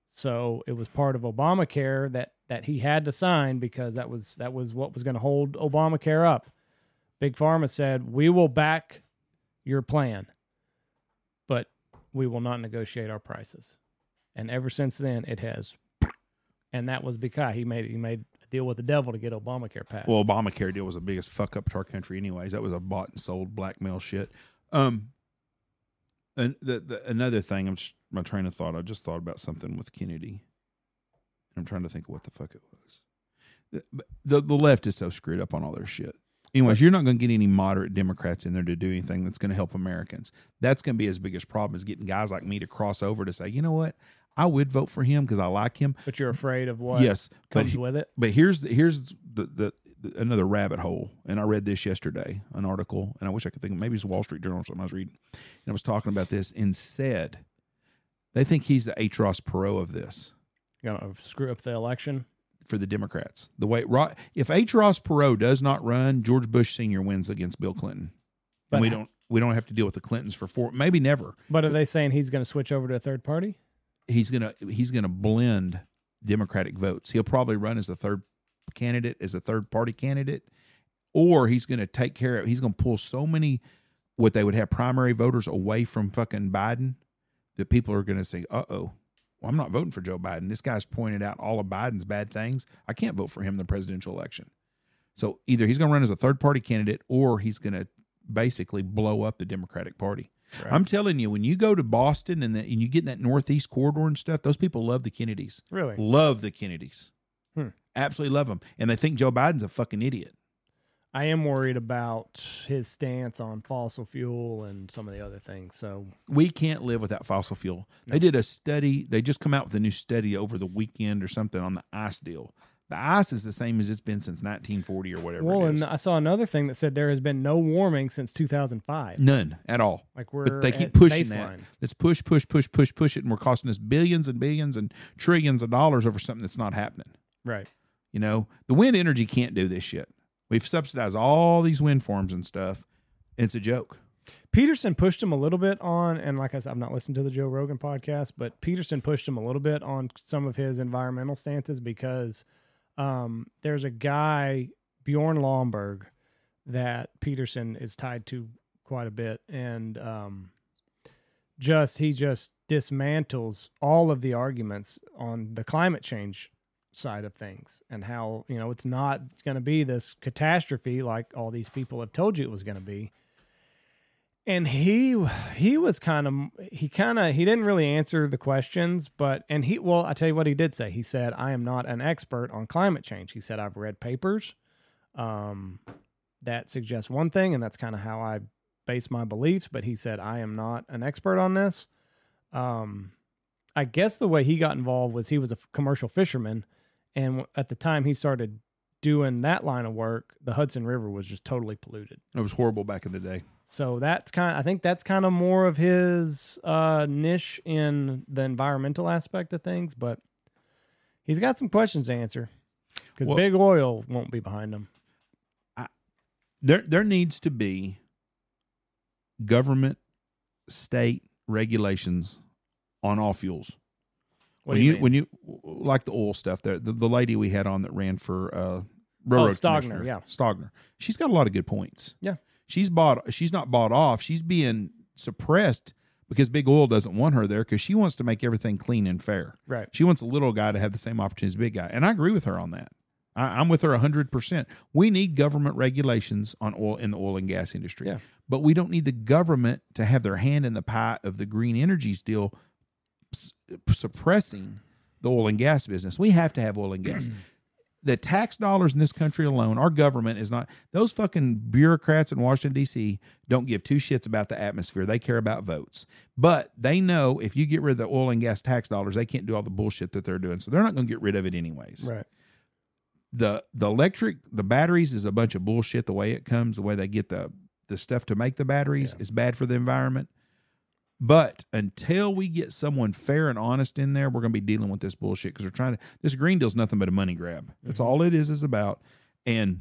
[SPEAKER 1] So it was part of Obamacare that that he had to sign because that was that was what was going to hold Obamacare up. Big Pharma said, "We will back your plan, but we will not negotiate our prices." And ever since then, it has. And that was because he made he made a deal with the devil to get Obamacare passed.
[SPEAKER 2] Well, Obamacare deal was the biggest fuck up to our country, anyways. That was a bought and sold blackmail shit. Um, and the, the another thing, I'm just, my train of thought. I just thought about something with Kennedy, and I'm trying to think of what the fuck it was. The- but The the left is so screwed up on all their shit. Anyways, you're not going to get any moderate Democrats in there to do anything that's going to help Americans. That's going to be his biggest problem is getting guys like me to cross over to say, you know what, I would vote for him because I like him.
[SPEAKER 1] but you're afraid of what
[SPEAKER 2] yes, but
[SPEAKER 1] comes
[SPEAKER 2] he-
[SPEAKER 1] with it.
[SPEAKER 2] but here's the, here's the, the, the another rabbit hole, and I read this yesterday, an article, and I wish I could think of maybe it's Wall Street Journal or something I was reading, and I was talking about this and said they think he's the Atros Perot of this
[SPEAKER 1] Gonna screw up the election.
[SPEAKER 2] for the Democrats. The way Ro- if Atros Perot does not run, George Bush Senior wins against Bill Clinton,
[SPEAKER 1] But
[SPEAKER 2] and we
[SPEAKER 1] ho-
[SPEAKER 2] don't we don't have to deal with the Clintons for four maybe never.
[SPEAKER 1] But are they saying he's going to switch over to a third party?
[SPEAKER 2] he's gonna he's gonna blend Democratic votes. He'll probably run as a third candidate, as a third party candidate, or he's gonna take care of. He's gonna pull so many what they would have primary voters away from fucking Biden that people are gonna say, "Uh oh, well, I'm not voting for Joe Biden. This guy's pointed out all of Biden's bad things. I can't vote for him in the presidential election." So either he's gonna run as a third party candidate, or he's gonna basically blow up the Democratic Party. I'm telling you, when you go to Boston and, the, and you get in that Northeast corridor and stuff, those people love the Kennedys.
[SPEAKER 1] Really?
[SPEAKER 2] Love the Kennedys.
[SPEAKER 1] Hmm.
[SPEAKER 2] Absolutely love them. And they think Joe Biden's a fucking idiot.
[SPEAKER 1] I am worried about his stance on fossil fuel and some of the other things. So
[SPEAKER 2] We can't live without fossil fuel. They did a study, they just come out with a new study over the weekend or something on the ice deal. The ice is the same as it's been since 1940 or whatever.
[SPEAKER 1] well,
[SPEAKER 2] it is.
[SPEAKER 1] and I saw another thing that said there has been no warming since 2005.
[SPEAKER 2] None at all.
[SPEAKER 1] Like we're
[SPEAKER 2] But they keep
[SPEAKER 1] at
[SPEAKER 2] pushing that.
[SPEAKER 1] baseline.
[SPEAKER 2] Let's push, push, push, push, push it. And we're costing us billions and billions and trillions of dollars over something that's not happening.
[SPEAKER 1] right?
[SPEAKER 2] You know, the wind energy can't do this shit. We've subsidized all these wind farms and stuff. It's a joke.
[SPEAKER 1] Peterson pushed him a little bit on, and like I said, I've not listened to the Joe Rogan podcast, but Peterson pushed him a little bit on some of his environmental stances because um, there's a guy Bjorn Lomberg that Peterson is tied to quite a bit, and um, just he just dismantles all of the arguments on the climate change side of things and how you know it's not going to be this catastrophe like all these people have told you it was going to be and he he was kind of he kind of he didn't really answer the questions but and he well i tell you what he did say he said i am not an expert on climate change he said i've read papers um that suggest one thing and that's kind of how i base my beliefs but he said i am not an expert on this um i guess the way he got involved was he was a f- commercial fisherman and at the time he started doing that line of work the hudson river was just totally polluted
[SPEAKER 2] It was horrible back in the day.
[SPEAKER 1] so that's kind. I think that's kind of more of his uh, niche in the environmental aspect of things, but he's got some questions to answer because
[SPEAKER 2] Well-
[SPEAKER 1] big oil won't be behind him.
[SPEAKER 2] There there needs to be government state regulations on all fuels.
[SPEAKER 1] What
[SPEAKER 2] when
[SPEAKER 1] do
[SPEAKER 2] you,
[SPEAKER 1] mean?
[SPEAKER 2] when you like the oil stuff there, the, the lady we had on that ran for uh
[SPEAKER 1] Oh,
[SPEAKER 2] railroad
[SPEAKER 1] Stogner,
[SPEAKER 2] commissioner,
[SPEAKER 1] yeah.
[SPEAKER 2] Stogner. She's got a lot of good points.
[SPEAKER 1] Yeah.
[SPEAKER 2] She's bought she's not bought off. She's being suppressed because big oil doesn't want her there because she wants to make everything clean and fair.
[SPEAKER 1] right,
[SPEAKER 2] She wants the little guy to have the same opportunities as the big guy. And I agree with her on that. I, I'm with her 100%. We need government regulations on oil in the oil and gas industry.
[SPEAKER 1] Yeah.
[SPEAKER 2] But we don't need the government to have their hand in the pie of the green energy deal s- suppressing the oil and gas business. We have to have oil and gas. [clears throat] the tax dollars in this country alone, our government is not, those fucking bureaucrats in Washington, D.C. don't give two shits about the atmosphere. They care about votes. But they know if you get rid of the oil and gas tax dollars, they can't do all the bullshit that they're doing. So they're not going to get rid of it anyways.
[SPEAKER 1] right.
[SPEAKER 2] The the electric, the batteries is a bunch of bullshit the way it comes, the way they get the the stuff to make the batteries is bad for the environment. But until we get someone fair and honest in there, we're going to be dealing with this bullshit because they're trying to. This green deal's nothing but a money grab. That's all it is is about. And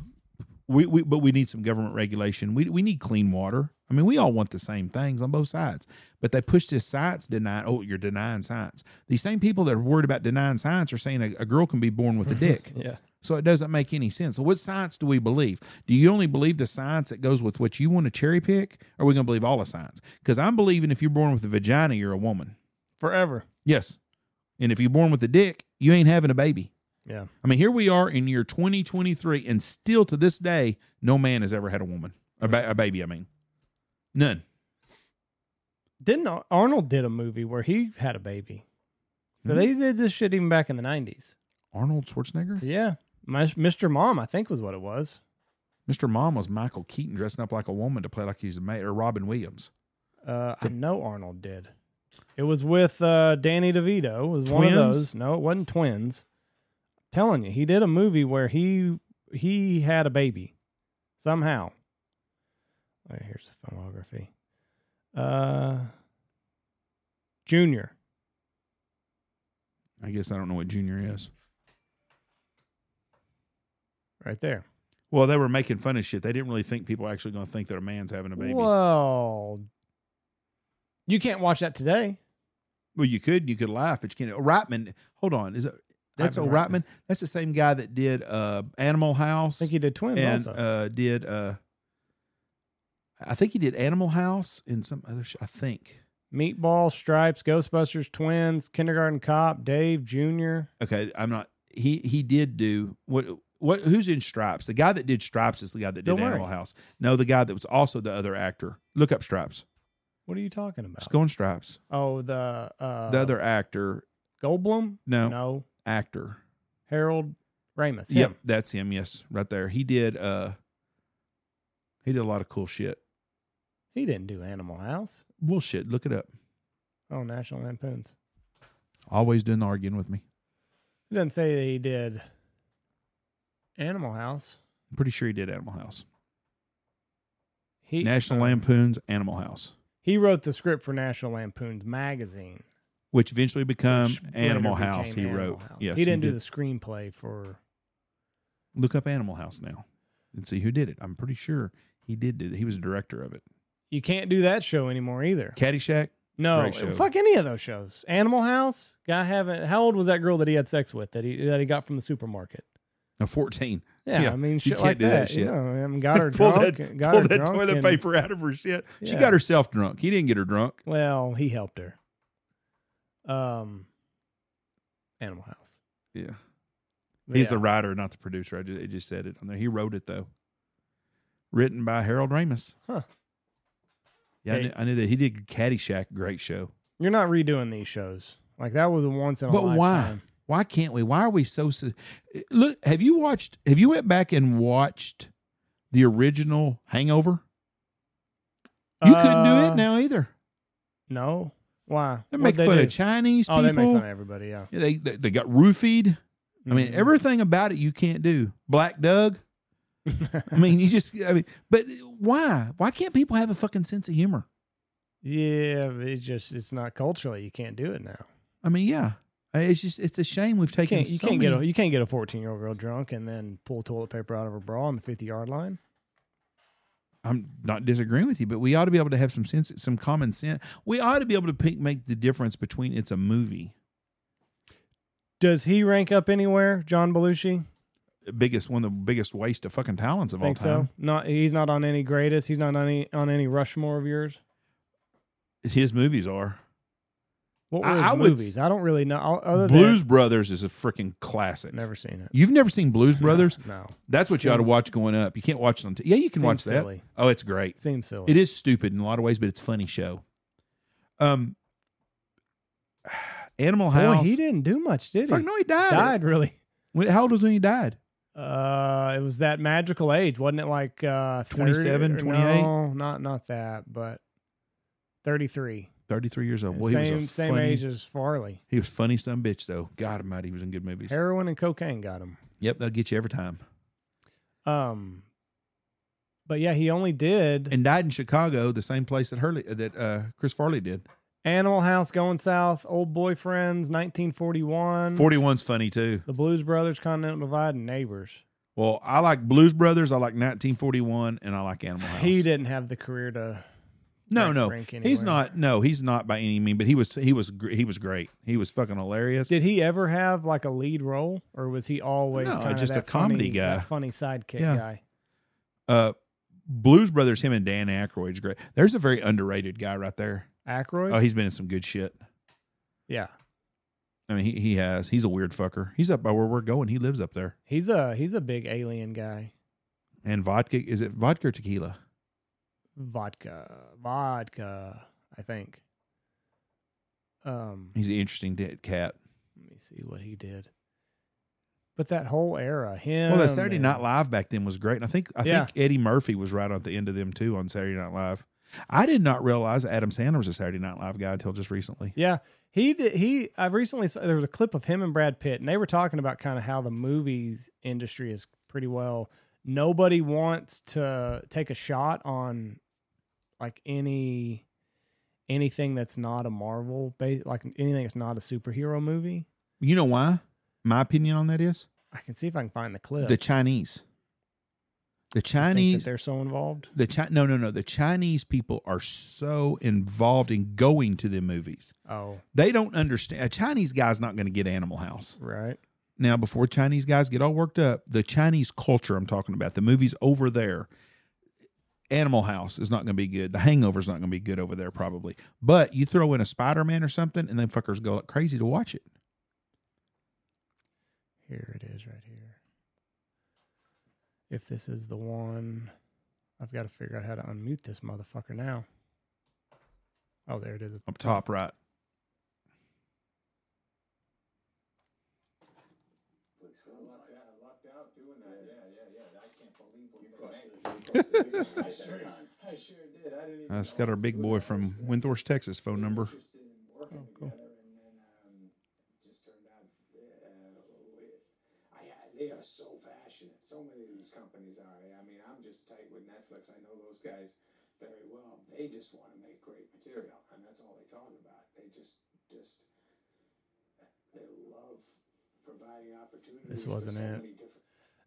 [SPEAKER 2] we, we but we need some government regulation. We we need clean water. I mean, we all want the same things on both sides. But they push this science denying. Oh, you're denying science. These same people that are worried about denying science are saying a, a girl can be born with a dick.
[SPEAKER 1] Yeah,
[SPEAKER 2] So it doesn't make any sense. So what science do we believe? Do you only believe the science that goes with what you want to cherry pick? Or are we going to believe all the science? Because I'm believing if you're born with a vagina, you're a woman.
[SPEAKER 1] forever.
[SPEAKER 2] Yes. And if you're born with a dick, you ain't having a baby.
[SPEAKER 1] Yeah,
[SPEAKER 2] I mean, here we are in year 2023, and still to this day, no man has ever had a woman, a, ba- a baby, I mean. None.
[SPEAKER 1] didn't Ar- Arnold did a movie where he had a baby? So
[SPEAKER 2] Hmm.
[SPEAKER 1] they did this shit even back in the nineties.
[SPEAKER 2] Arnold Schwarzenegger?
[SPEAKER 1] Yeah, My, Mr. Mom, I think was what it was.
[SPEAKER 2] Mr. Mom was Michael Keaton dressing up like a woman to play like he's a man, or Robin Williams.
[SPEAKER 1] Uh, I know Arnold did. It was with uh, Danny DeVito. It was one of
[SPEAKER 2] Twins?
[SPEAKER 1] those. No, it wasn't twins. I'm telling you, he did a movie where he he had a baby somehow. Wait, here's the filmography. Uh, Junior.
[SPEAKER 2] I guess I don't know what Junior is.
[SPEAKER 1] Right there.
[SPEAKER 2] Well, they were making fun of shit. They didn't really think people were actually going to think that a man's having a baby.
[SPEAKER 1] Well, you can't watch that today.
[SPEAKER 2] Well, you could, you could laugh, but you can't. Oh, Reitman, hold on, is it? That's
[SPEAKER 1] Ivan
[SPEAKER 2] Ivan
[SPEAKER 1] Reitman.
[SPEAKER 2] Reitman. That's the same guy that did uh, Animal
[SPEAKER 1] I
[SPEAKER 2] House
[SPEAKER 1] think he did twins
[SPEAKER 2] and
[SPEAKER 1] also.
[SPEAKER 2] uh, did. Uh, I think he did Animal House and some other. Sh- I think.
[SPEAKER 1] Meatball, Stripes, Ghostbusters, Twins, Kindergarten Cop, Dave Junior.
[SPEAKER 2] Okay, I'm not. He he did do what. What, who's in Stripes? The guy that did Stripes is the guy that did
[SPEAKER 1] Bill Murray.
[SPEAKER 2] Animal House. No, the guy that was also the other actor. Look up Stripes.
[SPEAKER 1] What are you talking about?
[SPEAKER 2] Just go on Stripes.
[SPEAKER 1] Oh, the uh,
[SPEAKER 2] the other actor.
[SPEAKER 1] Goldblum.
[SPEAKER 2] No,
[SPEAKER 1] no,
[SPEAKER 2] actor.
[SPEAKER 1] Harold Ramis. Him.
[SPEAKER 2] Yep, that's him. Yes, right there. He did. uh He did a lot of cool shit.
[SPEAKER 1] He didn't do Animal House.
[SPEAKER 2] Bullshit. Look it up.
[SPEAKER 1] Oh, National Lampoons.
[SPEAKER 2] Always doing the arguing with me.
[SPEAKER 1] It doesn't say that he did Animal House.
[SPEAKER 2] I'm pretty sure he did Animal House.
[SPEAKER 1] He
[SPEAKER 2] National
[SPEAKER 1] uh,
[SPEAKER 2] Lampoon's Animal House,
[SPEAKER 1] He wrote the script for National Lampoons magazine.
[SPEAKER 2] which eventually become
[SPEAKER 1] which later
[SPEAKER 2] Um, Animal
[SPEAKER 1] became
[SPEAKER 2] House. He
[SPEAKER 1] Animal
[SPEAKER 2] wrote.
[SPEAKER 1] House.
[SPEAKER 2] Yes,
[SPEAKER 1] he didn't do
[SPEAKER 2] did.
[SPEAKER 1] the screenplay for.
[SPEAKER 2] Look up Animal House now and see who did it. I'm pretty sure he did. Do, he was a director of it.
[SPEAKER 1] You can't do that show anymore either.
[SPEAKER 2] Caddyshack.
[SPEAKER 1] No,
[SPEAKER 2] Great show.
[SPEAKER 1] fuck any of those shows. Animal House. Guy haven't. How old was that girl that he had sex with that he that he got from the supermarket?
[SPEAKER 2] No, 14.
[SPEAKER 1] Yeah,
[SPEAKER 2] Yeah,
[SPEAKER 1] I mean,
[SPEAKER 2] you
[SPEAKER 1] shit
[SPEAKER 2] can't
[SPEAKER 1] like
[SPEAKER 2] do that
[SPEAKER 1] that. You
[SPEAKER 2] shit.
[SPEAKER 1] know,
[SPEAKER 2] [laughs]
[SPEAKER 1] I mean, got her
[SPEAKER 2] Pull
[SPEAKER 1] drunk.
[SPEAKER 2] that,
[SPEAKER 1] got
[SPEAKER 2] pull
[SPEAKER 1] her
[SPEAKER 2] that
[SPEAKER 1] drunk
[SPEAKER 2] toilet
[SPEAKER 1] and-
[SPEAKER 2] paper out of her shit. She
[SPEAKER 1] Yeah.
[SPEAKER 2] got herself drunk. He didn't get her drunk.
[SPEAKER 1] Well, he helped her. Um, Animal House.
[SPEAKER 2] Yeah.
[SPEAKER 1] But
[SPEAKER 2] He's
[SPEAKER 1] yeah,
[SPEAKER 2] the writer, not the producer. I just, it just said it on there. He wrote it though. Written by Harold Ramis.
[SPEAKER 1] Huh.
[SPEAKER 2] Yeah, I,
[SPEAKER 1] Hey.
[SPEAKER 2] knew, I knew that he did Caddyshack, great show.
[SPEAKER 1] You're not redoing these shows. Like that was a once in a
[SPEAKER 2] But why?
[SPEAKER 1] lifetime.
[SPEAKER 2] Why can't we? Why are we so? se- Look, have you watched? Have you went back and watched the original Hangover? You couldn't do
[SPEAKER 1] Uh,
[SPEAKER 2] it now either.
[SPEAKER 1] No. Why?
[SPEAKER 2] They
[SPEAKER 1] What'd
[SPEAKER 2] make fun
[SPEAKER 1] do?
[SPEAKER 2] of Chinese
[SPEAKER 1] Oh,
[SPEAKER 2] people.
[SPEAKER 1] they make fun of everybody. Yeah.
[SPEAKER 2] Yeah, they, they they got roofied. I mean,
[SPEAKER 1] Mhm.
[SPEAKER 2] everything about it you can't do. Black Doug. I mean, you just. I mean, but why? Why can't people have a fucking sense of humor?
[SPEAKER 1] [laughs] yeah, but it's just it's not culturally. You can't do it now.
[SPEAKER 2] I mean, yeah. I- It's just it's a shame we've
[SPEAKER 1] You
[SPEAKER 2] taken.
[SPEAKER 1] can't. You
[SPEAKER 2] so
[SPEAKER 1] can't
[SPEAKER 2] many-
[SPEAKER 1] get a. You can't get a 14 year old girl drunk and then pull toilet paper out of her bra on the 50 yard line.
[SPEAKER 2] I'm not disagreeing with you, but we ought to be able to have some sense, some common sense. We ought to be able to pick, make the difference between it's a movie,
[SPEAKER 1] Does he rank up anywhere, John Belushi?
[SPEAKER 2] the biggest one, of the biggest waste of fucking talents of
[SPEAKER 1] Think
[SPEAKER 2] all time.
[SPEAKER 1] so. Not. He's not on any greatest. He's not on any on any Rushmore of yours.
[SPEAKER 2] His movies are
[SPEAKER 1] What were
[SPEAKER 2] I-
[SPEAKER 1] his
[SPEAKER 2] I would
[SPEAKER 1] movies?
[SPEAKER 2] s-
[SPEAKER 1] I don't really know. I'll- Other
[SPEAKER 2] Blues Brothers is a freaking classic.
[SPEAKER 1] than never seen it.
[SPEAKER 2] You've never seen Blues Brothers?
[SPEAKER 1] No.
[SPEAKER 2] That's what you ought to
[SPEAKER 1] Seems-
[SPEAKER 2] watch going up. You can't watch it on. T- yeah, you can
[SPEAKER 1] Seems
[SPEAKER 2] watch that.
[SPEAKER 1] silly.
[SPEAKER 2] Oh, it's great.
[SPEAKER 1] Seems silly.
[SPEAKER 2] It is stupid in a lot of ways, but it's a funny show. Um, [sighs] Animal House.
[SPEAKER 1] Boy, he didn't do much, did he?
[SPEAKER 2] Fuck, no, he died.
[SPEAKER 1] Died really.
[SPEAKER 2] When- How old was he when he died?
[SPEAKER 1] Uh, it was that magical age, wasn't it? Like uh, 30
[SPEAKER 2] 27,
[SPEAKER 1] or-
[SPEAKER 2] 28?
[SPEAKER 1] No, not not that, but thirty-three.
[SPEAKER 2] Thirty-three years old.
[SPEAKER 1] And
[SPEAKER 2] Well, he was
[SPEAKER 1] same
[SPEAKER 2] a
[SPEAKER 1] same
[SPEAKER 2] funny-
[SPEAKER 1] age as Farley.
[SPEAKER 2] He was funny some bitch though. God Almighty, he was in good movies.
[SPEAKER 1] Heroin and cocaine got him.
[SPEAKER 2] Yep, they'll get you every time.
[SPEAKER 1] Um, but yeah, he only did
[SPEAKER 2] And died in Chicago, the same place that Hurley that uh, Chris Farley did.
[SPEAKER 1] Animal House, Going South, Old Boyfriends, nineteen forty-one,
[SPEAKER 2] 41's funny too.
[SPEAKER 1] The Blues Brothers, Continental Divide, and Neighbors.
[SPEAKER 2] Well, I like Blues Brothers. I like 1941, and I like Animal House.
[SPEAKER 1] He didn't have the career to.
[SPEAKER 2] No,
[SPEAKER 1] rank-
[SPEAKER 2] no,
[SPEAKER 1] rank
[SPEAKER 2] he's
[SPEAKER 1] anywhere.
[SPEAKER 2] not. No, he's not by any mean. But he was. He was. gr- He was great. He was fucking hilarious.
[SPEAKER 1] Did he ever have like a lead role, or was he always
[SPEAKER 2] No,
[SPEAKER 1] kinda
[SPEAKER 2] just a
[SPEAKER 1] that
[SPEAKER 2] comedy
[SPEAKER 1] funny-
[SPEAKER 2] guy.
[SPEAKER 1] that funny sidekick
[SPEAKER 2] Yeah.
[SPEAKER 1] guy?
[SPEAKER 2] uh, Blues Brothers. Him and Dan Aykroyd's great. There's a very underrated guy right there.
[SPEAKER 1] Aykroyd.
[SPEAKER 2] Oh, he's been in some good shit.
[SPEAKER 1] yeah,
[SPEAKER 2] I mean, he he has. He's a weird fucker. He's up by where we're going. He lives up there.
[SPEAKER 1] he's a he's a big alien guy.
[SPEAKER 2] And vodka is it vodka or tequila?
[SPEAKER 1] Vodka, vodka. I think. Um,
[SPEAKER 2] He's an interesting dead cat.
[SPEAKER 1] let me see what he did. But that whole era, him.
[SPEAKER 2] Well, that Saturday
[SPEAKER 1] and-
[SPEAKER 2] Night Live back then was great, and I think I
[SPEAKER 1] Oh, Yeah.
[SPEAKER 2] think Eddie Murphy was right at the end of them too on Saturday Night Live. I did not realize Adam Sandler was a Saturday Night Live guy until just recently.
[SPEAKER 1] Yeah, he did. He I recently saw there was a clip of him and Brad Pitt, and they were talking about kind of how the movies industry is pretty well. Nobody wants to take a shot on like any anything that's not a Marvel, ba- like anything that's not a superhero movie.
[SPEAKER 2] You know why? My opinion on that is
[SPEAKER 1] I can see if I can find the clip.
[SPEAKER 2] the Chinese. The
[SPEAKER 1] I think that
[SPEAKER 2] Chinese,
[SPEAKER 1] they're so involved.
[SPEAKER 2] the Chi- no, no, no. The Chinese people are so involved in going to the movies.
[SPEAKER 1] Oh,
[SPEAKER 2] They don't understand. A Chinese guy's not going to get Animal House.
[SPEAKER 1] right.
[SPEAKER 2] Now, before Chinese guys get all worked up, the Chinese culture I'm talking about, the movies over there, Animal House is not going to be good. The Hangover's not going to be good over there, probably. But you throw in a Spider Man or something, and then fuckers go like crazy to watch it.
[SPEAKER 1] Here it is, right here. If this is the one, I've got to figure out how to unmute this motherfucker now. Oh, there it is.
[SPEAKER 2] Up top right.
[SPEAKER 3] Locked out doing that. Yeah, yeah, yeah. I can't believe what you crossed I sure [laughs] I sure did. I didn't even
[SPEAKER 2] That's got our big boy from Winthorst, Texas phone number.
[SPEAKER 3] interested in working
[SPEAKER 1] Oh,
[SPEAKER 3] together, and then um, it just turned out. Uh, we- I, I, they are so passionate. So many of these companies are. I mean, I'm just tight with Netflix. I know those guys very well. They just want to make great material, and that's all they talk about. They just, just, they love providing opportunities. for
[SPEAKER 1] wasn't it.
[SPEAKER 3] so many different-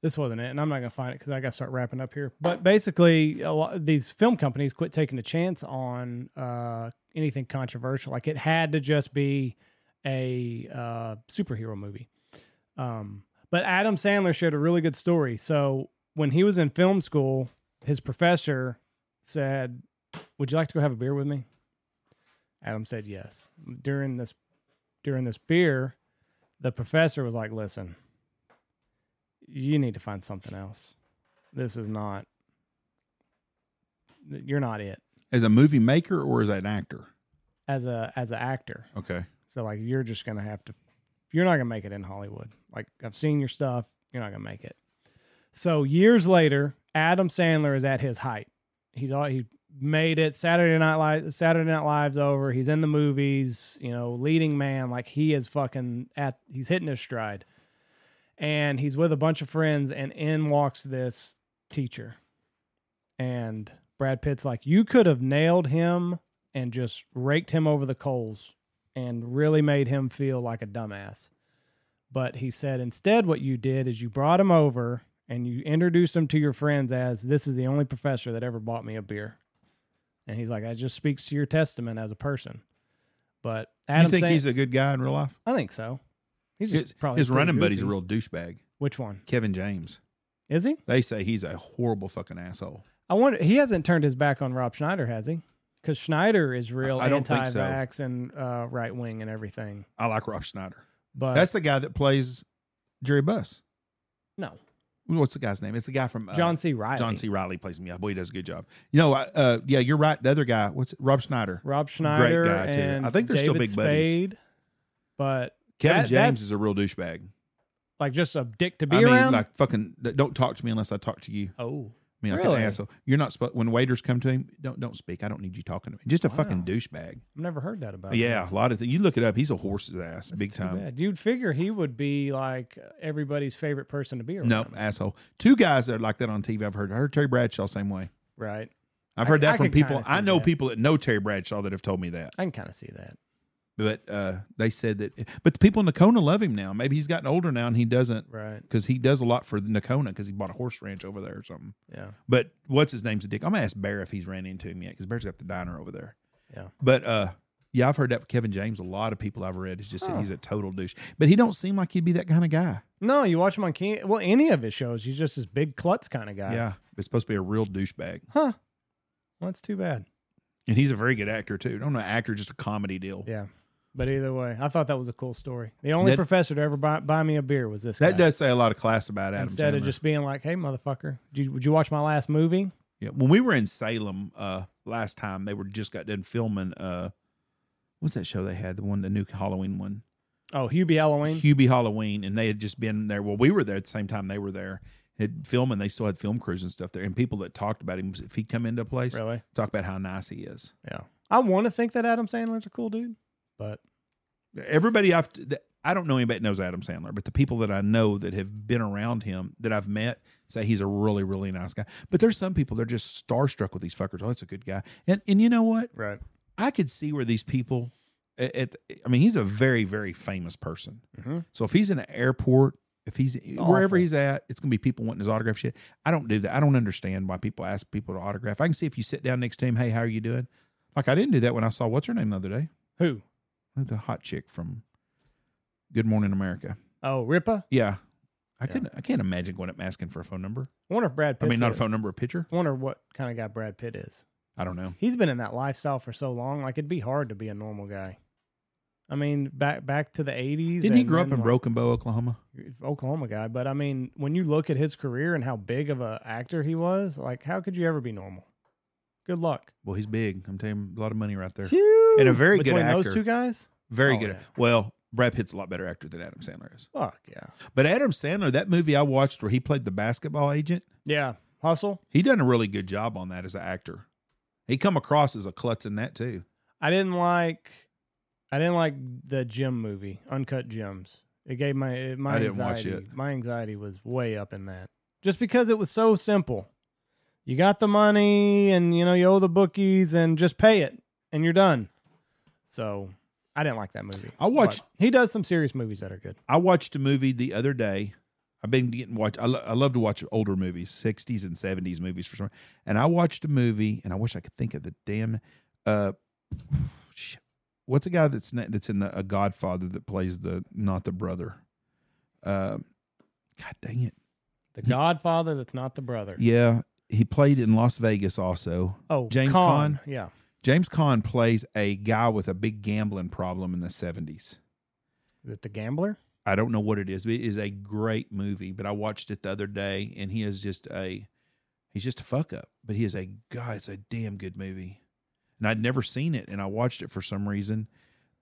[SPEAKER 1] This wasn't it, and I'm not going to find it because I got to start wrapping up here. But basically, a lot of these film companies quit taking a chance on uh, anything controversial. Like it had to just be a uh, superhero movie. Um, but Adam Sandler shared a really good story. So when he was in film school, his professor said, "Would you like to go have a beer with me?" Adam said yes. During this during this beer, the professor was like, "Listen, you need to find something else. This is not you're not it."
[SPEAKER 2] as a movie maker or as an actor?
[SPEAKER 1] as a as an actor.
[SPEAKER 2] Okay.
[SPEAKER 1] So like you're just gonna have to you're not gonna make it in Hollywood. Like I've seen your stuff, you're not gonna make it. So years later, Adam Sandler is at his height. He's all he made it Saturday Night Live Saturday Night Live's over. He's in the movies, you know, leading man. Like he is fucking at he's hitting his stride. And he's with a bunch of friends and in walks this teacher. And Brad Pitt's like, you could have nailed him and just raked him over the coals and really made him feel like a dumbass. But he said, instead, what you did is you brought him over and you introduced him to your friends as this is the only professor that ever bought me a beer. And he's like, that just speaks to your testament as a person. But Adam
[SPEAKER 2] you think
[SPEAKER 1] Sand-
[SPEAKER 2] he's a good guy in real life?
[SPEAKER 1] I think so. He's just
[SPEAKER 2] His,
[SPEAKER 1] probably
[SPEAKER 2] his
[SPEAKER 1] pretty
[SPEAKER 2] running buddy's a
[SPEAKER 1] goofy.
[SPEAKER 2] real douchebag,
[SPEAKER 1] Which one
[SPEAKER 2] Kevin James.
[SPEAKER 1] is he?
[SPEAKER 2] They say he's a horrible fucking asshole.
[SPEAKER 1] I wonder. He hasn't turned his back on Rob Schneider, has he? Because Schneider is real
[SPEAKER 2] I don't think so.
[SPEAKER 1] anti-vax and uh, right wing and everything.
[SPEAKER 2] I like Rob Schneider.
[SPEAKER 1] But
[SPEAKER 2] That's the guy that plays Jerry Buss.
[SPEAKER 1] no,
[SPEAKER 2] What's the guy's name? It's the guy from uh,
[SPEAKER 1] John C. Riley.
[SPEAKER 2] John C. Riley plays him. Yeah, boy, he does a good job. You know, I- uh, yeah, you're right. The other guy, what's it? Rob Schneider?
[SPEAKER 1] Rob Schneider.
[SPEAKER 2] guy, too.
[SPEAKER 1] And
[SPEAKER 2] I think they're still
[SPEAKER 1] David
[SPEAKER 2] big buddies.
[SPEAKER 1] Spade, But
[SPEAKER 2] Kevin
[SPEAKER 1] That-
[SPEAKER 2] James
[SPEAKER 1] that's-
[SPEAKER 2] is a real douchebag.
[SPEAKER 1] like just a dick to be
[SPEAKER 2] I mean,
[SPEAKER 1] around.
[SPEAKER 2] like fucking. Don't talk to me unless I talk to you.
[SPEAKER 1] oh,
[SPEAKER 2] I mean, like
[SPEAKER 1] Really?
[SPEAKER 2] an asshole. You're not supposed. When waiters come to him, don't don't speak. I don't need you talking to me. Just a fucking
[SPEAKER 1] Wow.
[SPEAKER 2] douchebag.
[SPEAKER 1] I've never heard that about. him.
[SPEAKER 2] Yeah, a lot of things. You look it up. He's a horse's ass,
[SPEAKER 1] That's
[SPEAKER 2] big
[SPEAKER 1] too
[SPEAKER 2] time.
[SPEAKER 1] bad. You'd figure he would be like everybody's favorite person to be around.
[SPEAKER 2] No asshole. Two guys that are like that on TV. I've heard. I heard Terry Bradshaw same way.
[SPEAKER 1] right?
[SPEAKER 2] I've
[SPEAKER 1] I
[SPEAKER 2] heard
[SPEAKER 1] c-
[SPEAKER 2] that
[SPEAKER 1] I
[SPEAKER 2] from
[SPEAKER 1] could
[SPEAKER 2] people.
[SPEAKER 1] kinda see
[SPEAKER 2] I know
[SPEAKER 1] that.
[SPEAKER 2] people that know Terry Bradshaw that have told me that.
[SPEAKER 1] I can kind of see that.
[SPEAKER 2] But uh, they said that. But the people in Nakona love him now. Maybe he's gotten older now and he doesn't
[SPEAKER 1] Right?
[SPEAKER 2] because he does a lot for Nakona because he bought a horse ranch over there or something.
[SPEAKER 1] Yeah.
[SPEAKER 2] But what's his name's a dick? I'm gonna ask Bear if he's ran into him yet because Bear's got the diner over there.
[SPEAKER 1] Yeah.
[SPEAKER 2] But uh, yeah, I've heard that with Kevin James. A lot of people I've read is just
[SPEAKER 1] Oh.
[SPEAKER 2] that he's a total douche. But he don't seem like he'd be that kind of guy.
[SPEAKER 1] No, you watch him on King. Well, any of his shows, he's just this big klutz kind of guy.
[SPEAKER 2] yeah, it's supposed to be a real douchebag,
[SPEAKER 1] Huh. Well, that's too bad.
[SPEAKER 2] and he's a very good actor too. Don't know actor, just a comedy deal.
[SPEAKER 1] Yeah. But either way, I thought that was a cool story. The only
[SPEAKER 2] That-
[SPEAKER 1] professor to ever buy, buy me a beer was this
[SPEAKER 2] That
[SPEAKER 1] guy.
[SPEAKER 2] does say a lot of class about Adam
[SPEAKER 1] Instead
[SPEAKER 2] Sandler.
[SPEAKER 1] of just being like, "Hey, motherfucker, did you, would you watch my last movie?"
[SPEAKER 2] yeah. When we were in Salem uh, last time, they were just got done filming. Uh, what's that show they had? The one, the new Halloween one.
[SPEAKER 1] Oh, Hubie Halloween.
[SPEAKER 2] Hubie Halloween, and they had just been there. Well, we were there at the same time they were there. Had film, and they still had film crews and stuff there, and people that talked about him if he'd come into a place,
[SPEAKER 1] Really?
[SPEAKER 2] talk about how nice he is.
[SPEAKER 1] Yeah. I want to think that Adam Sandler's a cool dude, but
[SPEAKER 2] Everybody I've that- I don't know anybody that knows Adam Sandler, but the people that I know that have been around him that I've met say he's a really really nice guy. But there's some people they're just starstruck with these fuckers. Oh, that's a good guy, and and you know what?
[SPEAKER 1] right.
[SPEAKER 2] I could see where these people. At, at- I mean, he's a very very famous person.
[SPEAKER 1] Mhm.
[SPEAKER 2] So if he's in an airport, if he's
[SPEAKER 1] awful.
[SPEAKER 2] wherever he's at, it's gonna be people wanting his autograph. Shit, I don't do that. I don't understand why people ask people to autograph. I can see if you sit down next to him, hey, how are you doing? Like I didn't do that when I saw what's her name the other day,
[SPEAKER 1] Who?
[SPEAKER 2] the hot chick from Good Morning America.
[SPEAKER 1] Oh, Ripa.
[SPEAKER 2] Yeah, I
[SPEAKER 1] Yeah.
[SPEAKER 2] couldn't. I can't imagine going up and asking for a phone number.
[SPEAKER 1] I wonder if Brad.
[SPEAKER 2] I
[SPEAKER 1] Pitt's
[SPEAKER 2] mean, not a
[SPEAKER 1] a-
[SPEAKER 2] phone number, a picture.
[SPEAKER 1] I wonder what kind of guy Brad Pitt is.
[SPEAKER 2] I don't know.
[SPEAKER 1] He's been in that lifestyle for so long. Like it'd be hard to be a normal guy. I mean, back back to the eighties.
[SPEAKER 2] Didn't he grow up in Broken Bow, Oklahoma?
[SPEAKER 1] Oklahoma guy, but I mean, when you look at his career and how big of a actor he was, like how could you ever be normal? Good luck.
[SPEAKER 2] Well, he's big. I'm telling you, a lot of money right there.
[SPEAKER 1] Phew.
[SPEAKER 2] And a very good
[SPEAKER 1] Between
[SPEAKER 2] actor.
[SPEAKER 1] those two guys?
[SPEAKER 2] Very
[SPEAKER 1] Oh,
[SPEAKER 2] good.
[SPEAKER 1] yeah.
[SPEAKER 2] Well, Brad Pitt's a lot better actor than Adam Sandler is.
[SPEAKER 1] Fuck yeah.
[SPEAKER 2] But Adam Sandler, that movie I watched where he played the basketball agent,
[SPEAKER 1] Yeah. Hustle.
[SPEAKER 2] he done a really good job on that as an actor. He come across as a klutz in that too.
[SPEAKER 1] I didn't like I didn't like the gym movie, Uncut Gems. It gave my it- my
[SPEAKER 2] I didn't watch
[SPEAKER 1] anxiety.
[SPEAKER 2] it.
[SPEAKER 1] My anxiety was way up in that. Just because it was so simple. You got the money and you know you owe the bookies and just pay it and you're done. So I didn't like that movie.
[SPEAKER 2] I watched-
[SPEAKER 1] But he does some serious movies that are good.
[SPEAKER 2] I watched a movie the other day. I've been getting watch. I, lo- I love to watch older movies, sixties and seventies movies for some. And I watched a movie, and I wish I could think of the damn. Uh, shit. what's a guy that's na- that's in the a Godfather that plays the not the brother? Uh, God dang it!
[SPEAKER 1] The Godfather that's not the brother.
[SPEAKER 2] Yeah, he played in Las Vegas also.
[SPEAKER 1] Oh,
[SPEAKER 2] James
[SPEAKER 1] Caan.
[SPEAKER 2] Caan?
[SPEAKER 1] Yeah.
[SPEAKER 2] James Caan plays a guy with a big gambling problem in the
[SPEAKER 1] Is
[SPEAKER 2] 70s.
[SPEAKER 1] it The Gambler?
[SPEAKER 2] I don't know what it is, but it is a great movie. But I watched it the other day, and he is just a he's just a fuck up. But he is a god, it's a damn good movie. and I'd never seen it, and I watched it for some reason,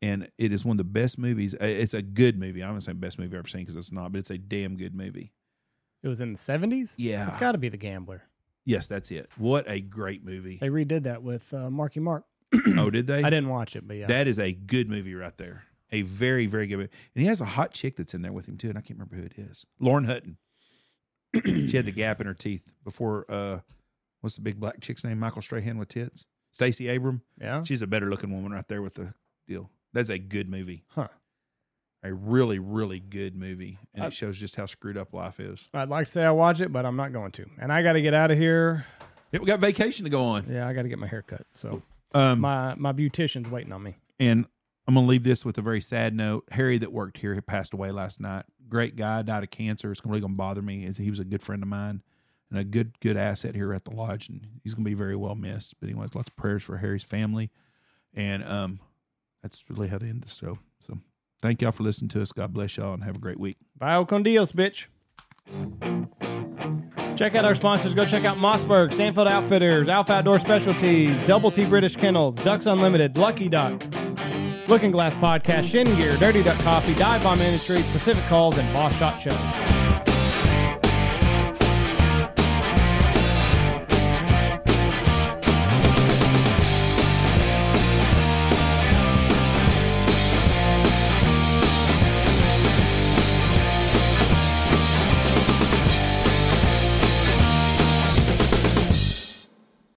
[SPEAKER 2] and it is one of the best movies. Uh, It's a good movie. I'm not saying best movie I've ever seen because it's not, but it's a damn good movie.
[SPEAKER 1] It was in the 70s?
[SPEAKER 2] Yeah.
[SPEAKER 1] It's got to be The Gambler.
[SPEAKER 2] yes, that's it. What a great movie.
[SPEAKER 1] They redid that with uh, Marky Mark.
[SPEAKER 2] oh, did they?
[SPEAKER 1] I didn't watch it, but yeah.
[SPEAKER 2] That is a good movie right there. A very, very good movie. And he has a hot chick that's in there with him too, and I can't remember who it is. Lauren Hutton. [clears throat] she had the gap in her teeth before uh what's the big black chick's name? Michael Strahan with tits. Stacey Abram.
[SPEAKER 1] yeah.
[SPEAKER 2] She's a better looking woman right there with the deal. That's a good movie.
[SPEAKER 1] Huh.
[SPEAKER 2] A really, really good movie. And
[SPEAKER 1] I-
[SPEAKER 2] it shows just how screwed up life is.
[SPEAKER 1] I'd like to say I watch it, but I'm not going to. And I got to get out of here.
[SPEAKER 2] Yeah, we got vacation to go on.
[SPEAKER 1] Yeah, I got to get my hair cut. So
[SPEAKER 2] Um
[SPEAKER 1] my my beautician's waiting on me.
[SPEAKER 2] And I'm going to leave this with a very sad note. Harry, that worked here, had passed away last night. Great guy, died of cancer. It's really going to bother me. He was a good friend of mine and a good, good asset here at the lodge. And he's going to be very well missed. But, anyways, lots of prayers for Harry's family. And um, that's really how to end this show. So, thank y'all for listening to us. God bless y'all and have a great week.
[SPEAKER 1] Bye, con Dios, bitch. Check out our sponsors. Go check out Mossberg, Sanford Outfitters, Alpha Outdoor Specialties, Double T British Kennels, Ducks Unlimited, Lucky Duck, Looking Glass Podcast, Shin Gear, Dirty Duck Coffee, Dive Bomb Industries, Pacific Calls, and Boss Shot Shows.